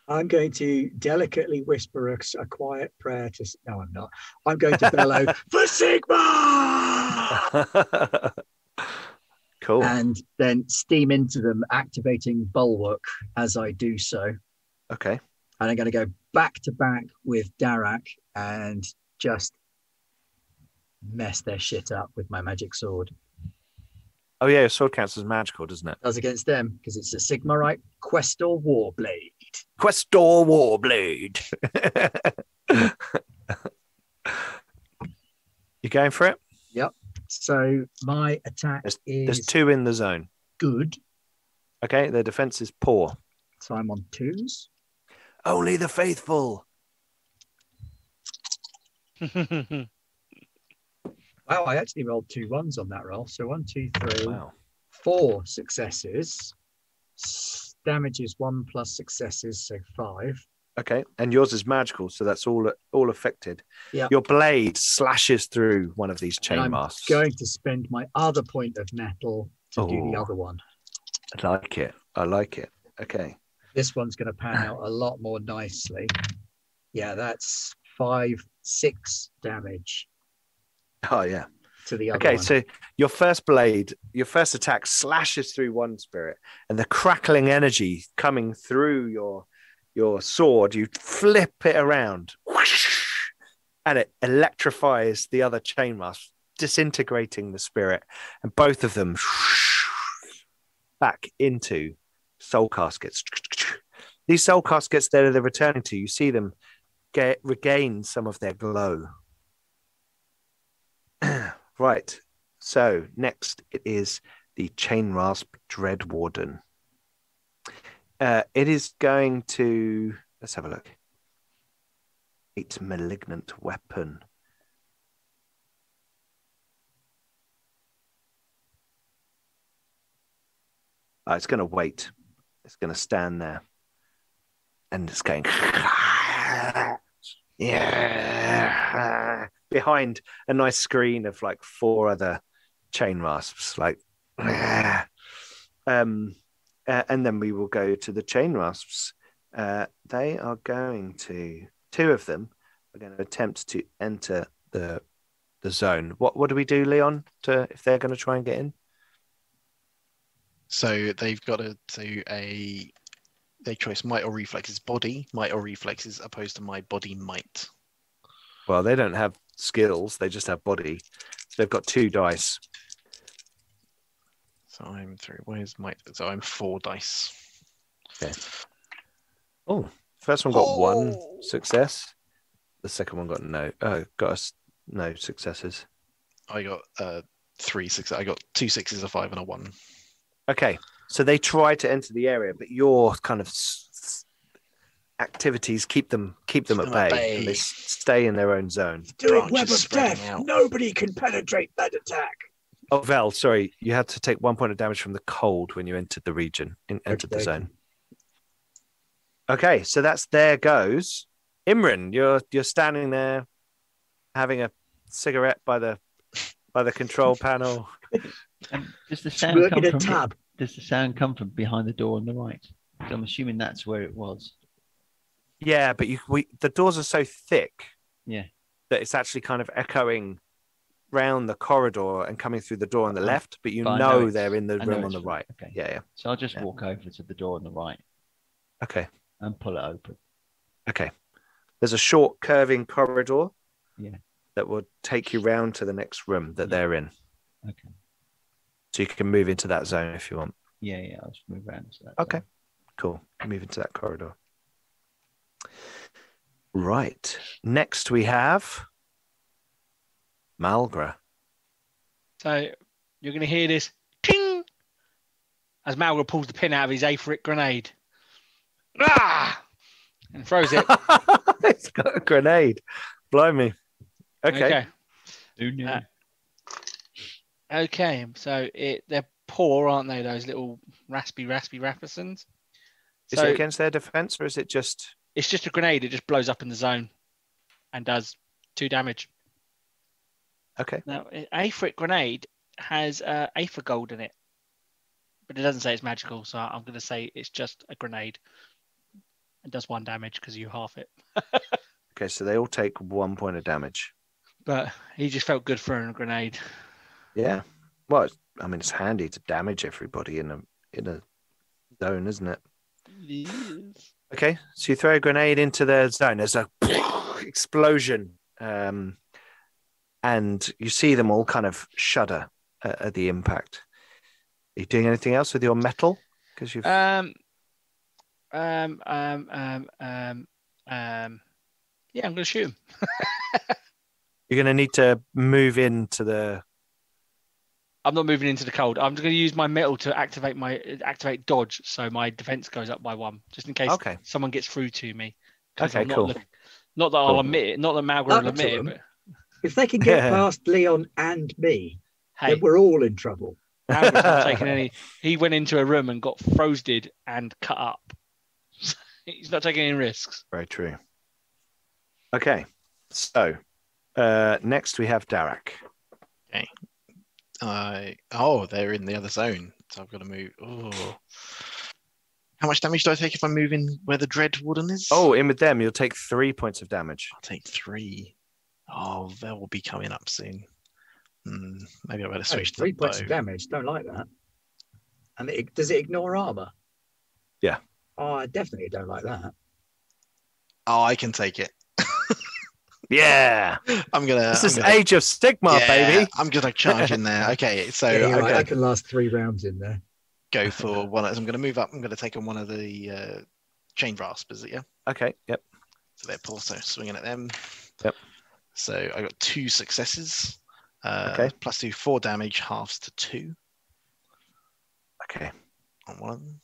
Speaker 3: I'm going to delicately whisper a, a quiet prayer to. S- No, I'm not. I'm going to bellow for Sigma,
Speaker 1: cool.
Speaker 3: and then steam into them, activating bulwark as I do so.
Speaker 1: Okay.
Speaker 3: And I'm going to go back to back with Darak and just mess their shit up with my magic sword.
Speaker 1: Oh yeah, your sword counts as magical, doesn't it?
Speaker 3: That was against them because it's a Sigma right Questor Warblade.
Speaker 1: Questor Warblade. you going for it?
Speaker 3: So my attack
Speaker 1: There's
Speaker 3: is
Speaker 1: two in the zone.
Speaker 3: good.
Speaker 1: Okay, their defense is poor.
Speaker 3: So I'm on twos.
Speaker 1: Only the faithful.
Speaker 3: Wow, I actually rolled two ones on that roll. So one, two, three, four
Speaker 1: Wow.
Speaker 3: successes. S- Damage is one plus successes, so five.
Speaker 1: Okay, and yours is magical, so that's all all affected.
Speaker 3: Yeah.
Speaker 1: Your blade slashes through one of these
Speaker 3: And
Speaker 1: chain
Speaker 3: I'm
Speaker 1: masks.
Speaker 3: Going to spend my other point of metal to do the
Speaker 1: Oh.
Speaker 3: other one.
Speaker 1: I like it. I like it. Okay.
Speaker 3: This one's going to pan out a lot more nicely. Yeah, that's five, six damage
Speaker 1: Oh yeah.
Speaker 3: to the other
Speaker 1: Okay,
Speaker 3: one.
Speaker 1: so your first blade, your first attack slashes through one spirit, and the crackling energy coming through your your sword, you flip it around, whoosh, and it electrifies the other chain mask, disintegrating the spirit, and both of them whoosh, back into soul caskets. These soul caskets that they're returning to, you see them get regain some of their glow. Right. So next it is the Chain Rasp Dread Warden. Uh, it is going to let's have a look. Eight malignant weapon. Oh, it's going to wait. It's going to stand there, and it's going. Yeah. Behind a nice screen of like four other chain rasps, like. um, uh, and then we will go to the chain rasps. Uh, they are going to two of them are going to attempt to enter the the zone. What what do we do, Leon? To if they're going to try and get in?
Speaker 4: So they've got to do a their choice might or reflexes body, might or reflexes opposed to my body might.
Speaker 1: Well, they don't have skills; they just have body. So they've got two dice.
Speaker 4: So I'm three. Where's my so I'm four dice.
Speaker 1: Oh, first one got
Speaker 4: Oh.
Speaker 1: one success. The second one got no. Oh, got us no successes.
Speaker 4: I got uh three six I got two sixes, a five and a one.
Speaker 1: Okay, so they try to enter the area, but your kind of s- s- activities keep them keep them,
Speaker 4: Keep
Speaker 1: at,
Speaker 4: them
Speaker 1: bay,
Speaker 4: at
Speaker 1: and
Speaker 4: bay.
Speaker 1: they s- stay in their own zone.
Speaker 3: Do it,
Speaker 4: Branches
Speaker 3: web of
Speaker 4: spreading
Speaker 3: death.
Speaker 4: out.
Speaker 3: Nobody can penetrate that attack.
Speaker 1: Oh, Val, sorry, you had to take one point of damage from the cold when you entered the region, in, entered the
Speaker 3: Okey-dokey.
Speaker 1: zone. Okay, so that's there goes Imran. You're you're standing there, having a cigarette by the by the control panel.
Speaker 5: Um, does the
Speaker 3: Just
Speaker 5: sound
Speaker 3: work
Speaker 5: come
Speaker 3: in a
Speaker 5: from
Speaker 3: tab.
Speaker 5: Does the sound come from behind the door on the right? I'm assuming that's where it was.
Speaker 1: Yeah, but you we, the doors are so thick,
Speaker 5: Yeah.
Speaker 1: that it's actually kind of echoing round the corridor and coming through the door on the
Speaker 5: I-
Speaker 1: left. But you
Speaker 5: Uh-huh. but I know
Speaker 1: know,
Speaker 5: it's-
Speaker 1: they're in the
Speaker 5: I know
Speaker 1: room on
Speaker 5: it's
Speaker 1: the right.
Speaker 5: right, okay.
Speaker 1: Yeah, yeah.
Speaker 5: So I'll just
Speaker 1: Yeah.
Speaker 5: walk over to the door on the right
Speaker 1: Okay.
Speaker 5: and pull it open.
Speaker 1: Okay. There's a short curving corridor.
Speaker 5: Yeah.
Speaker 1: That will take you round to the next room that
Speaker 5: Yeah.
Speaker 1: they're in.
Speaker 5: Okay.
Speaker 1: So you can move into that zone if you want.
Speaker 5: Yeah, yeah. I'll just move around. So that's
Speaker 1: Okay. Cool. Move into that corridor. Right. Next we have Malgra.
Speaker 2: So you're going to hear this ting as Malga pulls the pin out of his aphoric grenade. Ah! And throws it.
Speaker 1: it's got a grenade. Blimey. Okay.
Speaker 2: okay.
Speaker 5: Who knew?
Speaker 2: Uh, Okay, so it they're poor, aren't they? Those little raspy, raspy Rappersons.
Speaker 1: Is
Speaker 2: So
Speaker 1: it against their defense or is it just
Speaker 2: it's just a grenade. It just blows up in the zone, and does two damage.
Speaker 1: okay?
Speaker 2: Now, a aphrit grenade has uh, aether gold in it, but it doesn't say it's magical. So I'm going to say it's just a grenade, and does one damage because you half it.
Speaker 1: Okay, so they all take one point of damage.
Speaker 2: But he just felt good throwing a grenade.
Speaker 1: Yeah. Well, it's- I mean, it's handy to damage everybody in a in a zone, isn't it? Okay, so you throw a grenade into their zone. There's a explosion, um, and you see them all kind of shudder at, at the impact. Are you doing anything else with your metal? Because you've
Speaker 2: Um, um, um, um, um, um. Yeah, I'm going to shoot him.
Speaker 1: you're going to need to move into the.
Speaker 2: I'm not moving into the cold. I'm going to use my metal to activate my activate dodge, so my defense goes up by one, just in case
Speaker 1: Okay.
Speaker 2: someone gets through to me. 'Cause
Speaker 1: Okay,
Speaker 2: I'm not
Speaker 1: cool.
Speaker 2: look- not that
Speaker 1: Cool.
Speaker 2: I'll admit it. Not that Malgrim will
Speaker 3: Up to
Speaker 2: admit it.
Speaker 3: him.
Speaker 2: But
Speaker 3: If they can get
Speaker 1: Yeah.
Speaker 3: past Leon and me,
Speaker 2: hey,
Speaker 3: then we're all in trouble.
Speaker 2: Malgrim's not taking any. He went into a room and got frosted and cut up. He's not taking any risks.
Speaker 1: Very true. Okay, so uh, next we have Darak.
Speaker 4: I oh, they're in the other zone. So I've got to move. Oh. How much damage do I take if I move in where the dread warden is?
Speaker 1: Oh, in with them, you'll take three points of damage.
Speaker 4: I'll take three. Oh, they will be coming up soon. Hmm, maybe I better
Speaker 3: Oh,
Speaker 4: switch
Speaker 3: three
Speaker 4: to the
Speaker 3: points of
Speaker 4: bow.
Speaker 3: damage. Don't like that. And it, does it ignore armor?
Speaker 1: Yeah.
Speaker 3: Oh, I definitely don't like that.
Speaker 4: Oh, I can take it.
Speaker 1: Yeah.
Speaker 4: I'm gonna.
Speaker 1: This
Speaker 4: I'm
Speaker 1: is
Speaker 4: gonna-
Speaker 1: Age of Sigma,
Speaker 4: Yeah,
Speaker 1: baby.
Speaker 4: I'm gonna charge in there. Oh, Okay, so
Speaker 3: yeah, you're
Speaker 4: I'm
Speaker 3: right,
Speaker 4: gonna
Speaker 3: I can last three rounds in there.
Speaker 4: go for one. I'm gonna move up. I'm gonna take on one of the uh, chain rasp. Is it? Yeah.
Speaker 1: Okay. Yep.
Speaker 4: So they're also swinging at them.
Speaker 1: Yep.
Speaker 4: So I got two successes. Uh,
Speaker 1: Okay.
Speaker 4: Plus two, four damage, halves to two
Speaker 1: Okay.
Speaker 4: on one of them.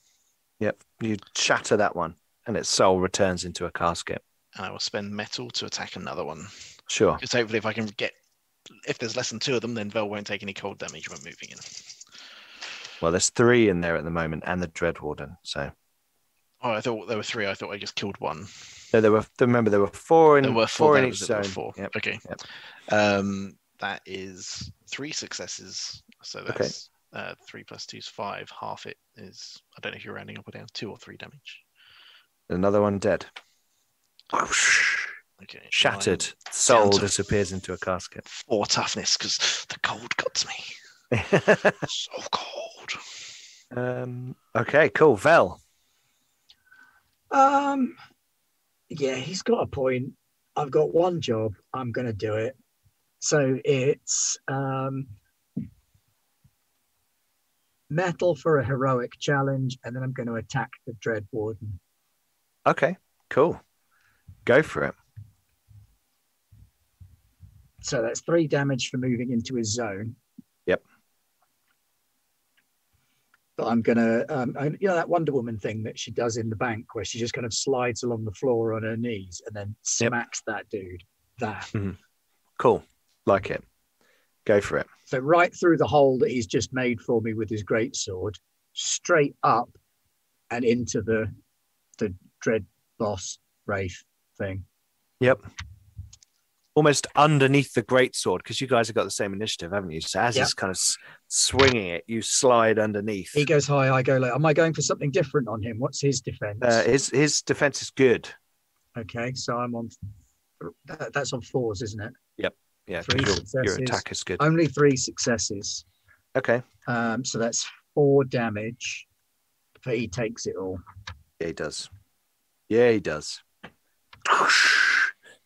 Speaker 1: Yep. You shatter that one, and its soul returns into a casket.
Speaker 4: And I will spend metal to attack another one.
Speaker 1: Sure.
Speaker 4: Because hopefully, if I can get, if there's less than two of them, then Vel won't take any cold damage when moving in.
Speaker 1: Well, there's three in there at the moment, and the Dread Warden. So
Speaker 4: Oh, I thought there were three. I thought I just killed one.
Speaker 1: no, there were. Remember, there were four in
Speaker 4: There were
Speaker 1: four,
Speaker 4: four.
Speaker 1: in
Speaker 4: that
Speaker 1: each
Speaker 4: was it, there
Speaker 1: zone.
Speaker 4: were Four.
Speaker 1: Yep.
Speaker 4: Okay.
Speaker 1: yep.
Speaker 4: Um, that is three successes. So that's uh, three plus two is five. Half it is. I don't know if you're rounding up or down. Two or three damage.
Speaker 1: Another one dead. Whoosh.
Speaker 4: Okay. and I'm
Speaker 1: Shattered. Soul
Speaker 4: to-
Speaker 1: disappears into a casket.
Speaker 4: Four toughness because the cold got to me. So cold.
Speaker 1: um, okay. Cool. Vel.
Speaker 3: Um, yeah, he's got a point. I've got one job. I'm going to do it. So it's um, metal for a heroic challenge, and then I'm going to attack the Dread Warden.
Speaker 1: Okay. Cool. Go for it.
Speaker 3: So that's three damage for moving into his zone.
Speaker 1: Yep.
Speaker 3: But I'm gonna, um, and you know, that Wonder Woman thing that she does in the bank, where she just kind of slides along the floor on her knees and then
Speaker 1: Yep.
Speaker 3: smacks that dude. That
Speaker 1: Cool. Like it. Go for it.
Speaker 3: so right through the hole that he's just made for me with his great sword, straight up and into the the dread boss wraith thing.
Speaker 1: almost underneath the greatsword because you guys have got the same initiative, haven't you? So as
Speaker 3: Yeah.
Speaker 1: he's kind of s- swinging it, you slide underneath.
Speaker 3: He goes high, I go low. Am I going for something different on him? What's his defense?
Speaker 1: Uh, his his defense is good.
Speaker 3: Okay, so I'm on. that- That's on fours, isn't it?
Speaker 1: Yeah, 'cause
Speaker 3: Three
Speaker 1: your, your
Speaker 3: successes. Oh.
Speaker 1: attack is good.
Speaker 3: Only three successes.
Speaker 1: Okay,
Speaker 3: Um, so that's four damage, but he takes it all.
Speaker 1: yeah, he does. Yeah, he does.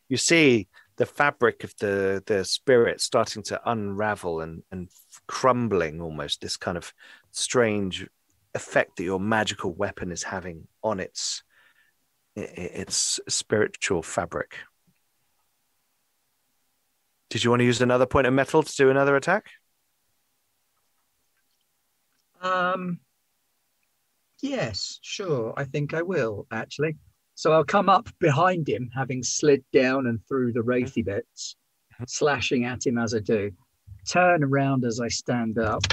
Speaker 1: You see the fabric of the the spirit starting to unravel and and crumbling almost. This kind of strange effect that your magical weapon is having on its i- i- its spiritual fabric. Did you want to use another point of metal to do another attack?
Speaker 3: Um, yes, sure. I think I will actually. So I'll come up behind him, having slid down and through
Speaker 1: Mm-hmm.
Speaker 3: the wraithy bits,
Speaker 1: Mhm.
Speaker 3: slashing at him as I do. Turn around as I stand up.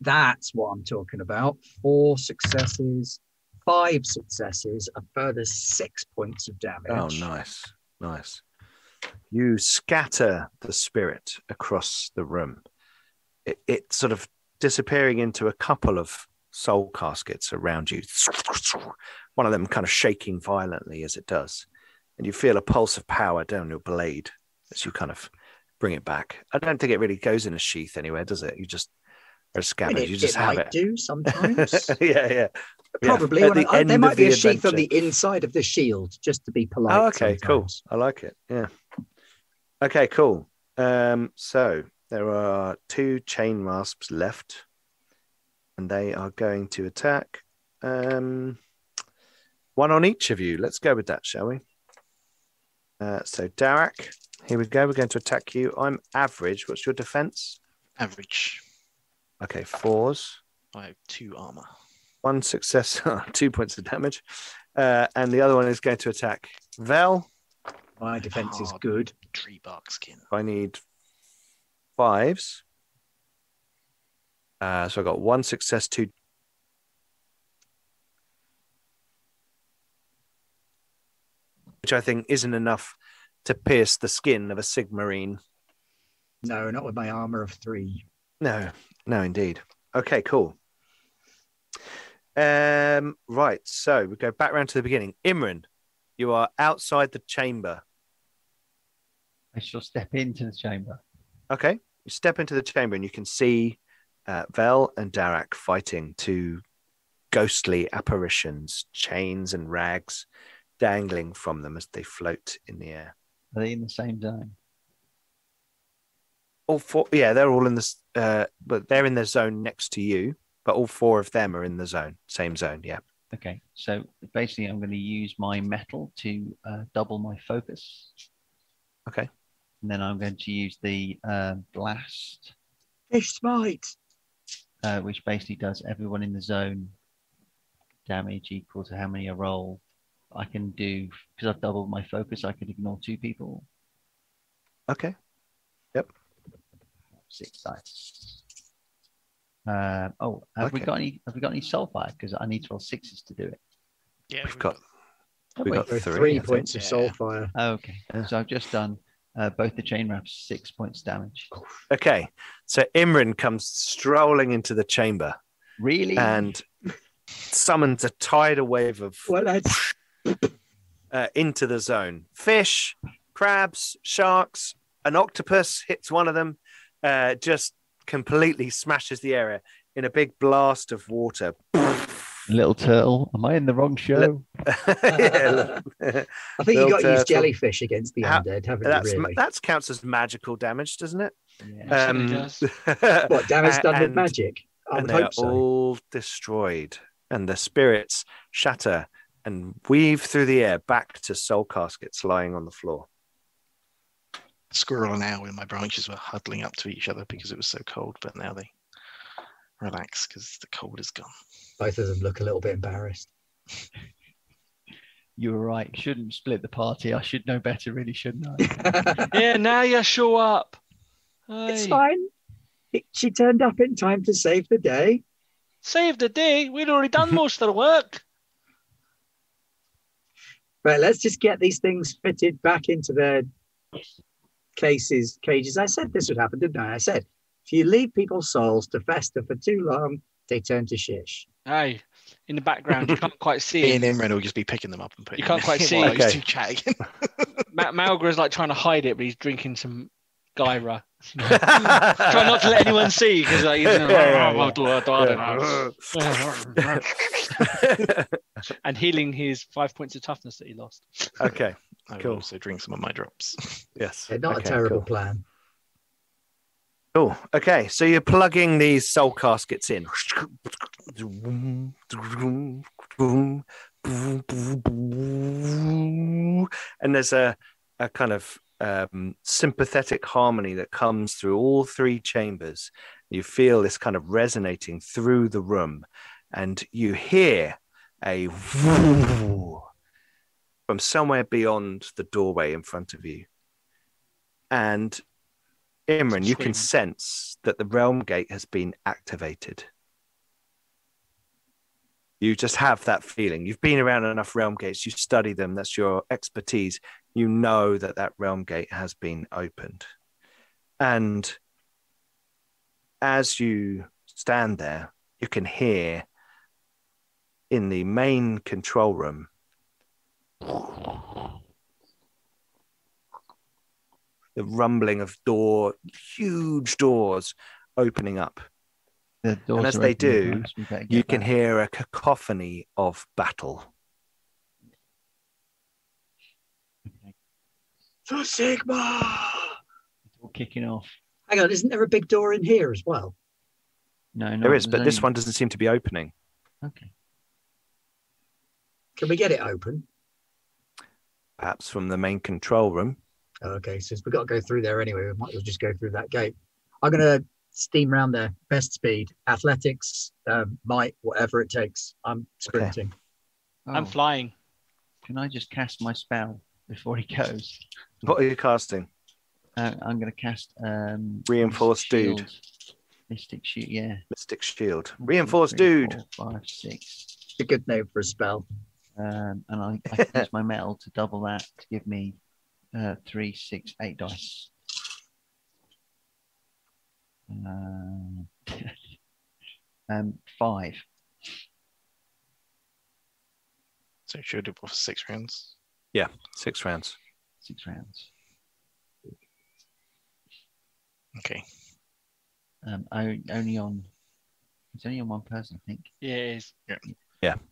Speaker 3: That's what I'm talking about. Four successes, five successes, a further six points of damage.
Speaker 1: Oh, nice, nice. You scatter the spirit across the room. It, it sort of disappearing into a couple of soul caskets around you. One of them kind of shaking violently as it does, and you feel a pulse of power down your blade as you kind of bring it back. I don't think it really goes in a sheath anywhere, does it? You just or a
Speaker 3: And
Speaker 1: scabbard.
Speaker 3: it,
Speaker 1: you just
Speaker 3: it
Speaker 1: have
Speaker 3: might
Speaker 1: it.
Speaker 3: do sometimes.
Speaker 1: yeah, yeah. Yeah,
Speaker 3: Probably.
Speaker 1: at
Speaker 3: when
Speaker 1: the
Speaker 3: I, I- there
Speaker 1: end
Speaker 3: might
Speaker 1: of
Speaker 3: be
Speaker 1: the
Speaker 3: a sheath on
Speaker 1: adventure.
Speaker 3: the inside of the shield, just to be polite.
Speaker 1: Oh, okay, cool.
Speaker 3: sometimes.
Speaker 1: I like it. Yeah. Okay, cool. Um, so there are two chain rasps left, and they are going to attack. Um, one on each of you. Let's go with that, shall we? Uh, so Darak, here we go. We're going to attack you. I'm average. What's your defense?
Speaker 4: Average.
Speaker 1: Okay, fours.
Speaker 4: I have two armor.
Speaker 1: One success, two points of damage, uh, and the other one is going to attack Vel.
Speaker 3: My defense is
Speaker 4: Hard.
Speaker 3: good.
Speaker 4: Tree bark skin.
Speaker 1: I need fives. Uh, so I got one success, two. Which I think isn't enough to pierce the skin of a Sigmarine.
Speaker 3: No, not with my armor of three.
Speaker 1: No, no, indeed. Okay, cool. Um, right, so we go back round to the beginning. Imran, you are outside the chamber.
Speaker 5: I shall step into the chamber.
Speaker 1: Okay. You step into the chamber and you can see uh, Vel and Darak fighting two ghostly apparitions, chains and rags dangling from them as they float in the air.
Speaker 5: Are they in the same zone?
Speaker 1: All four, yeah, they're all in this, uh, but they're in the zone next to you, but all four of them are in the zone, same zone. Yeah.
Speaker 5: Okay, so basically, I'm going to use my metal to uh, double my focus.
Speaker 1: Okay.
Speaker 5: and then I'm going to use the uh, blast,
Speaker 3: Fish smite.
Speaker 5: uh, which basically does everyone in the zone damage equal to how many I roll. I can do because I've doubled my focus. I can ignore two people.
Speaker 1: Okay.
Speaker 5: six dice. Uh, oh, have we
Speaker 1: Okay.
Speaker 5: got any? Have we got any sulfide? Because I need to roll sixes to do it.
Speaker 4: Yeah,
Speaker 1: We've got
Speaker 5: Have
Speaker 1: we got
Speaker 3: There are
Speaker 1: three, I
Speaker 3: three
Speaker 1: think.
Speaker 3: points of
Speaker 4: Yeah.
Speaker 3: soul fire.
Speaker 5: Okay,
Speaker 1: Yeah.
Speaker 5: so I've just done uh, both the chain wraps six points damage.
Speaker 1: Okay. So Imran comes strolling into the chamber
Speaker 5: Really?
Speaker 1: and summons a tidal wave of
Speaker 3: Well, that's
Speaker 1: uh, into the zone. Fish, crabs, sharks, an octopus hits one of them, uh, just completely smashes the area in a big blast of water.
Speaker 5: Little turtle, am I in the wrong show?
Speaker 1: Yeah, look,
Speaker 3: I think you
Speaker 1: Little
Speaker 3: got to use
Speaker 1: turtle.
Speaker 3: jellyfish against the
Speaker 1: How-
Speaker 3: undead, haven't
Speaker 1: that's
Speaker 3: you? Really?
Speaker 1: that counts as magical damage, doesn't it?
Speaker 5: yeah.
Speaker 2: Certainly
Speaker 1: Um,
Speaker 2: does.
Speaker 3: What damage done with
Speaker 1: and-
Speaker 3: magic? I
Speaker 1: and
Speaker 3: would
Speaker 1: they are
Speaker 3: hope so.
Speaker 1: all destroyed, and the spirits shatter and weave through the air back to soul caskets lying on the floor.
Speaker 4: squirrel and owl in my branches were huddling up to each other because it was so cold, but now they relax because the cold is gone.
Speaker 3: Both of them look a little bit embarrassed.
Speaker 5: You were right. Shouldn't split the party. I should know better, really, shouldn't I?
Speaker 2: yeah, now you show up.
Speaker 3: It's
Speaker 2: Aye.
Speaker 3: fine. It, she turned up in time to save the day.
Speaker 2: Save the day. We'd already done most of the work.
Speaker 3: Right, let's just get these things fitted back into their cases, cages. I said this would happen, didn't I? I said, if you leave people's souls to fester for too long, they turn to shish.
Speaker 2: Aye. In the background, you can't quite see
Speaker 4: Me
Speaker 2: it.
Speaker 4: and Imran will just be picking them up and putting
Speaker 2: You
Speaker 4: them
Speaker 2: can't quite
Speaker 4: in
Speaker 2: see.
Speaker 4: while those
Speaker 1: Okay.
Speaker 4: two chat again.
Speaker 2: Ma- Malgra is like trying to hide it, but he's drinking some Gyra. Try not to let anyone see because like, he's "Oh,
Speaker 1: Yeah, yeah,
Speaker 2: and healing his five points of toughness that he lost.
Speaker 1: okay.
Speaker 4: I will
Speaker 1: Cool.
Speaker 4: also drink some of my drops.
Speaker 1: Yes.
Speaker 3: They're not
Speaker 1: Okay,
Speaker 3: a terrible
Speaker 1: cool.
Speaker 3: plan.
Speaker 1: Cool. Okay, so you're plugging these soul caskets in. And there's a, a kind of um, sympathetic harmony that comes through all three chambers. You feel this kind of resonating through the room, and you hear a from somewhere beyond the doorway in front of you. And Imran, you can
Speaker 2: Scream.
Speaker 1: sense that the realm gate has been activated. You just have that feeling. You've been around enough realm gates, you study them, that's your expertise. You know that that realm gate has been opened. And as you stand there, you can hear in the main control room the rumbling of door, huge doors opening up.
Speaker 5: The doors
Speaker 1: as
Speaker 5: are
Speaker 1: they
Speaker 5: open and
Speaker 1: do,
Speaker 5: closed. We better
Speaker 1: You
Speaker 5: get
Speaker 1: can
Speaker 5: back.
Speaker 1: hear a cacophony of battle.
Speaker 3: For Sigma!
Speaker 5: It's all kicking off.
Speaker 3: Hang on, isn't there a big door in here as well?
Speaker 5: No, no,
Speaker 1: there is,
Speaker 5: there's
Speaker 1: but this
Speaker 5: only-
Speaker 1: one doesn't seem to be opening.
Speaker 5: Okay.
Speaker 3: Can we get it open?
Speaker 1: Perhaps from the main control room.
Speaker 3: Oh, okay, since we've got to go through there anyway, we might as well just go through that gate. I'm going to steam round there, best speed, athletics, um, might, whatever it takes. I'm sprinting.
Speaker 2: I'm
Speaker 5: Oh,
Speaker 2: flying.
Speaker 5: Can I just cast my spell before he goes?
Speaker 1: What are you casting?
Speaker 5: Uh, I'm going to cast um,
Speaker 1: Reinforced
Speaker 5: Mystic
Speaker 1: dude.
Speaker 5: Shield. Mystic shoot, yeah.
Speaker 1: Mystic Shield.
Speaker 5: One, two,
Speaker 1: Reinforced
Speaker 5: three,
Speaker 1: dude.
Speaker 5: four, five, six.
Speaker 3: It's a good name for a spell.
Speaker 5: Um, and I, I can use my metal to double that to give me uh, three, six, eight dice. Um, um, five.
Speaker 4: so she'll do it for six rounds.
Speaker 1: Six rounds.
Speaker 5: Six rounds.
Speaker 4: Okay.
Speaker 5: Um, o- only on. It's only on one person, I think.
Speaker 2: Yeah, it is.
Speaker 4: I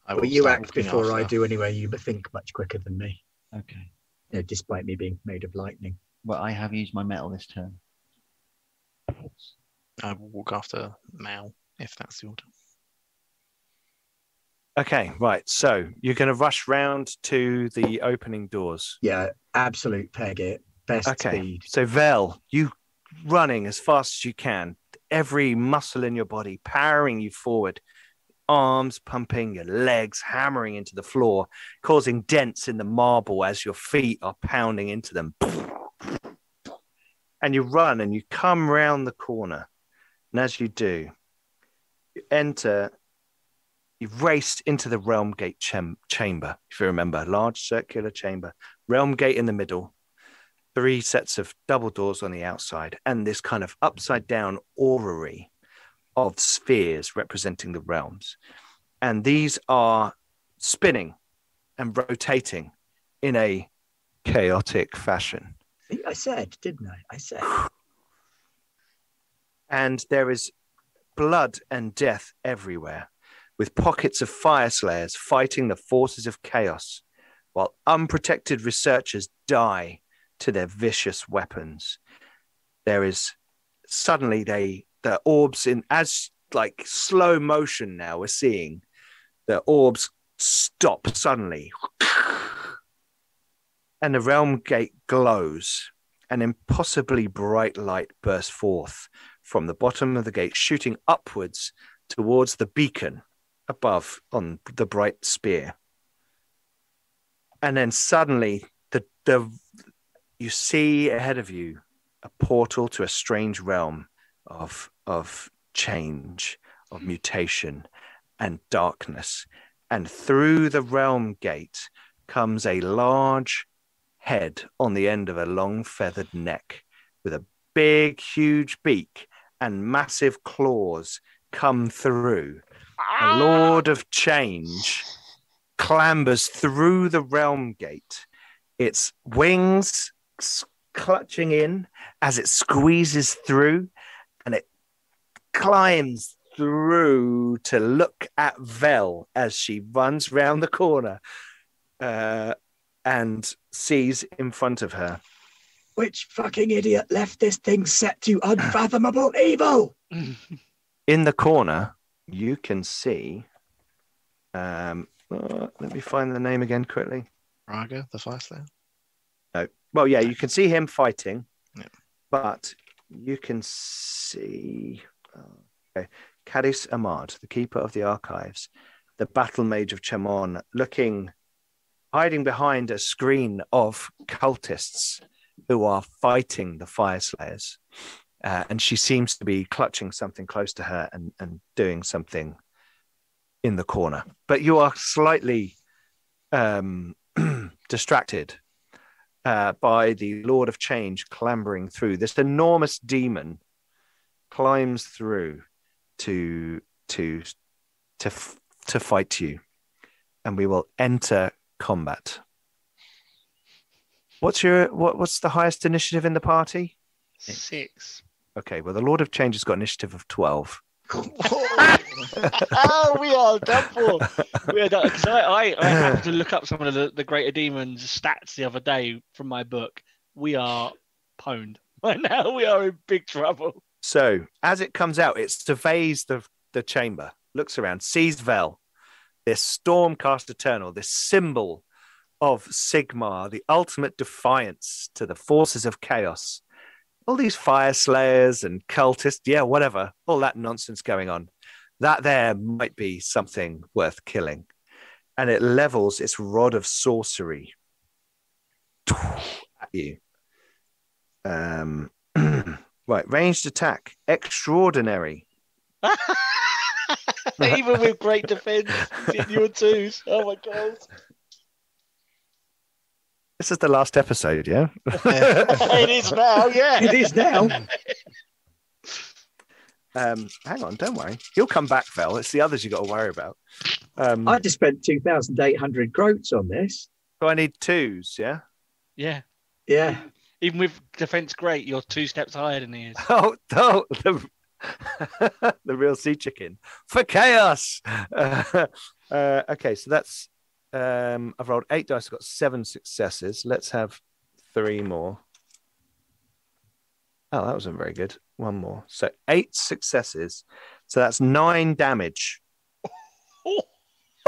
Speaker 3: Well,
Speaker 4: will
Speaker 3: you
Speaker 4: start
Speaker 3: act
Speaker 4: walking
Speaker 3: before I
Speaker 4: after.
Speaker 3: do anyway. You think much quicker than me,
Speaker 5: Okay.
Speaker 3: you know, despite me being made of lightning.
Speaker 5: Well, I have used my metal this turn.
Speaker 4: I will walk after Mal if that's the order.
Speaker 1: Okay, right. So you're going to rush round to the opening doors.
Speaker 3: Yeah, absolute peg it. best
Speaker 1: Okay.
Speaker 3: speed.
Speaker 1: So Vel, you running as fast as you can, every muscle in your body powering you forward, arms pumping, your legs hammering into the floor, causing dents in the marble as your feet are pounding into them. And you run and you come round the corner. And as you do, you enter, you race into the realm gate cham- chamber, if you remember, large circular chamber, realm gate in the middle, three sets of double doors on the outside and this kind of upside down orrery of spheres representing the realms. And these are spinning and rotating in a chaotic fashion.
Speaker 3: See, I said, didn't I? I said.
Speaker 1: And there is blood and death everywhere, with pockets of fire slayers fighting the forces of chaos, while unprotected researchers die to their vicious weapons. There is suddenly they the orbs in as like slow motion now we're seeing the orbs stop suddenly and the realm gate glows an impossibly bright light bursts forth from the bottom of the gate, shooting upwards towards the beacon above on the bright spear. And then suddenly, the, the you see ahead of you a portal to a strange realm of of change, of mutation, and darkness. And through the realm gate comes a large head on the end of a long feathered neck with a big, huge beak and massive claws come through. A lord of change clambers through the realm gate, its wings s- clutching in as it squeezes through, and it climbs through to look at Vel as she runs round the corner uh, and sees in front of her
Speaker 3: Which fucking idiot left this thing set to unfathomable evil?
Speaker 1: in the corner, you can see. Um, uh, let me find the name again quickly.
Speaker 4: Raga, the fire slayer.
Speaker 1: Well, yeah, you can see him fighting,
Speaker 4: Yeah.
Speaker 1: but you can see oh, okay. Cadiz Ahmad, the keeper of the archives, the battle mage of Chamon, looking, hiding behind a screen of cultists who are fighting the fire slayers. Uh, and she seems to be clutching something close to her and, and doing something in the corner. But you are slightly um, distracted uh, by the Lord of Change clambering through. This enormous demon climbs through to to to f- to fight you, and we will enter combat. What's your what, What's the highest initiative in the party?
Speaker 2: Six.
Speaker 1: Okay, well the Lord of Change has got initiative of twelve.
Speaker 2: Ah! oh, we are done for. We are done. 'Cause I, I, I happened to look up some of the, the Greater Demons stats the other day from my book. We are pwned. Right now, we are in big trouble.
Speaker 1: So as it comes out, it surveys the, the chamber, looks around, sees Vel, this stormcast eternal, this symbol of Sigmar, the ultimate defiance to the forces of chaos. All these fire slayers and cultists, yeah, whatever, all that nonsense going on. That there might be something worth killing. And it levels its rod of sorcery at you. Um, Right, ranged attack, extraordinary.
Speaker 2: Even with great defense, it's in your twos. Oh my god.
Speaker 1: This is the last episode, yeah?
Speaker 2: it is now,
Speaker 3: it
Speaker 2: yeah.
Speaker 3: is now.
Speaker 1: um, hang on, don't worry. He'll come back, Vel. It's the others you got to worry about. Um,
Speaker 3: I just spent 2,800 groats on this.
Speaker 1: so I need twos, yeah?
Speaker 2: Yeah.
Speaker 3: Yeah.
Speaker 2: Even with defense great, you're two steps higher than he is.
Speaker 1: Oh, oh the, the real sea chicken for chaos. Uh, uh, okay, so that's um, I've rolled eight dice, I've got seven successes. Let's have three more. Oh, that wasn't very good. One more. So eight successes. So that's nine damage.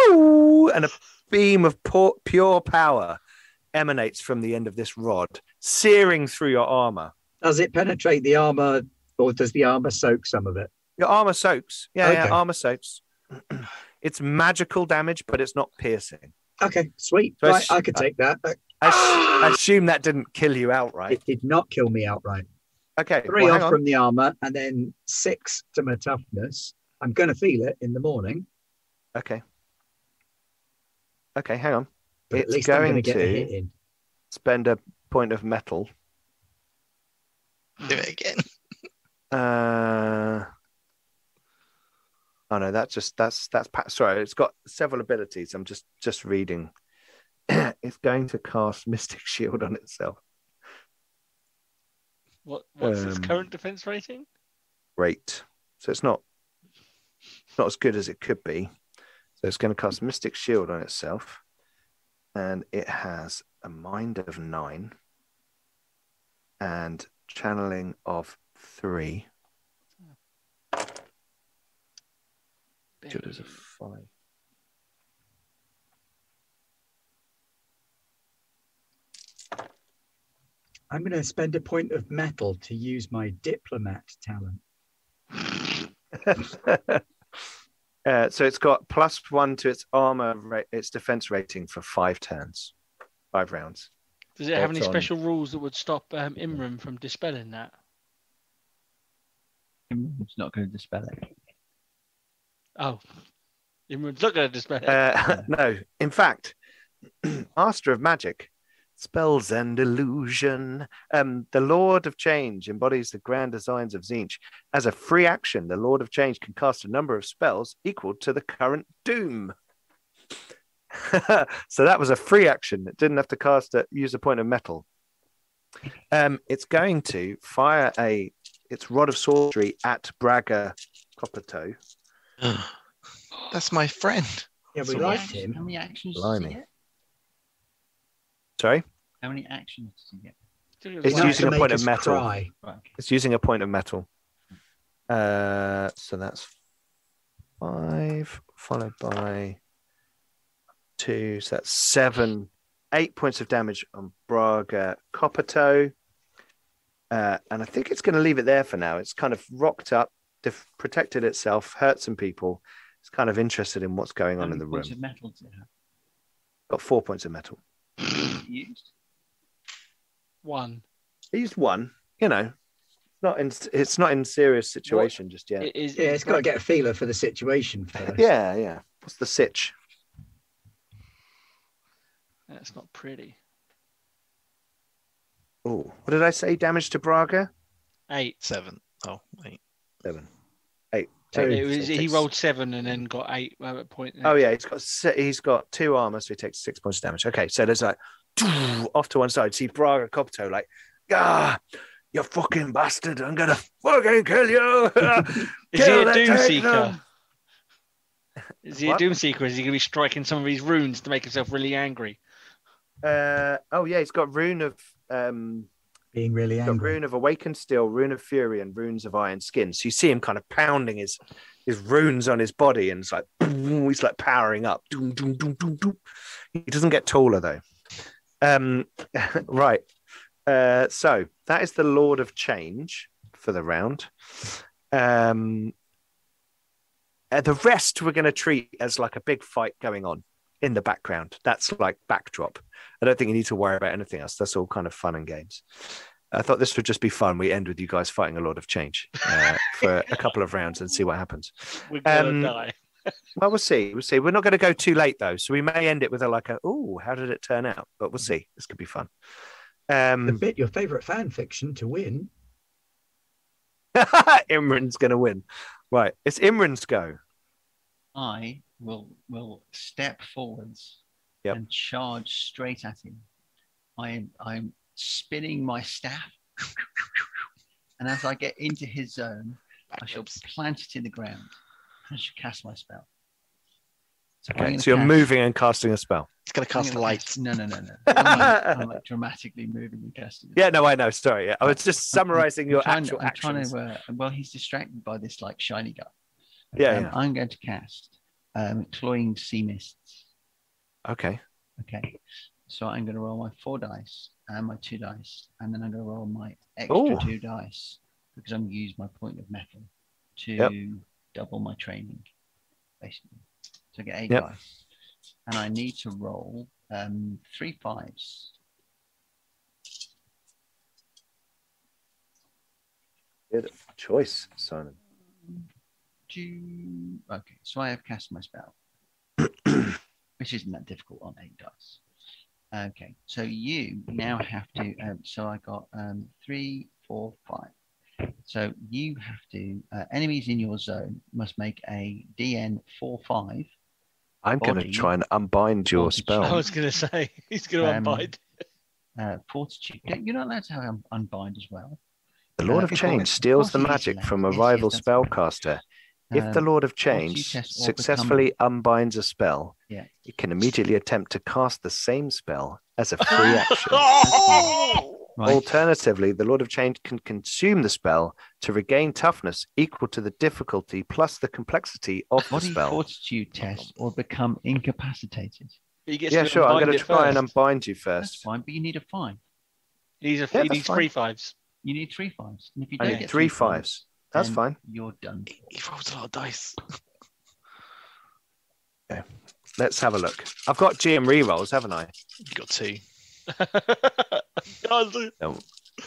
Speaker 1: Ooh, and a beam of pu- pure power emanates from the end of this rod, searing through your armor.
Speaker 3: Does it penetrate the armor, or does the armor soak some of it?
Speaker 1: Your armor soaks. Yeah, yeah,
Speaker 3: Okay.
Speaker 1: armor soaks. it's magical damage, but it's not piercing.
Speaker 3: Okay, sweet.
Speaker 1: So I
Speaker 3: right,
Speaker 1: sh-
Speaker 3: I could take that. That-
Speaker 1: I, s- I assume that didn't kill you outright.
Speaker 3: It did not kill me outright.
Speaker 1: Okay,
Speaker 3: Three
Speaker 1: well, hang
Speaker 3: off
Speaker 1: on.
Speaker 3: from the armor, and then six to my toughness. I'm going to feel it in the morning,
Speaker 1: Okay. Okay, hang on.
Speaker 3: but at
Speaker 1: It's
Speaker 3: least I'm going
Speaker 1: going
Speaker 3: to get a
Speaker 1: to-
Speaker 3: hit in.
Speaker 1: Spend a point of metal.
Speaker 4: Do it again.
Speaker 1: Uh Oh no, that's just that's that's pa- sorry. It's got several abilities. I'm just just reading. it's going to cast Mystic Shield on itself.
Speaker 2: What, what's its
Speaker 1: Um,
Speaker 2: current defense rating?
Speaker 1: Great. So it's not it's not as good as it could be. So it's going to cast Mystic Shield on itself, and it has a mind of nine and channeling of three.
Speaker 5: Good as a five.
Speaker 3: I'm going to spend a point of metal to use my diplomat talent.
Speaker 1: Uh, so it's got plus one to its armor, ra- its defense rating for five turns, five rounds.
Speaker 2: Does it have any
Speaker 1: It's on.
Speaker 2: special rules that would stop um, Imran from dispelling that?
Speaker 5: It's not going to dispel it.
Speaker 2: Oh, Imran's not going to dispel it.
Speaker 1: Uh, no, in fact, Master of Magic, spells and illusion. Um, the Lord of Change embodies the grand designs of Zinch. As a free action, the Lord of Change can cast a number of spells equal to the current doom. so that was a free action. It didn't have to cast a use a point of metal. Um, it's going to fire a its rod of sorcery at Braga Coppertoe.
Speaker 4: That's my friend.
Speaker 3: Yeah, we
Speaker 4: So
Speaker 3: liked
Speaker 5: How
Speaker 3: him.
Speaker 5: many actions? Does he
Speaker 1: Blimey.
Speaker 5: get?
Speaker 1: Sorry.
Speaker 5: How many actions does he get?
Speaker 1: It's
Speaker 3: Well,
Speaker 1: using
Speaker 3: to
Speaker 1: a
Speaker 3: make
Speaker 1: point of
Speaker 3: us
Speaker 1: metal.
Speaker 3: Cry.
Speaker 5: Right, okay.
Speaker 1: It's using a point of metal. Uh, so that's five, followed by two. So that's seven, eight points of damage on Braga Coppertoe. Uh, and I think it's going to leave it there for now. It's kind of rocked up, def- protected itself, hurt some people. It's kind of interested in what's going
Speaker 5: How
Speaker 1: on in
Speaker 5: many
Speaker 1: the
Speaker 5: points
Speaker 1: room.
Speaker 5: of metal does it have?
Speaker 1: Got four points of metal.
Speaker 5: Is it used?
Speaker 2: one.
Speaker 1: He used one, you know. Not in, it's not in serious situation just yet.
Speaker 2: It is.
Speaker 3: Yeah, it's got to get a feeler for the situation first.
Speaker 1: yeah, yeah. What's the sitch?
Speaker 2: That's not pretty.
Speaker 1: Oh, what did I say? Damage to Braga?
Speaker 2: Eight.
Speaker 4: Seven. Oh, wait.
Speaker 1: Seven. Eight.
Speaker 3: So
Speaker 1: Eight.
Speaker 2: It was,
Speaker 1: So
Speaker 2: he
Speaker 1: takes-
Speaker 2: rolled seven and then got eight uh, point.
Speaker 1: Oh yeah, he's got si- he's got two armor, so he takes six points of damage. Okay, so there's like off to one side. See Braga Copto like, ah, you fucking bastard! I'm gonna fucking kill you.
Speaker 2: Is he
Speaker 1: Kill
Speaker 2: a
Speaker 1: them,
Speaker 2: doom
Speaker 1: take
Speaker 2: seeker?
Speaker 1: them.
Speaker 2: Is he a
Speaker 1: What?
Speaker 2: doom seeker? Is he going to be striking some of these runes to make himself really angry?
Speaker 1: uh, oh yeah, he's got rune of um,
Speaker 3: Being really
Speaker 1: got
Speaker 3: angry.
Speaker 1: rune of awakened steel, rune of fury, and runes of iron skin. So you see him kind of pounding his his runes on his body, and it's like he's like powering up. Doom, doom, doom, doom, doom. He doesn't get taller though. Um, right. Uh, so that is the Lord of Change for the round. Um, uh, the rest we're going to treat as like a big fight going on in the background. That's like backdrop. I don't think you need to worry about anything else. That's all kind of fun and games. I thought this would just be fun. We end with you guys fighting a Lord of Change uh, for a couple of rounds and see what happens.
Speaker 2: We're going
Speaker 1: Um,
Speaker 2: to die.
Speaker 1: Well, we'll see. We'll see. We're not going to go too late though, so we may end it with a like a oh, how did it turn out? But we'll see. This could be fun.
Speaker 3: The
Speaker 1: Um,
Speaker 3: bit your favourite fan fiction to win.
Speaker 1: Imran's going to win. Right, it's Imran's go.
Speaker 5: I will will step forwards
Speaker 1: Yep.
Speaker 5: and charge straight at him. I am I'm spinning my staff, and as I get into his zone, I shall
Speaker 4: Backflips.
Speaker 5: plant it in the ground. I shall cast my spell. So, I'm
Speaker 1: Okay,
Speaker 5: gonna
Speaker 1: so you're
Speaker 5: cast-
Speaker 1: moving and casting a spell.
Speaker 4: It's going to
Speaker 5: I'm
Speaker 4: cast
Speaker 5: gonna
Speaker 4: lights.
Speaker 5: No, no, no, no. I'm, like, I'm like dramatically moving and casting. it.
Speaker 1: Yeah, no, I know. Sorry, yeah. I was just
Speaker 5: I'm- I'm-
Speaker 1: summarizing your
Speaker 5: trying,
Speaker 1: actual
Speaker 5: I'm
Speaker 1: actions.
Speaker 5: trying to. Uh, well, he's distracted by this like shiny guy.
Speaker 1: Yeah,
Speaker 5: Um,
Speaker 1: yeah.
Speaker 5: I'm going to cast um, cloying sea mists.
Speaker 1: Okay,
Speaker 5: Okay, so I'm going to roll my four dice and my two dice, and then I'm going to roll my extra
Speaker 1: Ooh.
Speaker 5: two dice because I'm going to use my point of metal to
Speaker 1: Yep.
Speaker 5: double my training, basically. So I get eight
Speaker 1: Yep.
Speaker 5: dice, and I need to roll um, three fives.
Speaker 1: Good choice, Simon.
Speaker 5: Two. Okay, so I have cast my spell, which isn't that difficult on eight dice. Okay, so you now have to. Um, so I got um, three, four, five. So you have to. Uh, enemies in your zone must make a DN four five.
Speaker 1: I'm going to
Speaker 5: Body.
Speaker 1: try and unbind your
Speaker 5: Body Oh,
Speaker 1: spell.
Speaker 5: check.
Speaker 2: I was going to say he's going to
Speaker 5: Um,
Speaker 2: unbind.
Speaker 5: Uh, fortitude. You're not allowed to have un- unbind as well.
Speaker 1: The Lord
Speaker 5: Uh,
Speaker 1: of
Speaker 5: of
Speaker 1: Change
Speaker 5: course- of
Speaker 1: steals
Speaker 5: course
Speaker 1: the
Speaker 5: it is
Speaker 1: magic
Speaker 5: left.
Speaker 1: from a
Speaker 5: Yes, yes,
Speaker 1: rival
Speaker 5: that's right.
Speaker 1: spellcaster. If the
Speaker 5: Um,
Speaker 1: Lord of
Speaker 5: you
Speaker 1: Change
Speaker 5: test or become-
Speaker 1: successfully unbinds a spell,
Speaker 5: Yeah.
Speaker 1: it can immediately attempt to cast the same spell as a free action.
Speaker 4: Oh!
Speaker 5: right.
Speaker 1: Alternatively, the Lord of Change can consume the spell to regain toughness equal to the difficulty plus the complexity of the
Speaker 5: Body
Speaker 1: spell.
Speaker 5: fortitude test or become incapacitated.
Speaker 2: He gets
Speaker 1: Yeah,
Speaker 2: to
Speaker 1: sure. I'm
Speaker 2: unbind
Speaker 1: going
Speaker 2: it
Speaker 1: to try and
Speaker 2: first.
Speaker 1: unbind you
Speaker 5: That's
Speaker 1: first.
Speaker 5: fine, but you need a five.
Speaker 2: He's a,
Speaker 1: Yeah,
Speaker 2: he
Speaker 1: that's
Speaker 2: needs
Speaker 1: fine.
Speaker 2: three fives.
Speaker 5: You need three fives. And if you
Speaker 1: I
Speaker 5: don't
Speaker 1: need
Speaker 5: get
Speaker 1: three
Speaker 5: fives,
Speaker 1: fives. That's
Speaker 5: then
Speaker 1: fine.
Speaker 5: You're done.
Speaker 4: He, he rolls a lot of dice.
Speaker 1: Let's have a look. I've got GM rerolls, haven't I?
Speaker 4: You got two.
Speaker 1: Don't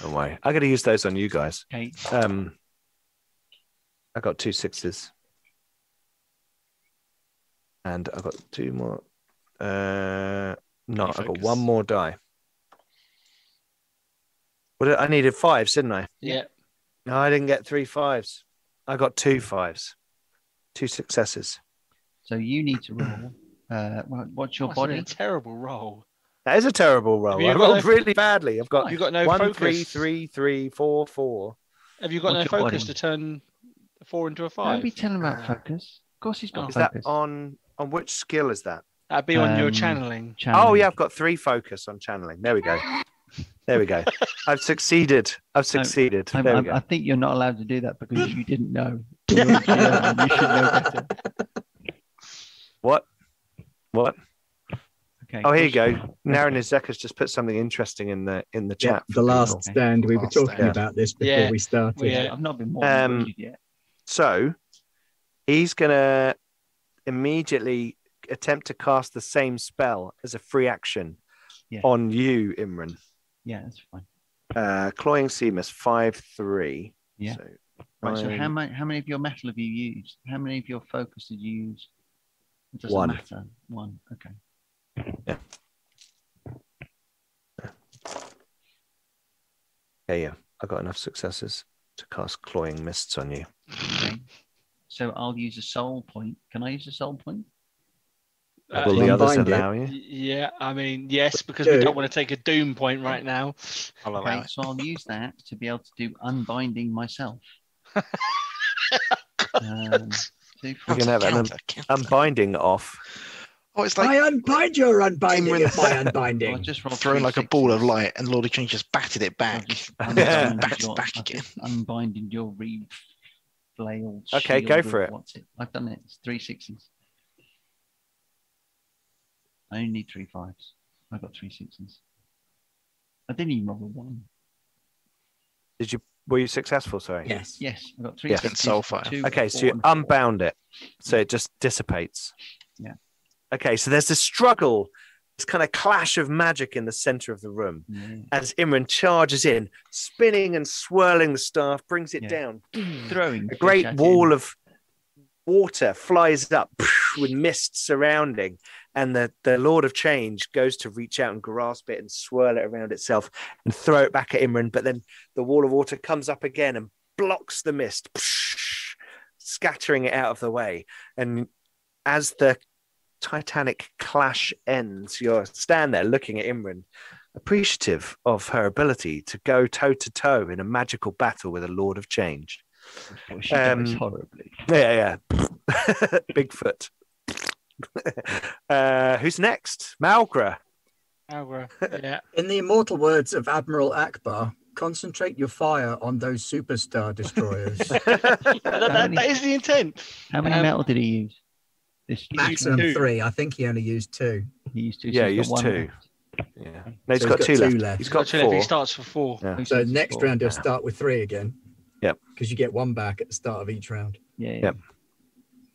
Speaker 1: worry. I'm going to use those on you guys.
Speaker 5: Okay.
Speaker 1: Um, I got two sixes, and I got two more. Uh, no, I got
Speaker 4: focus.
Speaker 1: one more die. What did- I needed fives, didn't I?
Speaker 2: yeah.
Speaker 1: No, I didn't get three fives. I got two fives, two successes.
Speaker 5: So you need to roll. Uh, what- what's your
Speaker 2: Must have been
Speaker 5: body?
Speaker 2: a terrible roll.
Speaker 1: That is a terrible roll.
Speaker 2: Have you
Speaker 1: I
Speaker 2: got
Speaker 1: rolled
Speaker 2: no-
Speaker 1: really badly. I've got
Speaker 2: You got no
Speaker 1: one,
Speaker 2: focus.
Speaker 1: three, three, three, four, four.
Speaker 2: Have you got
Speaker 5: What's
Speaker 2: no
Speaker 5: your
Speaker 2: focus
Speaker 5: body?
Speaker 2: to turn a four into a
Speaker 5: Don't
Speaker 2: five?
Speaker 5: be telling him about
Speaker 4: Uh,
Speaker 5: focus. Of course he's got
Speaker 2: Oh.
Speaker 1: Is
Speaker 5: focus.
Speaker 1: that on on which skill is that?
Speaker 2: That'd be on your
Speaker 5: Um,
Speaker 2: channeling.
Speaker 1: Oh
Speaker 5: Channeling.
Speaker 1: yeah, I've got three focus on channeling. There we go. There we go. I've succeeded. I've succeeded.
Speaker 5: I'm,
Speaker 1: there we
Speaker 5: I'm,
Speaker 1: go.
Speaker 5: I think you're not allowed to do that because you didn't know. You're a GM and you should know better.
Speaker 1: what? What?
Speaker 5: Okay.
Speaker 1: Oh, here you
Speaker 5: what's-
Speaker 1: go. Naren Izeka's just put something interesting in the in the chat.
Speaker 3: the
Speaker 1: for
Speaker 3: last
Speaker 1: people.
Speaker 5: people.
Speaker 3: stand we were
Speaker 4: Last
Speaker 3: talking
Speaker 4: stand.
Speaker 3: about this before
Speaker 2: Yeah.
Speaker 3: we started
Speaker 2: We, uh,
Speaker 5: I've not been more
Speaker 1: Um,
Speaker 5: wounded yet.
Speaker 1: So he's gonna immediately attempt to cast the same spell as a free action
Speaker 5: Yeah.
Speaker 1: on you, Imran.
Speaker 5: Yeah, that's fine.
Speaker 1: Uh, Cloying Seamus five three.
Speaker 5: Yeah.
Speaker 1: So,
Speaker 5: Right. So how
Speaker 1: I'm-
Speaker 5: many how many of your metal have you used? How many of your focus did you use? It doesn't
Speaker 1: One.
Speaker 5: matter. One. Okay.
Speaker 1: yeah, yeah. I got enough successes to cast cloying mists on you.
Speaker 5: okay. So I'll use a soul point. Can I use a soul point?
Speaker 2: Uh,
Speaker 1: Will the others
Speaker 3: unbind it.
Speaker 1: allow you?
Speaker 2: y- yeah, I mean, yes, because we
Speaker 3: Two.
Speaker 2: don't want to take a doom point right now.
Speaker 4: I'll allow
Speaker 5: Okay,
Speaker 4: it.
Speaker 5: so I'll use that to be able to do unbinding myself. um, two,
Speaker 1: You
Speaker 5: four,
Speaker 1: can have it.
Speaker 4: Counter, counter.
Speaker 1: Unbinding off.
Speaker 4: oh, it's like
Speaker 3: i unbind your unbinding if i
Speaker 5: oh, I
Speaker 3: unbinding
Speaker 5: just rolled
Speaker 4: throwing
Speaker 5: two
Speaker 4: like a ball of
Speaker 5: sixes.
Speaker 4: light, and Lord of Change just batted it
Speaker 5: I've
Speaker 4: back.
Speaker 5: just
Speaker 1: Yeah.
Speaker 5: unbound
Speaker 4: Back-
Speaker 5: your-
Speaker 4: back
Speaker 5: I've just Unbinding your reed flail.
Speaker 1: Okay, go
Speaker 5: shield
Speaker 1: for
Speaker 5: of-
Speaker 1: it.
Speaker 5: What's it? I've done it. It's three sixes. I only need three fives. I got three sixes. I didn't even roll a one.
Speaker 1: Did you were you successful? Sorry.
Speaker 3: yes
Speaker 5: Yes, I got three
Speaker 1: Yeah.
Speaker 5: sixes.
Speaker 4: Soul fire.
Speaker 5: two,
Speaker 1: Okay,
Speaker 5: four,
Speaker 1: so you
Speaker 5: and a four.
Speaker 1: unbound it, so it just dissipates.
Speaker 5: Yeah.
Speaker 1: Okay, so there's this struggle, this kind of clash of magic in the center of the room
Speaker 5: Yeah.
Speaker 1: as Imran charges in, spinning and swirling the staff, brings it
Speaker 5: Yeah.
Speaker 1: down.
Speaker 5: Throwing
Speaker 1: A great
Speaker 5: fish at
Speaker 1: wall
Speaker 5: him.
Speaker 1: of water flies up with mist surrounding, and the, the Lord of Change goes to reach out and grasp it and swirl it around itself and throw it back at Imran. But then the wall of water comes up again and blocks the mist, scattering it out of the way. And as the Titanic clash ends, you stand there looking at Imran, appreciative of her ability to go toe to toe in a magical battle with a Lord of Change.
Speaker 5: Well, she dies
Speaker 1: um,
Speaker 5: horribly.
Speaker 1: Yeah, yeah. Bigfoot. uh, who's next? Malgra.
Speaker 2: Oh, well, yeah.
Speaker 3: in the immortal words of admiral akbar concentrate your fire on those superstar destroyers
Speaker 2: That- that-
Speaker 5: many-
Speaker 2: that is the intent.
Speaker 5: How many
Speaker 2: Um,
Speaker 5: metal did he use? This
Speaker 3: maximum
Speaker 2: Two.
Speaker 3: three i think he only used two
Speaker 5: He used two. so
Speaker 1: Yeah,
Speaker 5: he's
Speaker 1: he
Speaker 5: got
Speaker 1: used
Speaker 5: one
Speaker 1: two.
Speaker 5: left.
Speaker 1: Yeah. No, he's
Speaker 3: So
Speaker 1: got, two left.
Speaker 3: left.
Speaker 1: He's got
Speaker 2: Actually, if
Speaker 1: four.
Speaker 2: He starts for four.
Speaker 1: Yeah.
Speaker 5: Who's
Speaker 3: So
Speaker 5: in
Speaker 3: next
Speaker 5: four?
Speaker 3: round he'll start with three again.
Speaker 1: Yep.
Speaker 3: Because you get one back at the start of each round.
Speaker 5: Yeah, yeah.
Speaker 1: Yep.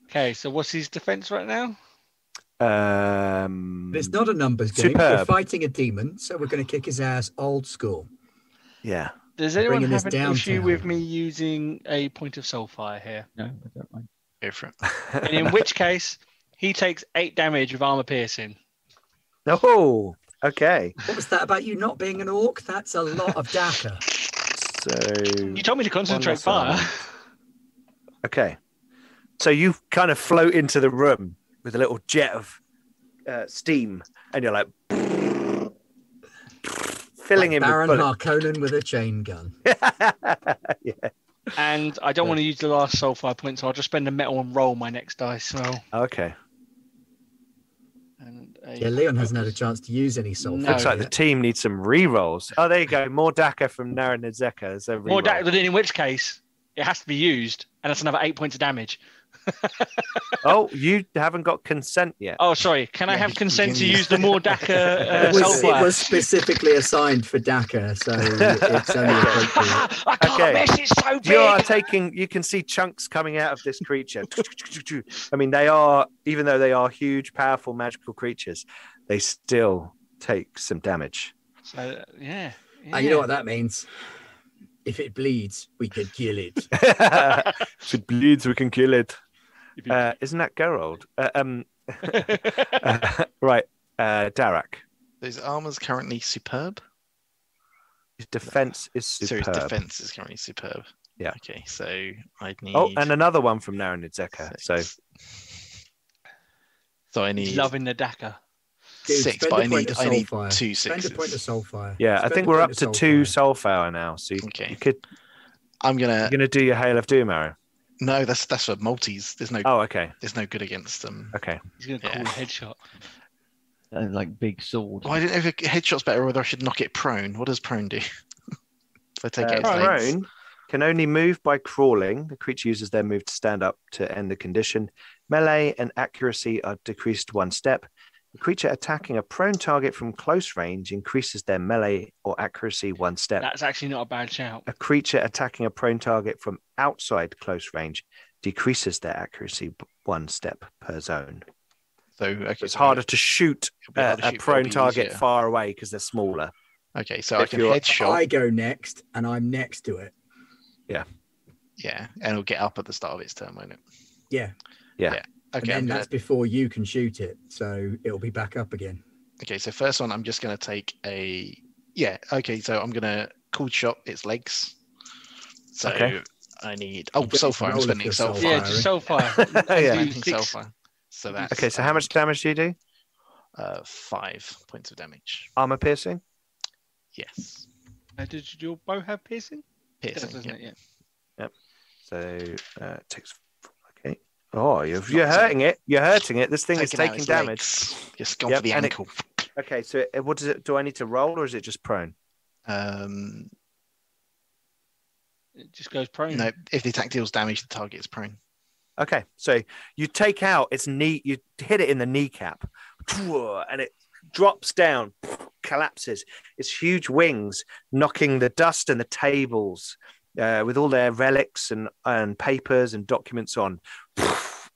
Speaker 2: Okay, so what's his defense right now?
Speaker 1: Um,
Speaker 3: But it's not a numbers game. We're
Speaker 1: Superb.
Speaker 3: fighting a demon, so we're going to kick his ass old school.
Speaker 1: Yeah.
Speaker 2: Does
Speaker 3: Bringing
Speaker 2: anyone
Speaker 3: this
Speaker 2: have an
Speaker 3: down
Speaker 2: issue
Speaker 3: to-
Speaker 2: with me using a point of soulfire here?
Speaker 5: No, I don't mind.
Speaker 4: Go for it.
Speaker 2: And in which case, he takes eight damage with armor piercing.
Speaker 1: no. Okay.
Speaker 3: What was that about you not being an orc? That's a lot of data.
Speaker 1: So
Speaker 2: You told me to concentrate
Speaker 1: less armor.
Speaker 2: fire.
Speaker 1: okay. So you kind of float into the room with a little jet of uh, steam, and you're like filling
Speaker 3: like
Speaker 1: him
Speaker 3: Baron
Speaker 1: with
Speaker 3: Harkonnen with a chain gun.
Speaker 1: bullets. yeah.
Speaker 2: and I don't want to use the last soulfire point, so I'll just spend a metal and roll my next dice roll.
Speaker 1: Okay.
Speaker 2: And a-
Speaker 3: Yeah, Leon hasn't had a chance to use any soul.
Speaker 2: No.
Speaker 1: Looks like the team needs some re-rolls. Oh, there you go. More Daka from Naren Nezeka. Is a
Speaker 2: More
Speaker 1: re-roll.
Speaker 2: da- in which case, it has to be used, and that's another eight points of damage.
Speaker 1: oh, you haven't got consent yet.
Speaker 2: Oh, sorry. Can I
Speaker 4: Yeah,
Speaker 2: have
Speaker 4: you
Speaker 2: consent to
Speaker 4: can
Speaker 2: use the more Daka uh,
Speaker 3: it, was, it
Speaker 2: soulfire?
Speaker 3: was specifically assigned for Daka, so it's only appropriate.
Speaker 2: I can't
Speaker 1: Okay.
Speaker 2: miss. It's so
Speaker 4: Oh,
Speaker 2: big.
Speaker 1: you are taking you can see chunks coming out of this creature i mean they are even though they are huge powerful magical creatures they still take some damage
Speaker 2: So, yeah. yeah.
Speaker 3: And Uh, you know what that means? If it bleeds, we could kill it.
Speaker 1: if it bleeds we can kill it
Speaker 2: If you-
Speaker 1: uh, isn't that Gerald? Uh, um, uh, right uh, Darak
Speaker 4: His armor's currently superb.
Speaker 1: his defense is superb
Speaker 4: So his defense is currently superb.
Speaker 1: Yeah.
Speaker 4: Okay, so I'd need.
Speaker 1: oh and another one from Naren Idzeka so
Speaker 4: six. So I
Speaker 2: He's
Speaker 4: need
Speaker 2: loving the Daka.
Speaker 3: Dude,
Speaker 4: six,
Speaker 3: spend
Speaker 4: but
Speaker 3: a
Speaker 4: I
Speaker 3: point
Speaker 4: need
Speaker 3: of
Speaker 4: I need
Speaker 3: soulfire.
Speaker 4: two
Speaker 3: Spend
Speaker 4: sixes.
Speaker 3: a point of soulfire.
Speaker 1: yeah I
Speaker 3: Spend
Speaker 1: think
Speaker 3: a
Speaker 1: we're up
Speaker 3: point
Speaker 1: to
Speaker 3: of
Speaker 1: two
Speaker 3: soulfire.
Speaker 1: Soulfire now so you, you
Speaker 4: Okay, Uh,
Speaker 1: could
Speaker 4: I'm
Speaker 1: you're
Speaker 4: gonna
Speaker 1: gonna do your Hail of Doom arrow
Speaker 4: no. That's that's for multis. There's no
Speaker 1: oh okay
Speaker 4: there's no good against them.
Speaker 1: okay
Speaker 2: He's going to call
Speaker 4: Yeah.
Speaker 2: a headshot.
Speaker 5: And like big sword.
Speaker 4: Well, I don't know if a headshot's better or whether I should knock it prone. What does prone do? I take
Speaker 1: Uh,
Speaker 4: it.
Speaker 2: prone.
Speaker 4: as legs.
Speaker 1: prone can only move by crawling. The creature uses their move to stand up to end the condition. Melee and accuracy are decreased one step. The creature attacking a prone target from close range increases their melee or accuracy one step.
Speaker 2: That's actually not a bad shout.
Speaker 1: a creature attacking a prone target from outside close range decreases their accuracy b- one step per zone.
Speaker 4: So okay,
Speaker 1: So it's
Speaker 4: so
Speaker 1: harder to shoot
Speaker 4: it'll be
Speaker 1: a,
Speaker 4: harder to
Speaker 1: Uh, a
Speaker 4: shoot, but it'll
Speaker 1: prone
Speaker 4: be
Speaker 1: target
Speaker 4: easier.
Speaker 1: far away because they're smaller.
Speaker 4: Okay, so I
Speaker 1: if
Speaker 4: can
Speaker 1: you're-
Speaker 4: headshot.
Speaker 3: I go next, and I'm next to it.
Speaker 4: Yeah, and it'll get up at the start of its turn, won't it?
Speaker 3: Yeah.
Speaker 1: Yeah.
Speaker 3: And
Speaker 4: Okay,
Speaker 3: then
Speaker 4: I'm gonna-
Speaker 3: that's before you can shoot it, so it'll be back up again.
Speaker 4: okay. So first one, I'm just gonna take a yeah. Okay, so I'm gonna cold shot its legs. So
Speaker 1: Okay.
Speaker 4: I need oh
Speaker 3: You don't
Speaker 4: soulfire.
Speaker 3: roll
Speaker 4: I'm
Speaker 3: if
Speaker 4: spending
Speaker 3: you're
Speaker 4: soulfire.
Speaker 3: soulfire.
Speaker 2: Yeah, just so far.
Speaker 1: Oh, Yeah.
Speaker 4: Spending
Speaker 2: Six.
Speaker 4: soulfire. So that's
Speaker 1: Okay, so how much damage do you do?
Speaker 4: Uh, five points of damage.
Speaker 1: Armor piercing?
Speaker 4: Yes,
Speaker 2: Uh, did your bow have piercing? It does,
Speaker 4: piercing.
Speaker 2: doesn't
Speaker 4: yeah.
Speaker 2: it? Yeah.
Speaker 1: So uh, it takes. Okay. Oh, you're, you're
Speaker 4: Not so-
Speaker 1: hurting it. You're hurting it. This thing is
Speaker 4: Taking out
Speaker 1: taking
Speaker 4: its
Speaker 1: damage.
Speaker 4: legs. Just gone
Speaker 1: Yep,
Speaker 4: for the
Speaker 1: and it-
Speaker 4: ankle.
Speaker 1: Okay. So it, what does it? Do I need to roll or is it just prone?
Speaker 4: Um,
Speaker 2: It just goes prone.
Speaker 4: no, if the attack deals damage, the target is prone.
Speaker 1: Okay. So you take out its knee. You hit it in the kneecap, and it drops down, collapses. Its huge wings knocking the dust and the tables uh, with all their relics and and papers and documents on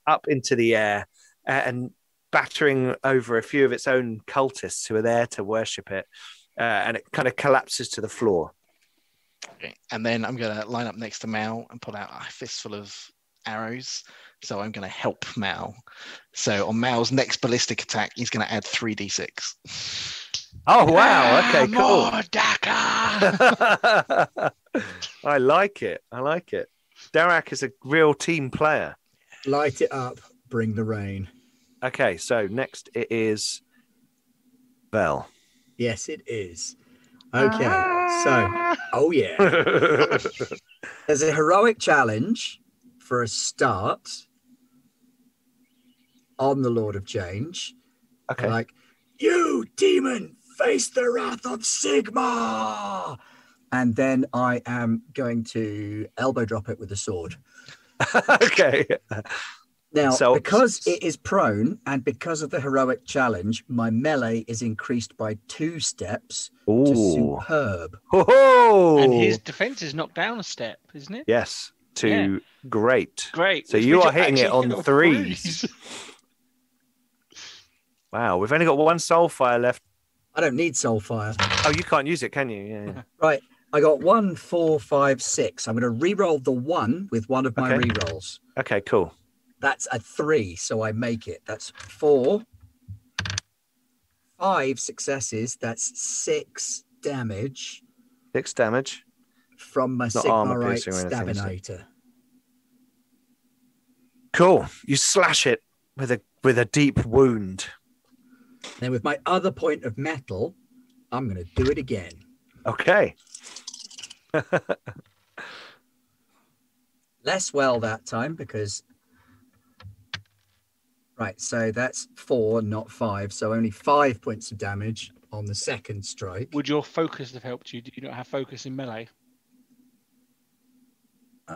Speaker 1: up into the air and battering over a few of its own cultists who are there to worship it. Uh, and it kind of collapses to the floor.
Speaker 4: Okay. And then I'm going to line up next to Mal and pull out a fistful of arrows. So I'm going to help Mal. So on Mal's next ballistic attack, he's going to add 3d6.
Speaker 1: Oh, wow. Okay, cool.
Speaker 2: More Daka!
Speaker 1: I like it. I like it. Darak is a real team player.
Speaker 3: Light it up, bring the rain.
Speaker 1: Okay, so next it is Bell.
Speaker 3: Yes, it is. Okay, so
Speaker 4: Ah.
Speaker 3: oh yeah. There's a heroic challenge for a start on the Lord of Change.
Speaker 1: okay.
Speaker 3: Like, you demon, face the wrath of Sigma. And then I am going to elbow drop it with a sword.
Speaker 1: okay.
Speaker 3: Now,
Speaker 1: So-
Speaker 3: because it is prone and because of the heroic challenge, my melee is increased by two steps to
Speaker 1: Ooh.
Speaker 3: superb.
Speaker 1: Oh.
Speaker 2: And his defense is knocked down a step, isn't it?
Speaker 1: Yes. To great.
Speaker 2: Great.
Speaker 1: So
Speaker 2: which
Speaker 1: you
Speaker 2: means
Speaker 1: are
Speaker 2: you're
Speaker 1: hitting it
Speaker 2: actually
Speaker 1: on
Speaker 2: gonna
Speaker 1: threes.
Speaker 2: freeze.
Speaker 1: Wow. We've only got one soul fire left.
Speaker 3: I don't need soul fire.
Speaker 1: Oh, you can't use it, can you? Yeah.
Speaker 3: Right. I got one, four, five, six. I'm going to re-roll the one with one of my
Speaker 1: Okay.
Speaker 3: re-rolls.
Speaker 1: okay. Cool.
Speaker 3: That's a three, so I make it. That's four, five successes. That's six damage
Speaker 1: Six damage.
Speaker 3: from my
Speaker 1: Not armor-piercing or
Speaker 3: Sigmarite
Speaker 1: anything, is it?
Speaker 3: Stabinator.
Speaker 1: Cool. You slash it with a with a deep wound.
Speaker 3: Then with my other point of metal, I'm going to do it again.
Speaker 1: Okay.
Speaker 3: Less well that time because. Right, so that's four, not five. So only five points of damage on the second strike.
Speaker 2: Would your focus have helped you? Do you not have focus in melee?
Speaker 3: Uh,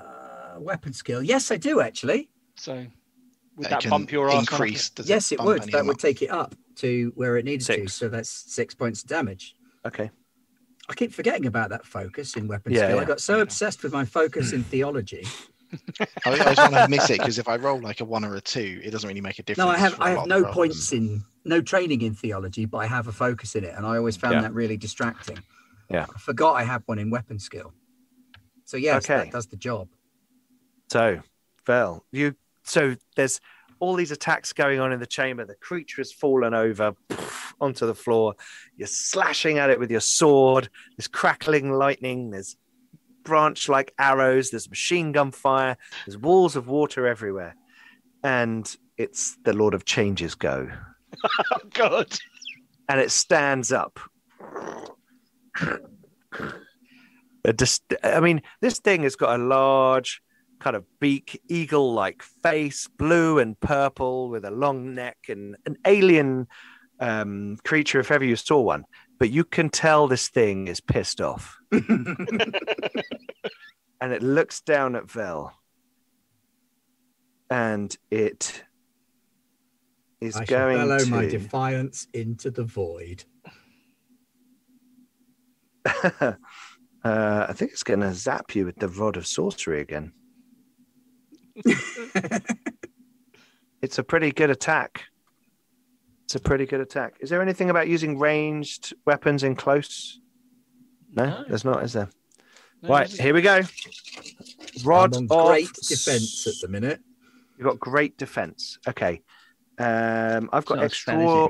Speaker 3: weapon skill. Yes, I do actually.
Speaker 2: So would
Speaker 4: It
Speaker 2: that
Speaker 4: can
Speaker 2: bump your ass
Speaker 4: increase? Does
Speaker 3: yes, it
Speaker 4: bump
Speaker 3: would.
Speaker 4: any
Speaker 3: That
Speaker 4: of
Speaker 3: would take it up to where it needed to.
Speaker 1: Six.
Speaker 3: So that's six points of damage.
Speaker 1: Okay.
Speaker 3: I keep forgetting about that focus in weapon
Speaker 1: Yeah,
Speaker 3: skill. I
Speaker 1: yeah. Hmm.
Speaker 3: got so obsessed with my focus in theology.
Speaker 4: I, I just want to miss it because if I roll like a one or a two, it doesn't really make a difference.
Speaker 3: No, I have
Speaker 4: for a
Speaker 3: I
Speaker 4: lot
Speaker 3: have no
Speaker 4: rather
Speaker 3: points
Speaker 4: than-
Speaker 3: in no training in theology, but I have a focus in it, and I always found
Speaker 1: Yeah.
Speaker 3: that really distracting.
Speaker 1: Yeah.
Speaker 3: I forgot I had one in weapon skill. So yes,
Speaker 1: Okay.
Speaker 3: that does the job.
Speaker 1: So, Vel, you so there's all these attacks going on in the chamber. The creature has fallen over poof, onto the floor. You're slashing at it with your sword. There's crackling lightning. There's branch-like arrows. There's machine gun fire. There's walls of water everywhere, and it's the Lord of Changes go,
Speaker 2: Oh god.
Speaker 1: and it stands up. A dis- I mean, this thing has got a large kind of beak, eagle like face, blue and purple with a long neck and an alien um, creature, if ever you saw one. But you can tell this thing is pissed off. and it looks down at Vel. And it is
Speaker 3: I shall
Speaker 1: going
Speaker 3: bellow
Speaker 1: to.
Speaker 3: my defiance into the void.
Speaker 1: uh, I think it's going to zap you with the rod of sorcery again. it's a pretty good attack. It's a pretty good attack. Is there anything about using ranged weapons in close? No,
Speaker 2: No.
Speaker 1: there's not, is there?
Speaker 2: No,
Speaker 1: right,
Speaker 2: this is-
Speaker 1: here we go. Rod
Speaker 3: I'm
Speaker 1: of
Speaker 3: on great defense at the minute.
Speaker 1: You've got great defense. Okay. Um, I've got
Speaker 5: not as bad as
Speaker 1: extra,
Speaker 5: you.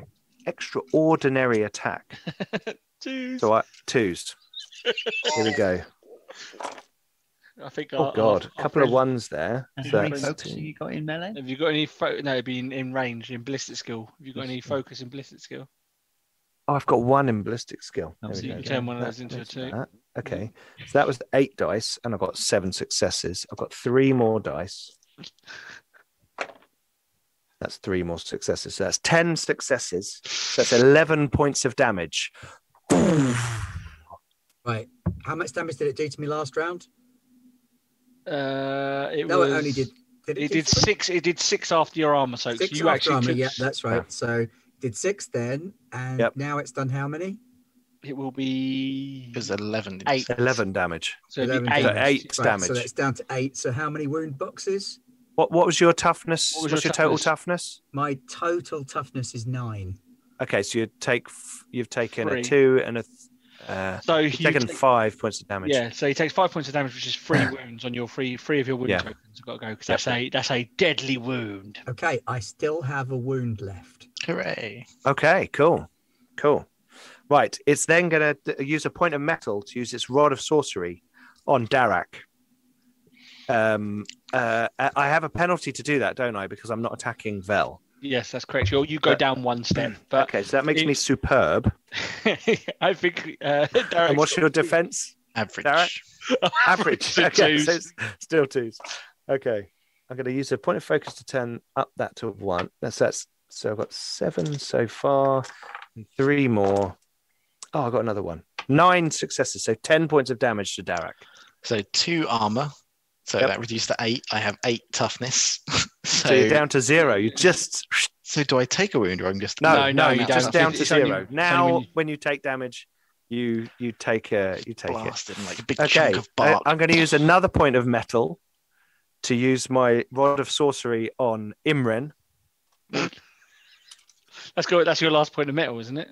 Speaker 1: extraordinary attack.
Speaker 2: Two.
Speaker 1: So I twos. Here we go.
Speaker 2: I think.
Speaker 1: Oh
Speaker 2: our-
Speaker 1: god,
Speaker 2: our-
Speaker 1: a
Speaker 2: our
Speaker 1: couple of
Speaker 2: friend-
Speaker 1: ones there.
Speaker 5: How
Speaker 1: So
Speaker 5: many
Speaker 1: that's
Speaker 5: focus
Speaker 1: two.
Speaker 5: have you got in melee?
Speaker 2: Have you got any? Fo- no, it'd be in, in range in ballistic skill. Have you got any focus in ballistic skill?
Speaker 1: Oh, I've got one in ballistic skill.
Speaker 5: Oh,
Speaker 1: There
Speaker 5: so
Speaker 1: we
Speaker 5: you
Speaker 1: go.
Speaker 5: can turn
Speaker 2: one of
Speaker 1: That-
Speaker 2: those into a
Speaker 1: that's
Speaker 2: two.
Speaker 1: that. Okay, so that was eight dice, and I've got seven successes. I've got three more dice. That's three more successes. So that's ten successes. So that's eleven points of damage.
Speaker 3: Right. How much damage did it do to me last round?
Speaker 2: Uh, it
Speaker 3: No,
Speaker 2: was,
Speaker 3: it only did. Did
Speaker 2: It
Speaker 3: do
Speaker 2: did
Speaker 3: something?
Speaker 2: six. It did six after your armor soak.
Speaker 3: Six
Speaker 2: so you
Speaker 3: after
Speaker 2: actually
Speaker 3: armor,
Speaker 2: took,
Speaker 3: yeah, that's right. So did six then, and
Speaker 1: Yep.
Speaker 3: now it's done how many?
Speaker 2: It will be
Speaker 4: It was eleven. didn't
Speaker 2: eight.
Speaker 4: you say?
Speaker 1: Eleven damage.
Speaker 2: So it'd be
Speaker 3: 11
Speaker 2: eight.
Speaker 1: So eight
Speaker 3: Right,
Speaker 1: damage.
Speaker 3: So that's down to eight. So how many wound boxes?
Speaker 1: What What was your toughness?
Speaker 2: What was
Speaker 1: What's
Speaker 2: your
Speaker 1: your, total toughness?
Speaker 3: My total toughness is nine.
Speaker 1: Okay, so you take f- you've taken
Speaker 2: Three.
Speaker 1: a two and a th- uh,
Speaker 2: So you
Speaker 1: you've taken
Speaker 2: take-
Speaker 1: five points of damage.
Speaker 2: Yeah, so he takes five points of damage, which is three wounds on your three three of your wound
Speaker 1: Yeah.
Speaker 2: tokens. I've got to go because
Speaker 1: Yep.
Speaker 2: that's a that's a deadly wound.
Speaker 3: Okay, I still have a wound left.
Speaker 4: Hooray!
Speaker 1: Okay, cool. Cool. Right. It's then going to use a point of metal to use its rod of sorcery on Darak. Um, uh, I I have a penalty to do that, don't I? Because I'm not attacking Vel.
Speaker 2: Yes, that's correct. You you go
Speaker 1: But-
Speaker 2: down one step, but
Speaker 1: Okay, so that makes
Speaker 2: it-
Speaker 1: me superb.
Speaker 2: I think. Uh,
Speaker 1: And
Speaker 2: Derek's
Speaker 1: what's your
Speaker 2: got two.
Speaker 1: defense?
Speaker 4: Average.
Speaker 1: Derek? Average.
Speaker 2: Still
Speaker 1: okay, so
Speaker 2: twos.
Speaker 1: it's still twos. Okay, I'm going to use a point of focus to turn up that to one. That's that's. So I've got seven so far, and three more. Oh, I got another one. Nine successes, so ten points of damage to Darak.
Speaker 4: So two armor. So
Speaker 1: Yep.
Speaker 4: that reduced to eight. I have eight toughness.
Speaker 1: So,
Speaker 4: So,
Speaker 1: you're down to zero. You just
Speaker 4: so do I take a wound or I'm just
Speaker 1: no,
Speaker 2: No,
Speaker 1: no,
Speaker 2: no,
Speaker 1: you
Speaker 2: you
Speaker 1: just
Speaker 2: don't.
Speaker 1: down to
Speaker 2: It's
Speaker 1: zero.
Speaker 2: only- it's
Speaker 1: now,
Speaker 2: only
Speaker 1: when
Speaker 2: when
Speaker 1: you...
Speaker 2: you-
Speaker 1: take damage, you you take a you take it.
Speaker 4: blasted and like a big
Speaker 1: Okay, uh,
Speaker 4: chunk of
Speaker 1: I,
Speaker 4: bark?
Speaker 1: am going to use another point of metal to use my rod of sorcery on Imren.
Speaker 2: That's good. That's your last point of metal, isn't it?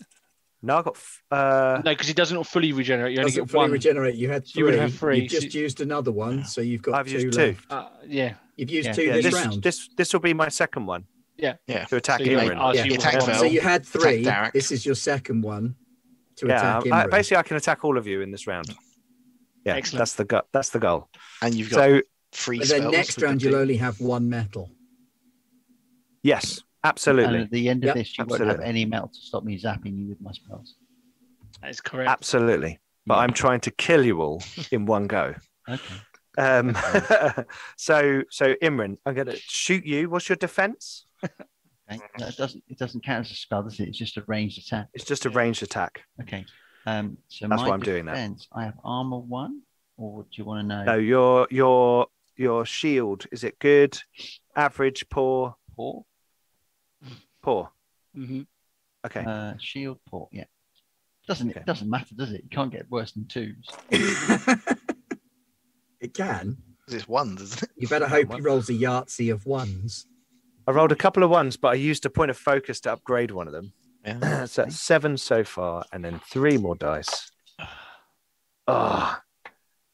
Speaker 1: No, I got f- uh,
Speaker 2: No, because he doesn't fully regenerate. You only
Speaker 3: Doesn't
Speaker 2: get
Speaker 3: fully
Speaker 2: one.
Speaker 3: regenerate. You had three.
Speaker 2: You would have three.
Speaker 3: You've just used another one, so you've got
Speaker 1: I've
Speaker 3: two
Speaker 1: used two.
Speaker 3: left.
Speaker 2: uh, yeah.
Speaker 3: You've used
Speaker 5: Yeah.
Speaker 3: two
Speaker 1: yeah,
Speaker 3: this,
Speaker 1: this
Speaker 3: round.
Speaker 1: this this will be my second one.
Speaker 2: Yeah.
Speaker 4: Yeah.
Speaker 1: To attack
Speaker 2: So you
Speaker 1: Imran.
Speaker 2: make- oh, so
Speaker 3: Yeah.
Speaker 2: you
Speaker 4: It attacks
Speaker 2: want-
Speaker 3: so
Speaker 4: Well,
Speaker 3: you had three.
Speaker 4: Darek.
Speaker 3: This is your second one to
Speaker 1: Yeah,
Speaker 3: attack
Speaker 1: I- I-
Speaker 3: Imran.
Speaker 1: basically I can attack all of you in this round. Yeah,
Speaker 2: Excellent.
Speaker 1: that's the gu- that's the goal.
Speaker 4: And you've got
Speaker 1: So
Speaker 4: three
Speaker 3: but
Speaker 4: spells.
Speaker 3: then next
Speaker 4: we could
Speaker 3: round you'll
Speaker 4: do.
Speaker 3: only have one metal.
Speaker 1: yes,
Speaker 5: And
Speaker 1: absolutely,
Speaker 5: at the end of
Speaker 3: Yep,
Speaker 5: this, you won't
Speaker 1: absolutely.
Speaker 5: have any metal to stop me zapping you with my spells.
Speaker 2: that is correct.
Speaker 1: absolutely. But I'm trying to kill you all in one go.
Speaker 5: Okay.
Speaker 1: Um, so so Imran, I'm going to shoot you. What's your defense?
Speaker 5: okay. No, it doesn't. It doesn't count as a spell, does it? It's just a ranged attack.
Speaker 1: It's just a ranged attack.
Speaker 5: Okay. Um. So
Speaker 1: That's
Speaker 5: my
Speaker 1: why I'm doing that.
Speaker 5: defense, I have armor one, or do you want to know?
Speaker 1: No, your your your shield is it good, average, poor,
Speaker 5: Port.
Speaker 1: poor?
Speaker 2: Mhm.
Speaker 1: Okay.
Speaker 5: Uh, shield port. Yeah. Doesn't
Speaker 1: Okay.
Speaker 5: it? Doesn't matter, does it? You can't get worse than twos.
Speaker 3: it can.
Speaker 4: It's ones, isn't it?
Speaker 3: You better hope he rolls a Yahtzee of ones.
Speaker 1: I rolled a couple of ones, but I used a point of focus to upgrade one of them.
Speaker 4: Yeah.
Speaker 1: so that's seven so far, and then three more dice. Ah,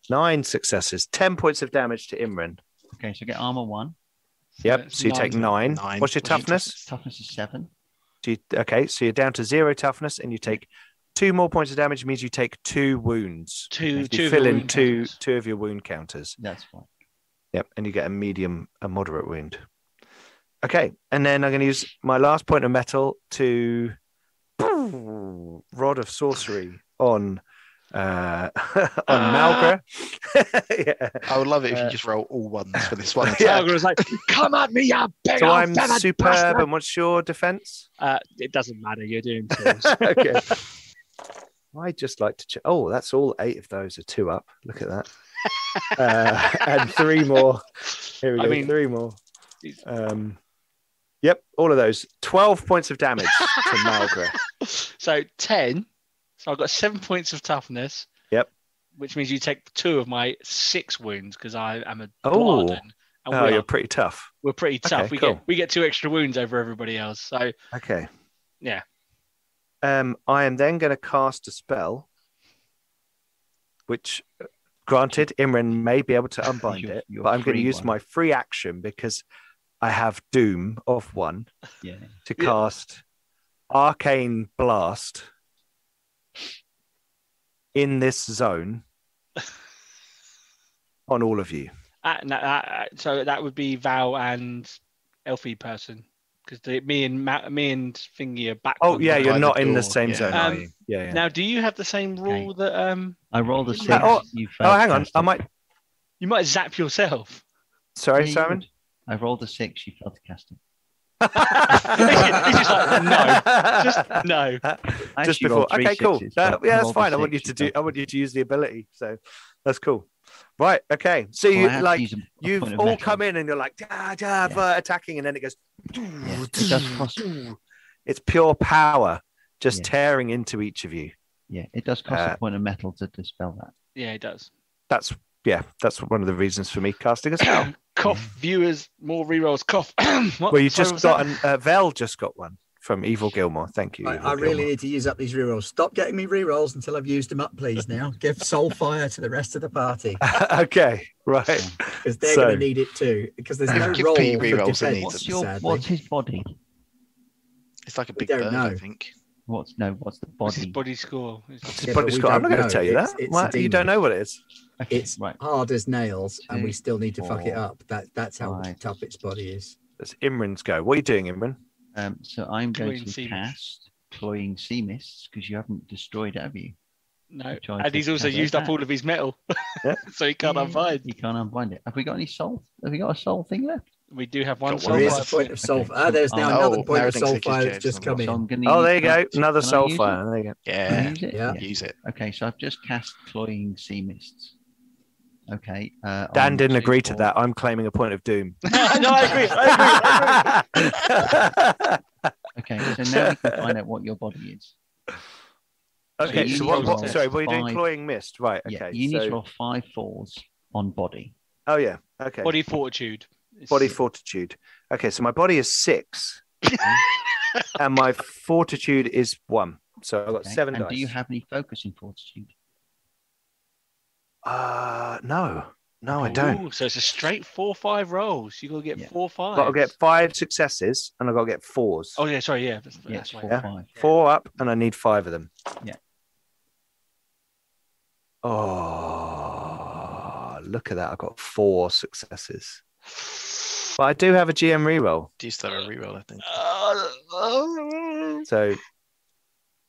Speaker 1: nine successes, ten points of damage to Imran.
Speaker 5: Okay. So get armor one.
Speaker 1: Yep.
Speaker 2: that's
Speaker 1: So you take nine.
Speaker 4: Nine.
Speaker 1: What's your
Speaker 4: What's your
Speaker 1: toughness?
Speaker 5: Toughness is seven.
Speaker 1: Do you, okay, so you're down to zero toughness, and you take two more points of damage. Means you take two wounds.
Speaker 2: Two,
Speaker 1: You
Speaker 2: two of
Speaker 1: fill
Speaker 2: your
Speaker 1: in
Speaker 2: wound
Speaker 1: two
Speaker 2: counters.
Speaker 1: two of your wound counters.
Speaker 5: That's fine.
Speaker 1: Yep, and you get a medium, a moderate wound. Okay, and then I'm going to use my last point of metal to rod of sorcery on uh, on
Speaker 2: Ah.
Speaker 1: Malgra. yeah.
Speaker 4: I would love it if
Speaker 1: Uh,
Speaker 4: you just roll all ones for this one.
Speaker 1: Yeah.
Speaker 4: attack.
Speaker 2: Tiger was like, "Come at me, you big
Speaker 1: So
Speaker 2: old
Speaker 1: I'm
Speaker 2: feathered
Speaker 1: superb.
Speaker 2: bastard."
Speaker 1: And what's your defense?
Speaker 2: Uh, it doesn't matter. You're doing twos.
Speaker 1: okay. I just like to check. Oh, that's all eight of those are two up. Look at that. uh, and three more. Here we
Speaker 2: I
Speaker 1: go.
Speaker 2: mean-
Speaker 1: three more.
Speaker 2: Jeez.
Speaker 1: Um, yep, all of those. 12 points of damage to Malgra.
Speaker 2: so ten. So I've got seven points of toughness.
Speaker 1: Yep.
Speaker 2: Which means you take two of my six wounds because I am a
Speaker 1: Oh.
Speaker 2: blood and, and
Speaker 1: Oh,
Speaker 2: we
Speaker 1: you're
Speaker 2: are,
Speaker 1: pretty tough.
Speaker 2: we're pretty tough.
Speaker 1: Okay,
Speaker 2: we
Speaker 1: cool.
Speaker 2: get we get two extra wounds over everybody else. So
Speaker 1: Okay.
Speaker 2: Yeah.
Speaker 1: Um, I am then going to cast a spell, which, granted, Imran may be able to unbind
Speaker 5: Your-
Speaker 1: it,
Speaker 5: your
Speaker 1: but I'm going to
Speaker 5: free
Speaker 1: use
Speaker 5: one.
Speaker 1: my free action because I have Doom of one
Speaker 5: Yeah.
Speaker 1: to
Speaker 2: Yeah.
Speaker 1: cast Arcane Blast in this zone on all of you.
Speaker 2: uh, no, uh, so that would be Val and Elfie person because me and Ma- me and Thingy are back.
Speaker 1: Oh
Speaker 2: on
Speaker 1: yeah,
Speaker 2: the-
Speaker 1: you're
Speaker 4: by the
Speaker 1: not in the
Speaker 4: door,
Speaker 1: same
Speaker 4: yeah.
Speaker 1: zone, are
Speaker 2: Um,
Speaker 1: you? Yeah. yeah.
Speaker 2: Now, do you have the same rule that um
Speaker 5: I rolled a six.
Speaker 1: oh,
Speaker 5: you
Speaker 1: oh, hang on.
Speaker 5: fantastic.
Speaker 1: I might.
Speaker 2: you might zap yourself?
Speaker 1: Sorry,
Speaker 5: Yeah, you
Speaker 1: Simon.
Speaker 5: would. I rolled a six. You failed to cast it.
Speaker 2: He's just like, no, just no.
Speaker 5: I
Speaker 1: Just
Speaker 5: actually
Speaker 1: before.
Speaker 5: rolled three
Speaker 1: Okay, cool.
Speaker 5: sixes,
Speaker 1: That-
Speaker 5: but
Speaker 1: yeah, that's
Speaker 5: rolled a
Speaker 1: fine. I want you to
Speaker 5: six, you
Speaker 1: do.
Speaker 5: failed
Speaker 1: I want you to use the ability. So that's cool. Right. Okay. So
Speaker 5: Well, I
Speaker 1: you
Speaker 5: had to
Speaker 1: like
Speaker 5: use a- a
Speaker 1: you've
Speaker 5: point of
Speaker 1: all
Speaker 5: metal.
Speaker 1: come in and you're like da, da,
Speaker 5: Yeah.
Speaker 1: for attacking, and then it goes.
Speaker 5: it does cost-
Speaker 1: It's pure power, just
Speaker 5: Yeah.
Speaker 1: tearing into each of you.
Speaker 5: Yeah, it does cost
Speaker 1: Uh,
Speaker 5: a point of metal to dispel that.
Speaker 2: Yeah, it does.
Speaker 1: That's yeah. That's one of the reasons for me casting a spell.
Speaker 2: Cough, viewers, more rerolls. Cough. what?
Speaker 1: well, you
Speaker 2: Sorry,
Speaker 1: just
Speaker 2: what was that?
Speaker 1: got an, uh, Vel just got one from Evil Gilmore. Thank you.
Speaker 3: Right,
Speaker 1: Evil
Speaker 3: I really
Speaker 1: Gilmore.
Speaker 3: need to use up these rerolls. Stop getting me rerolls until I've used them up, please. Now give soul fire to the rest of the party
Speaker 1: okay. Right.
Speaker 3: because they're
Speaker 1: So-
Speaker 3: going to need it too. Because there's no
Speaker 4: Give
Speaker 3: roll
Speaker 4: Pete
Speaker 3: for
Speaker 4: rerolls, he
Speaker 3: defense,
Speaker 4: needs
Speaker 5: What's
Speaker 4: it's
Speaker 5: your
Speaker 3: sadly.
Speaker 5: what's his body?
Speaker 4: It's like a
Speaker 3: We
Speaker 4: big
Speaker 3: don't
Speaker 4: bird,
Speaker 3: know.
Speaker 4: I think.
Speaker 5: What's no? What's the
Speaker 2: What's his
Speaker 5: body?
Speaker 2: body score?
Speaker 3: Yeah,
Speaker 1: But
Speaker 3: but
Speaker 1: it's
Speaker 3: we
Speaker 1: got- I'm
Speaker 3: don't
Speaker 1: not going to
Speaker 3: know.
Speaker 1: tell you
Speaker 3: It's-
Speaker 1: that.
Speaker 3: it's a
Speaker 1: Why- you don't
Speaker 3: demon.
Speaker 1: know what it is.
Speaker 5: Okay,
Speaker 3: It's
Speaker 5: right.
Speaker 3: hard as nails, and we
Speaker 5: Two,
Speaker 3: still need to fuck it
Speaker 5: four,
Speaker 3: up. That that's how
Speaker 5: five.
Speaker 3: tough its body is.
Speaker 1: It's Imran's go. What are you doing, Imran?
Speaker 5: Um, so I'm going
Speaker 2: Cloying
Speaker 5: to
Speaker 2: sea mist.
Speaker 5: cast cloying sea mists because you haven't destroyed it, have you?
Speaker 2: No,
Speaker 5: Try
Speaker 2: and
Speaker 5: to
Speaker 2: he's also
Speaker 5: cover
Speaker 2: used up
Speaker 5: that.
Speaker 2: all of his metal,
Speaker 1: Yeah.
Speaker 2: so he can't unbind.
Speaker 5: You can't unbind it. Have we got any soul? Have we got a soul thing left?
Speaker 2: We do have one.
Speaker 4: Got
Speaker 2: soul
Speaker 4: one
Speaker 3: there is a
Speaker 2: left.
Speaker 3: point of soul.
Speaker 5: Okay,
Speaker 3: Ah,
Speaker 5: so
Speaker 3: there's now
Speaker 5: I'll-
Speaker 3: another
Speaker 4: Oh,
Speaker 3: point
Speaker 4: now
Speaker 3: of
Speaker 4: everything's
Speaker 3: soul
Speaker 4: like
Speaker 3: fire
Speaker 4: it's
Speaker 3: that's just
Speaker 4: Jason
Speaker 3: come
Speaker 5: So
Speaker 3: in.
Speaker 5: I'm going to.
Speaker 1: Oh, there you go. Another soul fire. There you go.
Speaker 5: Can I
Speaker 4: Yeah,
Speaker 5: use it?
Speaker 3: Yeah.
Speaker 4: use it.
Speaker 5: Okay, so I've just cast cloying sea mists. Okay.
Speaker 3: Oh,
Speaker 5: Uh,
Speaker 1: Dan
Speaker 5: on
Speaker 1: didn't
Speaker 5: two,
Speaker 1: agree to
Speaker 5: four.
Speaker 1: that. I'm claiming a point of doom.
Speaker 2: no, I agree. I agree. I agree.
Speaker 5: Okay, so now we can find out what your body is.
Speaker 1: okay,
Speaker 5: you
Speaker 1: so
Speaker 5: need
Speaker 1: what,
Speaker 5: to
Speaker 1: what-
Speaker 5: roll
Speaker 1: sorry, what are you doing?
Speaker 5: five-
Speaker 1: Cloying mist, right? Okay,
Speaker 5: yeah, you
Speaker 1: so,
Speaker 5: need to roll five fours on body.
Speaker 1: oh yeah, okay, body,
Speaker 2: Body fortitude. It's-
Speaker 1: fortitude. Okay, so my body is six, and my fortitude is one. So I've got
Speaker 5: Mm-hmm. okay?
Speaker 1: seven
Speaker 5: and
Speaker 1: dice.
Speaker 5: do you have any focus in fortitude?
Speaker 1: Uh, no, no, I don't.
Speaker 2: Ooh, so it's a straight four five rolls. You gotta get
Speaker 5: Yeah.
Speaker 2: four five.
Speaker 1: I've got to get five successes, and I've got to get fours.
Speaker 2: Oh yeah, sorry, yeah. That's,
Speaker 5: Yeah,
Speaker 2: that's right.
Speaker 5: it's four
Speaker 1: Yeah.
Speaker 5: five.
Speaker 1: Four up, and I need five of them.
Speaker 5: Yeah.
Speaker 1: Oh, look at that! I've got four successes, but I do have a GM reroll.
Speaker 4: Do you still have a reroll? I think.
Speaker 2: Oh.
Speaker 1: So,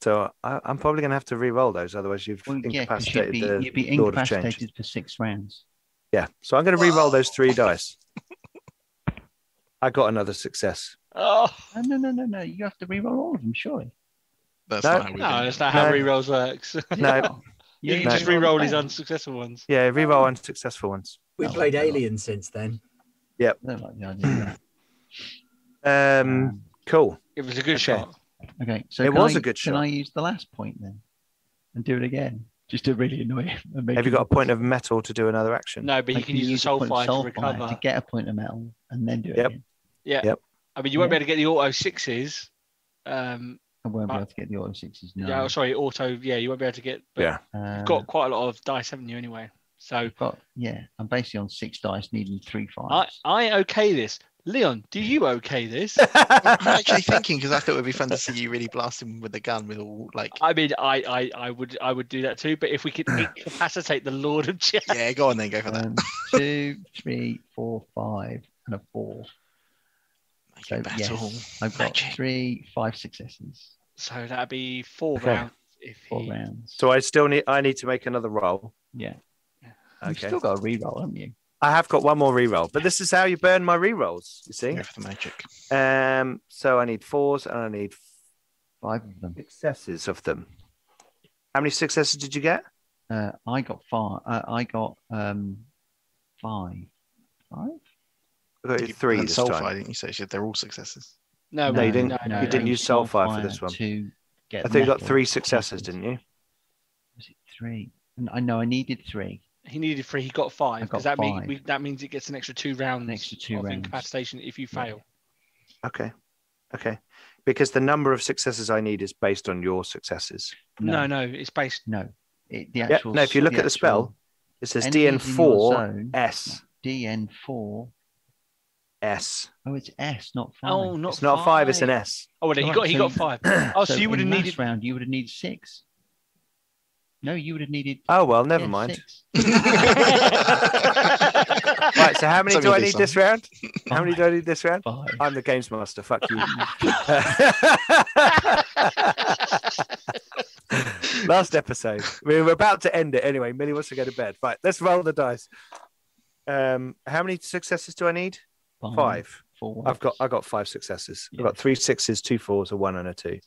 Speaker 1: so I, I'm probably going to have to re-roll those, otherwise you've
Speaker 5: Well, yeah, 'cause you'd
Speaker 1: incapacitated
Speaker 5: be,
Speaker 1: the
Speaker 5: you'd be
Speaker 1: Lord of Change.
Speaker 5: incapacitated for six rounds.
Speaker 1: Yeah, so I'm going to re-roll those three dice. I got another success.
Speaker 2: Oh
Speaker 5: No, Uh, no, no, no, no. You have to re-roll all of them, surely.
Speaker 4: That's
Speaker 1: No.
Speaker 4: not how we
Speaker 2: no,
Speaker 4: do
Speaker 2: that's
Speaker 4: it.
Speaker 2: not how
Speaker 1: No.
Speaker 2: re rolls works.
Speaker 1: No.
Speaker 2: you
Speaker 5: Yeah,
Speaker 2: can
Speaker 1: No.
Speaker 2: just re-roll his
Speaker 5: them.
Speaker 2: unsuccessful ones.
Speaker 1: Yeah, re-roll unsuccessful ones.
Speaker 3: We've
Speaker 5: Oh,
Speaker 3: played
Speaker 5: well.
Speaker 3: Alien since then.
Speaker 5: I don't like the idea of that.
Speaker 1: Um,
Speaker 5: Um,
Speaker 1: cool.
Speaker 2: It was a good
Speaker 1: Okay.
Speaker 2: shot.
Speaker 5: okay, so
Speaker 1: it
Speaker 5: can
Speaker 1: was
Speaker 5: I-
Speaker 1: a good
Speaker 5: Can
Speaker 1: shot.
Speaker 5: I use the last point then, and do it again, just to really annoy him? and make
Speaker 1: Have you
Speaker 5: him-
Speaker 1: got a point of metal to do another action?
Speaker 2: No, but you
Speaker 5: like,
Speaker 2: can use the
Speaker 5: a
Speaker 2: soul
Speaker 5: point of
Speaker 2: fire to
Speaker 5: soul fire
Speaker 2: recover.
Speaker 5: to get a point of metal, and then do it.
Speaker 1: Yep.
Speaker 5: Again.
Speaker 2: Yeah.
Speaker 1: Yep.
Speaker 2: I mean you won't be able to get the auto sixes. Um
Speaker 5: I won't be
Speaker 2: Uh,
Speaker 5: able to get the auto sixes now.
Speaker 2: yeah, oh, sorry, auto yeah, you won't be able to get but
Speaker 1: Yeah.
Speaker 5: Uh,
Speaker 2: you've got quite a lot of dice, haven't you, anyway? So
Speaker 5: got- yeah, I'm basically on six dice, needing three
Speaker 2: I,
Speaker 5: fives.
Speaker 2: I okay this. Leon, do you okay this?
Speaker 4: I'm actually thinking because I thought it would be fun to see you really blast him with a gun with all like.
Speaker 2: I mean, I, I, I would I would do that too, but if we could incapacitate the Lord of Change,
Speaker 4: Yeah, go on then, go for that.
Speaker 5: Um, two, three, four, five, and a four.
Speaker 4: Make
Speaker 5: So
Speaker 4: it battle.
Speaker 5: yes, I've got
Speaker 4: Magic.
Speaker 5: three, five successes,
Speaker 2: so that'd be four
Speaker 1: Okay.
Speaker 2: rounds. If
Speaker 5: four
Speaker 2: he,
Speaker 5: rounds.
Speaker 1: So I still need. I need to make another roll.
Speaker 5: yeah, you've
Speaker 1: Okay.
Speaker 5: still got a reroll, haven't you?
Speaker 1: I have got one more reroll, but this is how you burn my rerolls. You see.
Speaker 4: Go for the magic.
Speaker 1: Um. So I need fours and I need
Speaker 5: Five of them.
Speaker 1: successes of them. How many successes did you get?
Speaker 5: Uh, I got five. Uh, I got um, five. Five?
Speaker 1: I got
Speaker 4: You
Speaker 1: you three
Speaker 4: planned
Speaker 1: this
Speaker 4: Soulfire,
Speaker 1: time.
Speaker 4: didn't you say? So They're all successes.
Speaker 2: no,
Speaker 1: No, you didn't-
Speaker 2: Uh, No,
Speaker 1: you didn't
Speaker 5: it
Speaker 1: use
Speaker 5: was
Speaker 1: soul fire for
Speaker 5: fire
Speaker 1: this one.
Speaker 5: to
Speaker 1: I
Speaker 5: get
Speaker 1: think you got
Speaker 5: metal.
Speaker 1: three successes, didn't you?
Speaker 5: Was it three? N- I know I needed three.
Speaker 2: He needed three. He got five.
Speaker 5: got
Speaker 2: Because that means
Speaker 5: five.
Speaker 2: we, that means it gets an extra two rounds.
Speaker 5: extra two
Speaker 2: of
Speaker 5: rounds.
Speaker 2: incapacitation if you
Speaker 5: Yeah.
Speaker 2: fail.
Speaker 1: Okay. Okay. Because the number of successes I need is based on your successes.
Speaker 2: No, no, it's based.
Speaker 5: no. It, the
Speaker 1: Yeah,
Speaker 5: actual.
Speaker 1: no, if you
Speaker 5: s-
Speaker 1: look at the spell,
Speaker 5: actual
Speaker 1: It says
Speaker 5: enemies in your
Speaker 1: DN4
Speaker 5: zone-
Speaker 1: S
Speaker 5: DN four.
Speaker 1: S.
Speaker 5: Oh, it's S, not five.
Speaker 2: Oh, not
Speaker 1: It's not five, it's an S.
Speaker 2: Oh, well, he
Speaker 5: Right,
Speaker 2: got he
Speaker 5: so
Speaker 2: got
Speaker 5: you-
Speaker 2: five. Oh, so, you would have
Speaker 5: in last
Speaker 2: needed.
Speaker 5: round. You would have needed six. No, you would have needed.
Speaker 1: Oh well, never
Speaker 5: yeah,
Speaker 1: mind.
Speaker 5: six.
Speaker 1: Right, so how many
Speaker 4: Something
Speaker 1: do I
Speaker 4: you do,
Speaker 1: need
Speaker 4: son.
Speaker 1: this round? How many do I need this round?
Speaker 5: Five.
Speaker 1: I'm the games master. Fuck you. Last episode. We were about to end it anyway. Millie wants to go to bed. Right, let's roll the dice. Um, how many successes do I need? Five.
Speaker 5: Four.
Speaker 1: I've got I got five successes.
Speaker 5: Oh. Yeah.
Speaker 1: I've got three sixes, two fours, a one and a two.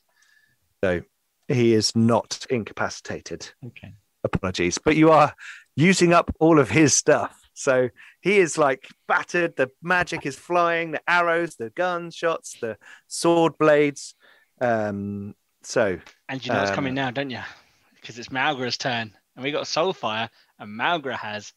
Speaker 1: So he is not incapacitated.
Speaker 5: Okay.
Speaker 1: Apologies. But you are using up all of his stuff. So he is like battered, the magic is flying, the arrows, the gun shots, the sword blades. Um so
Speaker 2: And you know it's coming
Speaker 1: Um,
Speaker 2: now, don't you? Because it's Malgra's turn, and we got Soulfire, and Malgra has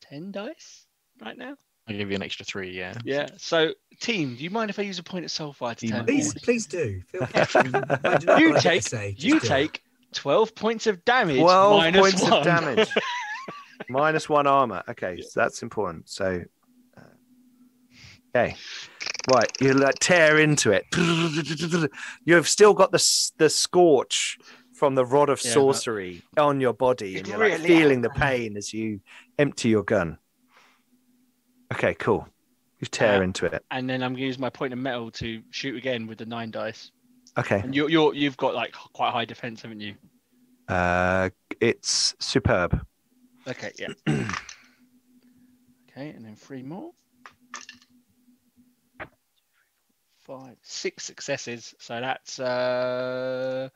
Speaker 2: ten dice right now.
Speaker 4: I'll give you an extra three, yeah.
Speaker 2: Yeah. So, team, do you mind if I use a point at Soulfire to
Speaker 5: You
Speaker 2: turn?
Speaker 5: might.
Speaker 2: it
Speaker 3: Please,
Speaker 2: on?
Speaker 3: please do. Feel free. I do not
Speaker 2: You
Speaker 3: know what to
Speaker 2: take-
Speaker 3: say, just
Speaker 2: You
Speaker 3: do it.
Speaker 2: take twelve points of damage.
Speaker 1: 12
Speaker 2: minus
Speaker 1: points
Speaker 2: one.
Speaker 1: of damage. minus one armor. Okay, so that's important. So, uh, okay, right, you like, tear into it. You have still got the s- the scorch from the rod of
Speaker 2: Yeah, that-
Speaker 1: sorcery on your body, and
Speaker 2: It
Speaker 1: you're like,
Speaker 2: really
Speaker 1: feeling the pain as you empty your gun. Okay, cool. You tear
Speaker 2: Uh,
Speaker 1: into it.
Speaker 2: And then I'm gonna use my point of metal to shoot again with the nine dice.
Speaker 1: Okay,
Speaker 2: And you're, you're you've got like quite high defense, haven't you?
Speaker 1: uh, it's superb.
Speaker 2: Okay. Yeah. okay, and then three more. Five, six successes. So that's uh,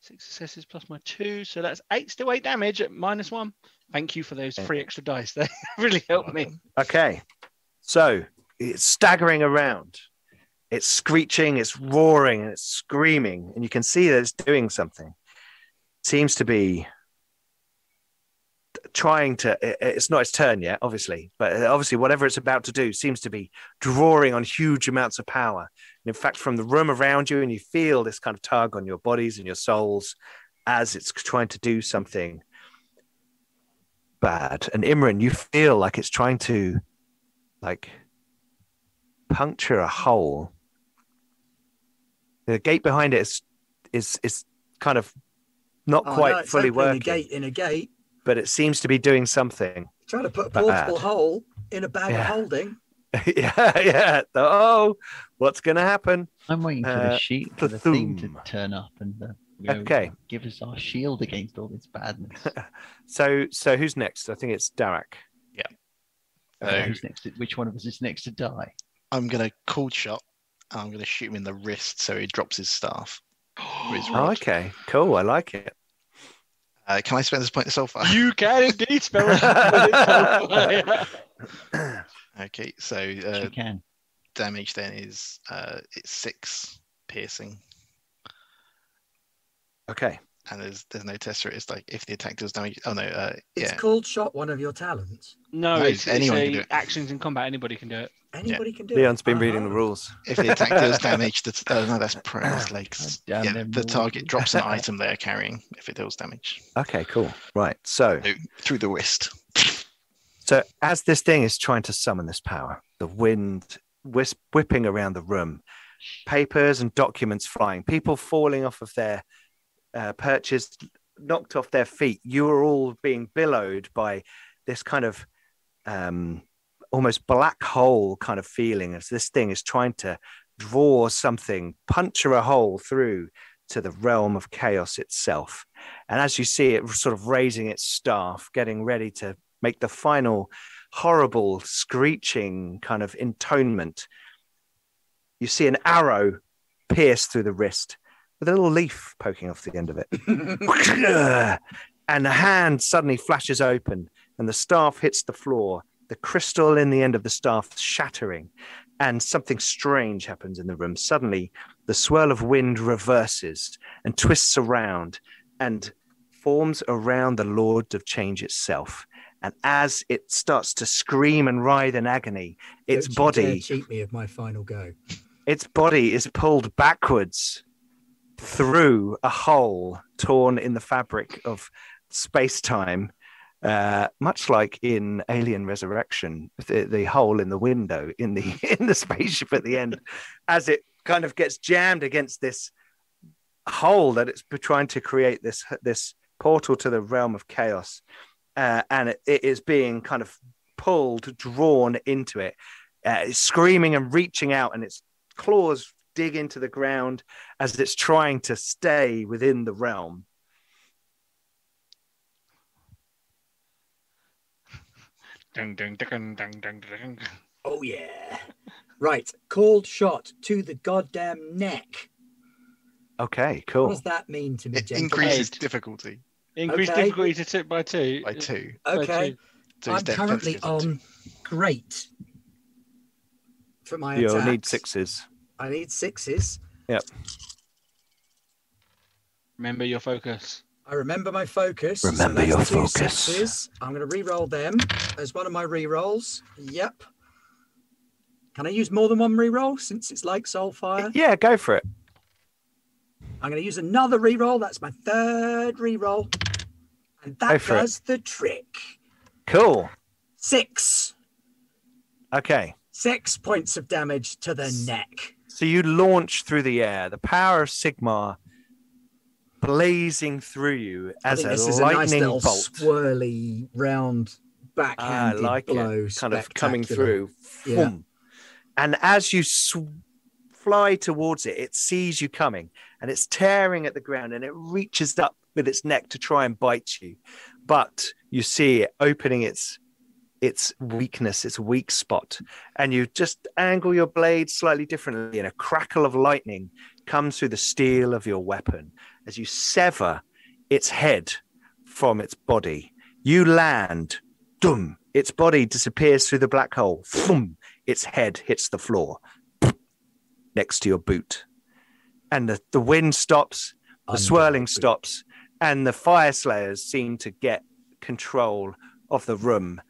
Speaker 2: six successes plus my two. So that's eight, still eight damage at minus one. Thank you for those three extra dice. They really helped me.
Speaker 1: Okay. So it's staggering around. It's screeching, it's roaring, and it's screaming. And you can see that it's doing something. Seems to be trying to, i- i- it's not its turn yet, obviously, but uh, obviously, whatever it's about to do seems to be drawing on huge amounts of power. And in fact, from the room around you, and you feel this kind of tug on your bodies and your souls as it's trying to do something bad. And Imran, you feel like it's trying to like puncture a hole. The gate behind it is is is kind of not
Speaker 3: Oh,
Speaker 1: quite
Speaker 3: no, it's
Speaker 1: fully
Speaker 3: opening a
Speaker 1: working,
Speaker 3: gate in a gate.
Speaker 1: but it seems to be doing something.
Speaker 3: Trying to put a
Speaker 1: Bad.
Speaker 3: portable hole in a bag
Speaker 1: Yeah.
Speaker 3: of holding.
Speaker 1: yeah, yeah. Oh, what's going to happen?
Speaker 5: I'm waiting for
Speaker 1: Uh,
Speaker 5: the sheet for the theme to
Speaker 1: Bethune.
Speaker 5: turn up and uh, go,
Speaker 1: Okay.
Speaker 5: give us our shield against all this badness. Uh,
Speaker 1: So, so who's next? I think it's Derek.
Speaker 5: Okay,
Speaker 4: So
Speaker 5: who's next to- which one of us is next to die?
Speaker 4: I'm going to cold shot. and I'm going to shoot him in the wrist so he drops his staff. Riz
Speaker 1: Oh,
Speaker 4: Rod.
Speaker 1: okay, cool. I like it.
Speaker 4: Uh, can I spend this point of soulfire?
Speaker 2: You can indeed spell it.
Speaker 4: Okay, so
Speaker 5: Yes,
Speaker 4: uh,
Speaker 5: we can.
Speaker 4: damage then is uh, it's six piercing,
Speaker 1: Okay.
Speaker 4: and there's there's no test for it. It's like if the attack does damage. Oh no, uh,
Speaker 3: It's
Speaker 4: yeah,
Speaker 3: called shot one of your talents.
Speaker 2: No,
Speaker 4: No,
Speaker 2: it's,
Speaker 4: anyone can
Speaker 2: it's
Speaker 4: do
Speaker 2: a,
Speaker 4: it.
Speaker 2: actions in combat. Anybody can do it.
Speaker 3: Anybody can do it.
Speaker 1: Leon's been reading the
Speaker 3: Uh-huh.
Speaker 1: rules.
Speaker 4: if the attack does damage, the oh no, that's pro. That's legs.
Speaker 5: God damn
Speaker 4: yeah,
Speaker 5: them
Speaker 4: the
Speaker 5: rules.
Speaker 4: target drops an item they are carrying if it deals damage
Speaker 1: Okay, cool. Right. So,
Speaker 4: So, through the wrist.
Speaker 1: So as this thing is trying to summon this power, the wind wisp- whipping around the room, papers and documents flying, people falling off of their uh, perches, knocked off their feet. You are all being billowed by this kind of um, almost black hole kind of feeling as this thing is trying to draw something, puncture a hole through to the realm of chaos itself. And as you see it sort of raising its staff, getting ready to make the final horrible screeching kind of intonement. You see an arrow pierce through the wrist with a little leaf poking off the end of it. and the hand suddenly flashes open and the staff hits the floor, the crystal in the end of the staff shattering. And something strange happens in the room. Suddenly, the swirl of wind reverses and twists around and forms around the Lord of Change itself. And as it starts to scream and writhe in agony, its
Speaker 3: Don't you dare
Speaker 1: body,
Speaker 3: cheat me of my final go.
Speaker 1: its body is pulled backwards through a hole torn in the fabric of space-time, uh, much like in Alien Resurrection, the, the hole in the window in the in the spaceship at the end, as it kind of gets jammed against this hole that it's been trying to create this this portal to the realm of chaos, uh, and it, it is being kind of pulled, drawn into it. Uh, it's screaming and reaching out, and its claws dig into the ground as it's trying to stay within the realm.
Speaker 2: Dun, dun, dun, dun, dun, dun.
Speaker 3: Oh yeah. Right. Called shot to the goddamn neck.
Speaker 1: Okay,
Speaker 3: What
Speaker 1: cool.
Speaker 3: does that mean to me,
Speaker 4: It
Speaker 3: James?
Speaker 4: increases
Speaker 2: Eight.
Speaker 4: difficulty
Speaker 2: Increase
Speaker 3: Okay.
Speaker 2: difficulty to tip by two.
Speaker 4: by two.
Speaker 2: By
Speaker 3: Okay.
Speaker 4: So his
Speaker 3: I'm
Speaker 4: defense
Speaker 3: currently
Speaker 4: goes up two.
Speaker 3: on great for my
Speaker 1: You'll
Speaker 3: attacks.
Speaker 1: need sixes.
Speaker 3: I need sixes.
Speaker 2: Remember your focus.
Speaker 3: I remember my focus.
Speaker 1: Remember your
Speaker 3: that's two
Speaker 1: focus.
Speaker 3: sixes. I'm going to re-roll them as one of my re-rolls. Yep. Can I use more than one re-roll since it's like Soulfire?
Speaker 1: Yeah, go for it.
Speaker 3: I'm going to use another re-roll. That's my third re-roll, and
Speaker 1: Go
Speaker 3: that
Speaker 1: for it.
Speaker 3: does the trick.
Speaker 1: Cool.
Speaker 3: Six,
Speaker 1: Okay.
Speaker 3: six points of damage to the neck.
Speaker 1: So you launch through the air, the power of Sigma blazing through you as
Speaker 3: I
Speaker 1: a
Speaker 3: think this is a nice
Speaker 1: lightning
Speaker 3: little
Speaker 1: bolt.
Speaker 3: swirly round
Speaker 1: I
Speaker 3: backhanded
Speaker 1: Ah, like
Speaker 3: blow,
Speaker 1: it, kind of coming
Speaker 3: spectacular.
Speaker 1: through.
Speaker 3: Yeah.
Speaker 1: Boom. And as you sw- fly towards it, it sees you coming and it's tearing at the ground and it reaches up with its neck to try and bite you. But you see it opening its its weakness, its weak spot, and you just angle your blade slightly differently, and a crackle of lightning comes through the steel of your weapon as you sever its head from its body You land. Dum. Its body disappears through the black hole. Thum. Its head hits the floor next to your boot. And the, the wind stops, the
Speaker 3: Under
Speaker 1: swirling
Speaker 3: my boot.
Speaker 1: stops, and the fire slayers seem to get control of the room,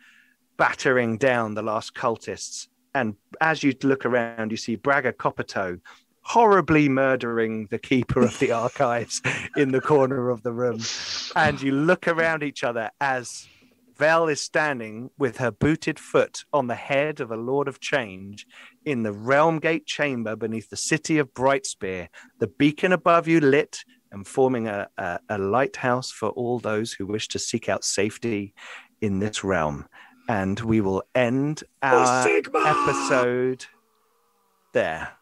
Speaker 1: battering down the last cultists. And as you look around, you see Braga Coppertoe horribly murdering the keeper of the archives in the corner of the room. And you look around each other as Vel is standing with her booted foot on the head of a Lord of Change in the realm gate chamber beneath the city of Brightspear, the beacon above you lit and forming a, a, a lighthouse for all those who wish to seek out safety in this realm. And we will end our
Speaker 3: Sigma!
Speaker 1: Uh, episode there.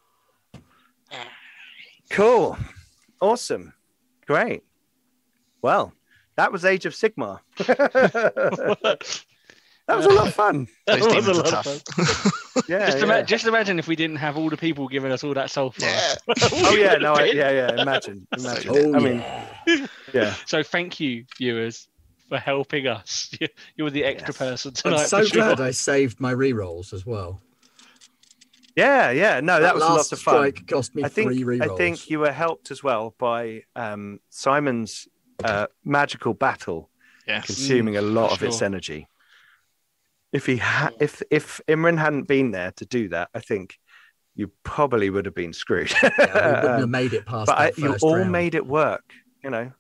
Speaker 1: Cool. Awesome. Great. Well, that was Age of Sigma. that was a lot of fun.
Speaker 2: That
Speaker 4: Those
Speaker 2: was a
Speaker 4: demons
Speaker 2: lot
Speaker 4: are
Speaker 2: of
Speaker 4: tough.
Speaker 2: fun.
Speaker 1: Yeah.
Speaker 2: just,
Speaker 1: yeah.
Speaker 2: ima- just imagine if we didn't have all the people giving us all that soul fire.
Speaker 4: Yeah.
Speaker 1: oh yeah, no, I, yeah, yeah. Imagine, imagine.
Speaker 3: Oh,
Speaker 1: I mean,
Speaker 3: yeah.
Speaker 1: yeah.
Speaker 2: So thank you, viewers, for helping us. You- You're the extra
Speaker 1: Yes.
Speaker 2: person tonight.
Speaker 3: I'm so
Speaker 2: for sure.
Speaker 3: glad I saved my rerolls as well.
Speaker 1: Yeah, yeah. No, Oh, that, was
Speaker 3: last
Speaker 1: lots of fun.
Speaker 3: strike cost me
Speaker 1: I think
Speaker 3: three
Speaker 1: I
Speaker 3: rerolls.
Speaker 1: think you were helped as well by um, Simon's uh, magical battle
Speaker 4: Yes.
Speaker 1: consuming a lot of its
Speaker 2: sure.
Speaker 1: energy. If he ha- if if Imran hadn't been there to do that, I think you probably would have been screwed.
Speaker 3: yeah, we wouldn't have made it past.
Speaker 1: but I,
Speaker 3: that
Speaker 1: you
Speaker 3: first
Speaker 1: all
Speaker 3: round.
Speaker 1: made it work you know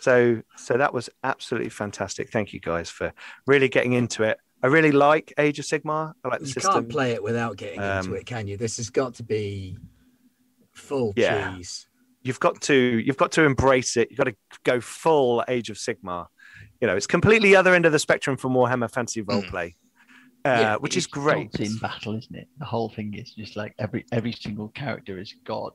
Speaker 1: so so that was absolutely fantastic thank you guys for really getting into it i really like age of sigma i like the
Speaker 3: You
Speaker 1: system
Speaker 3: can't play it without getting
Speaker 1: Um,
Speaker 3: into it, can you? This has got to be full
Speaker 1: Yeah.
Speaker 3: cheese.
Speaker 1: you've got to you've got to embrace it you've got to go full age of sigma you know it's completely other end of the spectrum from warhammer fantasy roleplay uh,
Speaker 3: Mm. Yeah,
Speaker 1: which
Speaker 5: It
Speaker 1: is great
Speaker 5: gods in battle, isn't it? The whole thing is just like every every single character is god.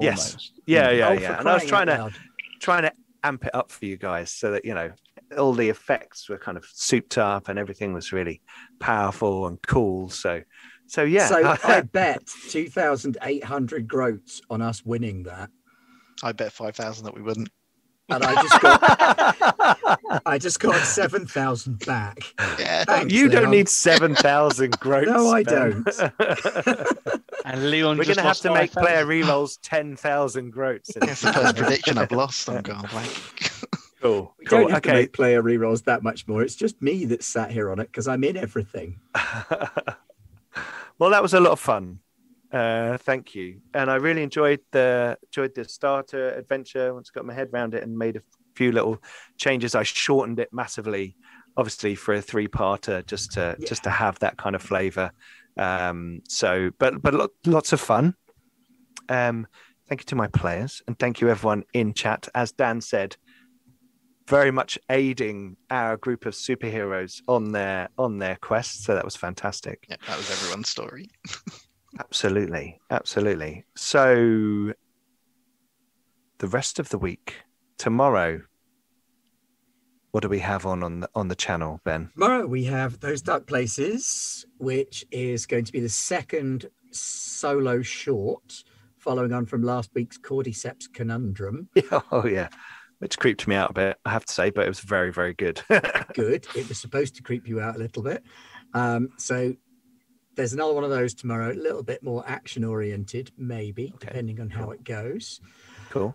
Speaker 1: Yes.
Speaker 5: Almost.
Speaker 1: yeah
Speaker 3: Oh,
Speaker 1: yeah
Speaker 3: for
Speaker 1: yeah and i was
Speaker 3: crying
Speaker 1: trying
Speaker 3: out
Speaker 1: to
Speaker 3: loud.
Speaker 1: trying to amp it up for you guys so that you know all the effects were kind of souped up and everything was really powerful and cool so so yeah
Speaker 3: So I bet 2,800 groats on us winning that.
Speaker 4: I bet 5,000 that we wouldn't.
Speaker 3: And I just got, I just got 7,000 back.
Speaker 4: Yeah.
Speaker 3: Thanks,
Speaker 1: you don't need
Speaker 3: Leon.
Speaker 1: 7000 groats
Speaker 3: No, I
Speaker 1: Ben.
Speaker 2: And Leon,
Speaker 1: we're
Speaker 2: just
Speaker 1: gonna have
Speaker 2: lost
Speaker 1: to make
Speaker 2: 5,000.
Speaker 1: player rerolls 10000 groats in
Speaker 4: That's the first prediction I've lost. I'm going blank.
Speaker 1: cool
Speaker 3: We don't
Speaker 1: cool
Speaker 3: have to
Speaker 1: okay
Speaker 3: make player rerolls that much more. It's just me that's sat here on it because I'm in everything.
Speaker 1: well, that was a lot of fun. Uh, thank you, and I really enjoyed the enjoyed the starter adventure. Once I got my head around it and made a few little changes, I shortened it massively, obviously for a three parter, just to
Speaker 3: Yeah.
Speaker 1: just to have that kind of flavour. Um, so, but but lot, lots of fun. Um, thank you to my players, and thank you everyone in chat. As Dan said, very much aiding our group of superheroes on their on their quest. So that was fantastic.
Speaker 4: Yeah, that was everyone's story.
Speaker 1: Absolutely, absolutely. So the rest of the week, tomorrow, what do we have on on the, on the channel, Ben?
Speaker 3: Tomorrow we have Those Dark Places, which is going to be the second solo short following on from last week's Cordyceps Conundrum.
Speaker 1: oh yeah, which creeped me out a bit, I have to say, but it was very very good.
Speaker 3: good. It was supposed to creep you out a little bit. Um, so there's another one of those tomorrow, a little bit more action oriented, maybe,
Speaker 1: Okay,
Speaker 3: depending on how
Speaker 1: cool.
Speaker 3: it goes.
Speaker 1: cool.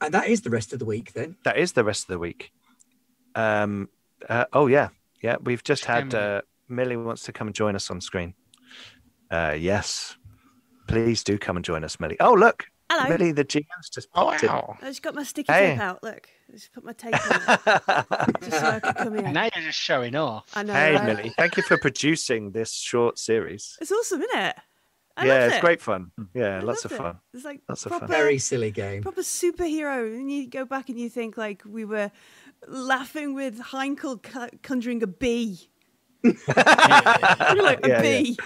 Speaker 3: And that is the rest of the week then.
Speaker 1: That is the rest of the week. Um. Uh, oh yeah, yeah. We've just had
Speaker 2: Emily.
Speaker 1: uh, Millie wants to come and join us on screen. Uh, yes, please do come and join us, Millie. Oh look,
Speaker 6: Hello.
Speaker 1: Millie, the GM's just popped in.
Speaker 6: I just got my sticky
Speaker 1: Hey.
Speaker 6: tape out. Look, I just put my tape on just so I could come in.
Speaker 2: Now you're just showing off.
Speaker 6: I know.
Speaker 1: hey,
Speaker 6: right?
Speaker 1: Millie, thank you for producing this short series.
Speaker 6: It's awesome, isn't it? I
Speaker 1: yeah,
Speaker 6: loved
Speaker 1: it's
Speaker 6: it.
Speaker 1: great fun. Yeah,
Speaker 6: I
Speaker 1: lots of
Speaker 6: loved it.
Speaker 1: fun.
Speaker 6: It's like
Speaker 1: Lots of fun.
Speaker 6: proper,
Speaker 3: Very silly game.
Speaker 6: proper superhero. And you go back and you think like we were laughing with Heinkel cu- conjuring a bee, You're like a
Speaker 1: yeah, yeah,
Speaker 6: bee.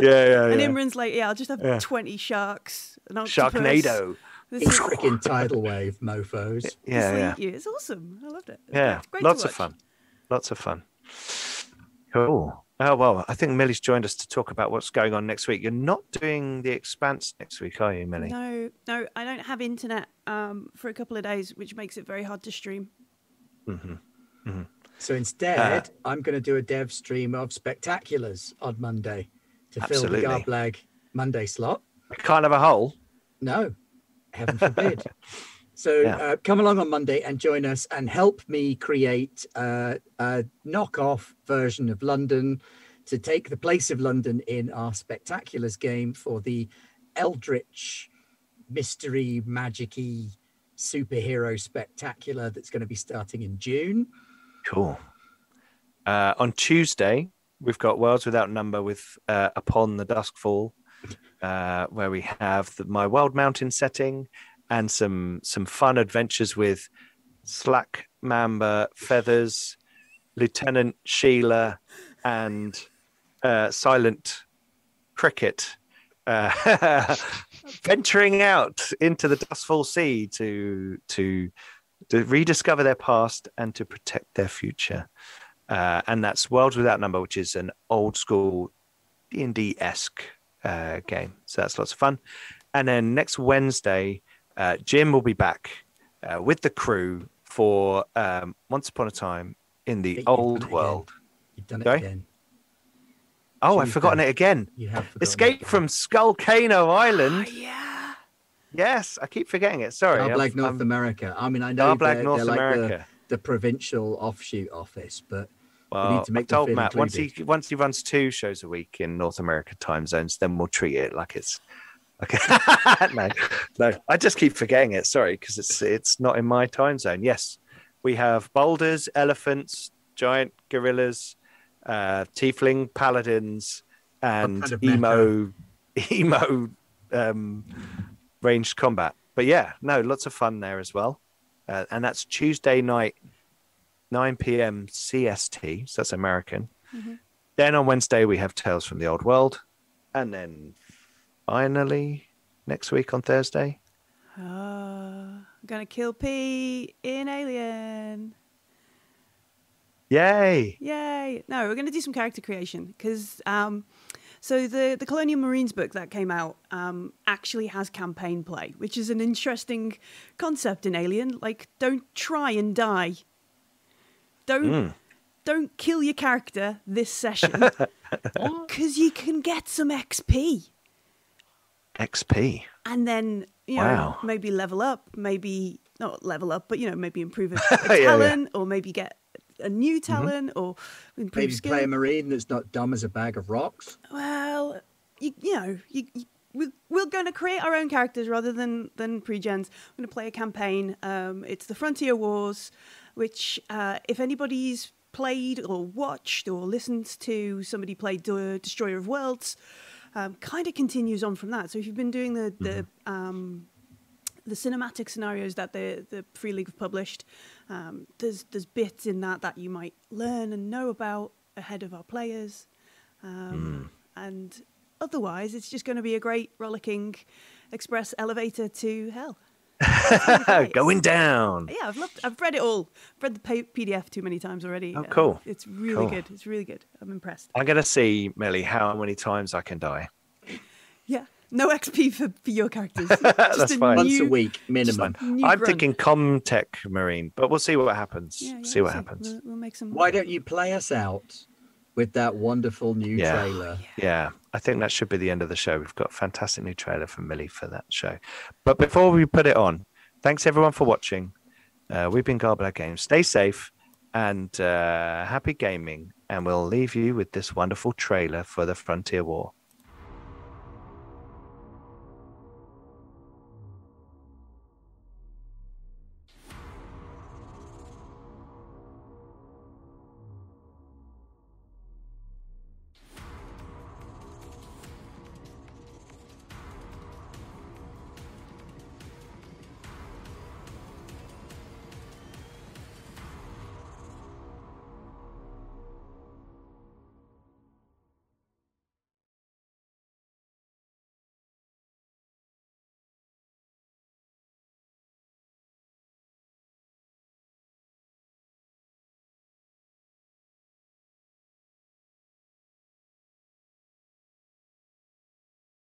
Speaker 1: yeah, yeah.
Speaker 6: And
Speaker 1: Oh, yeah.
Speaker 6: Imran's like, yeah, I'll just have
Speaker 1: Yeah.
Speaker 6: twenty sharks. An octopus.
Speaker 1: Sharknado.
Speaker 6: This
Speaker 3: It's
Speaker 6: is-
Speaker 3: freaking tidal wave, mofos.
Speaker 6: this
Speaker 1: Yeah, yeah.
Speaker 6: league you. It's awesome. I loved it. It's
Speaker 1: Yeah,
Speaker 6: great- great to
Speaker 1: lots of
Speaker 6: watch.
Speaker 1: fun. Lots of fun. Cool. Oh well, I think Millie's joined us to talk about what's going on next week. You're not doing the Expanse next week, are you, Millie?
Speaker 6: No, no, I don't have
Speaker 1: Mm-hmm.
Speaker 6: internet um, for a couple of days, which makes it very hard to stream.
Speaker 1: Uh,
Speaker 3: So instead, I'm going to do a dev stream of spectaculars on Monday to
Speaker 1: Absolutely.
Speaker 3: fill the Garblag Monday slot.
Speaker 1: We can't have a hole.
Speaker 3: No, heaven forbid. so
Speaker 1: Yeah.
Speaker 3: uh, come along on Monday and join us and help me create uh, a knockoff version of London to take the place of London in our spectaculars game for the Eldritch mystery magic y superhero spectacular that's going to be starting in June.
Speaker 1: Cool. Uh, on Tuesday, we've got Worlds Without Number with uh, Upon the Duskfall, uh, where we have the, my Wild Mountain setting and some some fun adventures with Slack Mamba Feathers, Lieutenant Sheila, and uh, Silent Cricket. Uh, venturing out into the Duskfall Sea to to to rediscover their past and to protect their future. Uh, and that's Worlds Without Number, which is an old school D and D esque uh, game. So that's lots of fun. And then next Wednesday, uh, Jim will be back uh, with the crew for um, Once Upon a Time in the
Speaker 3: You've done it
Speaker 1: Old
Speaker 3: again.
Speaker 1: World.
Speaker 3: You've done it
Speaker 1: Sorry?
Speaker 3: again.
Speaker 1: Oh, I've
Speaker 3: Tuesday.
Speaker 1: forgotten it again.
Speaker 3: You have forgotten it
Speaker 1: Escape
Speaker 3: again.
Speaker 1: from Skullcano
Speaker 6: Oh,
Speaker 1: Island.
Speaker 6: yeah.
Speaker 1: Yes, I keep forgetting it. Sorry.
Speaker 3: Garblag
Speaker 1: I've-
Speaker 3: North
Speaker 1: I'm-
Speaker 3: America. I mean, I know
Speaker 1: Garblag
Speaker 3: they're,
Speaker 1: Um, North
Speaker 3: they're like the-
Speaker 1: America.
Speaker 3: the, provincial offshoot office, but
Speaker 1: Well,
Speaker 3: need to make
Speaker 1: I
Speaker 3: them
Speaker 1: told
Speaker 3: feel
Speaker 1: Matt once he once he runs two shows a week in North America time zones, then we'll treat it like it's okay. no, no, I just keep forgetting it. Sorry, because it's it's not in my time zone. Yes, we have boulders, elephants, giant gorillas, uh, tiefling paladins, and
Speaker 3: kind of mecha.
Speaker 1: emo emo um, ranged combat. But yeah, no, lots of fun there as well, uh, and that's Tuesday night 9 p.m. CST, so that's American.
Speaker 6: Mhm.
Speaker 1: Then on Wednesday, we have Tales from the Old World. And then finally, next week on Thursday,
Speaker 6: Oh, I'm gonna kill P in Alien.
Speaker 1: yay!
Speaker 6: Yay! No, we're gonna do some character creation because um, so the the Colonial Marines book that came out um, actually has campaign play, which is an interesting concept in Alien. Like, don't try and die. Don't
Speaker 1: Hmm. Mm,
Speaker 6: don't kill your character this session because you can get some XP.
Speaker 1: XP.
Speaker 6: and then you know
Speaker 1: Wow.
Speaker 6: maybe level up maybe not level up but you know maybe improve a,
Speaker 1: Yeah, Mm-hmm.
Speaker 6: a
Speaker 1: yeah.
Speaker 6: talent or maybe get a new talent or improve
Speaker 3: maybe
Speaker 6: skill
Speaker 3: play a marine that's not dumb as a bag of rocks.
Speaker 6: well you, you know you, you, we, we're going to create our own characters rather than than pre-gens i'm going to play a campaign um, it's the frontier wars which uh, if anybody's played or watched or listened to somebody play De- destroyer of worlds um, kind of continues on from that so if you've been doing the the um, the cinematic scenarios that the the Free League have published, um, there's there's bits in that that you might learn and know about ahead of our players, um, and otherwise it's just going to be a great rollicking express elevator to hell. It's gonna be great.
Speaker 1: Going down.
Speaker 6: Yeah, I've loved. I've read it all. I've read the pa- PDF too many times already.
Speaker 1: Oh,
Speaker 6: Uh,
Speaker 1: cool.
Speaker 6: It's really
Speaker 1: Cool.
Speaker 6: good. It's really good. I'm impressed.
Speaker 1: I'm going to see, Millie, how many times I can die.
Speaker 6: Yeah, no XP for, for your characters. That's a
Speaker 1: fine.
Speaker 3: Once
Speaker 6: new-
Speaker 3: a week minimum.
Speaker 1: Fine.
Speaker 6: new
Speaker 1: I'm
Speaker 6: grunt.
Speaker 1: thinking Comtech Marine, but we'll see what happens.
Speaker 6: Yeah, yeah,
Speaker 1: see
Speaker 6: we'll
Speaker 1: what happens.
Speaker 6: We'll, we'll make some.
Speaker 3: Why don't you play us out with that wonderful new
Speaker 1: Yeah.
Speaker 3: trailer?
Speaker 1: Yeah, I think that should be the end of the show. We've got a fantastic new trailer from Millie for that show. But before we put it on, thanks everyone for watching. Uh, we've been Garblag Games. Stay safe and uh, happy gaming. And we'll leave you with this wonderful trailer for the Frontier War.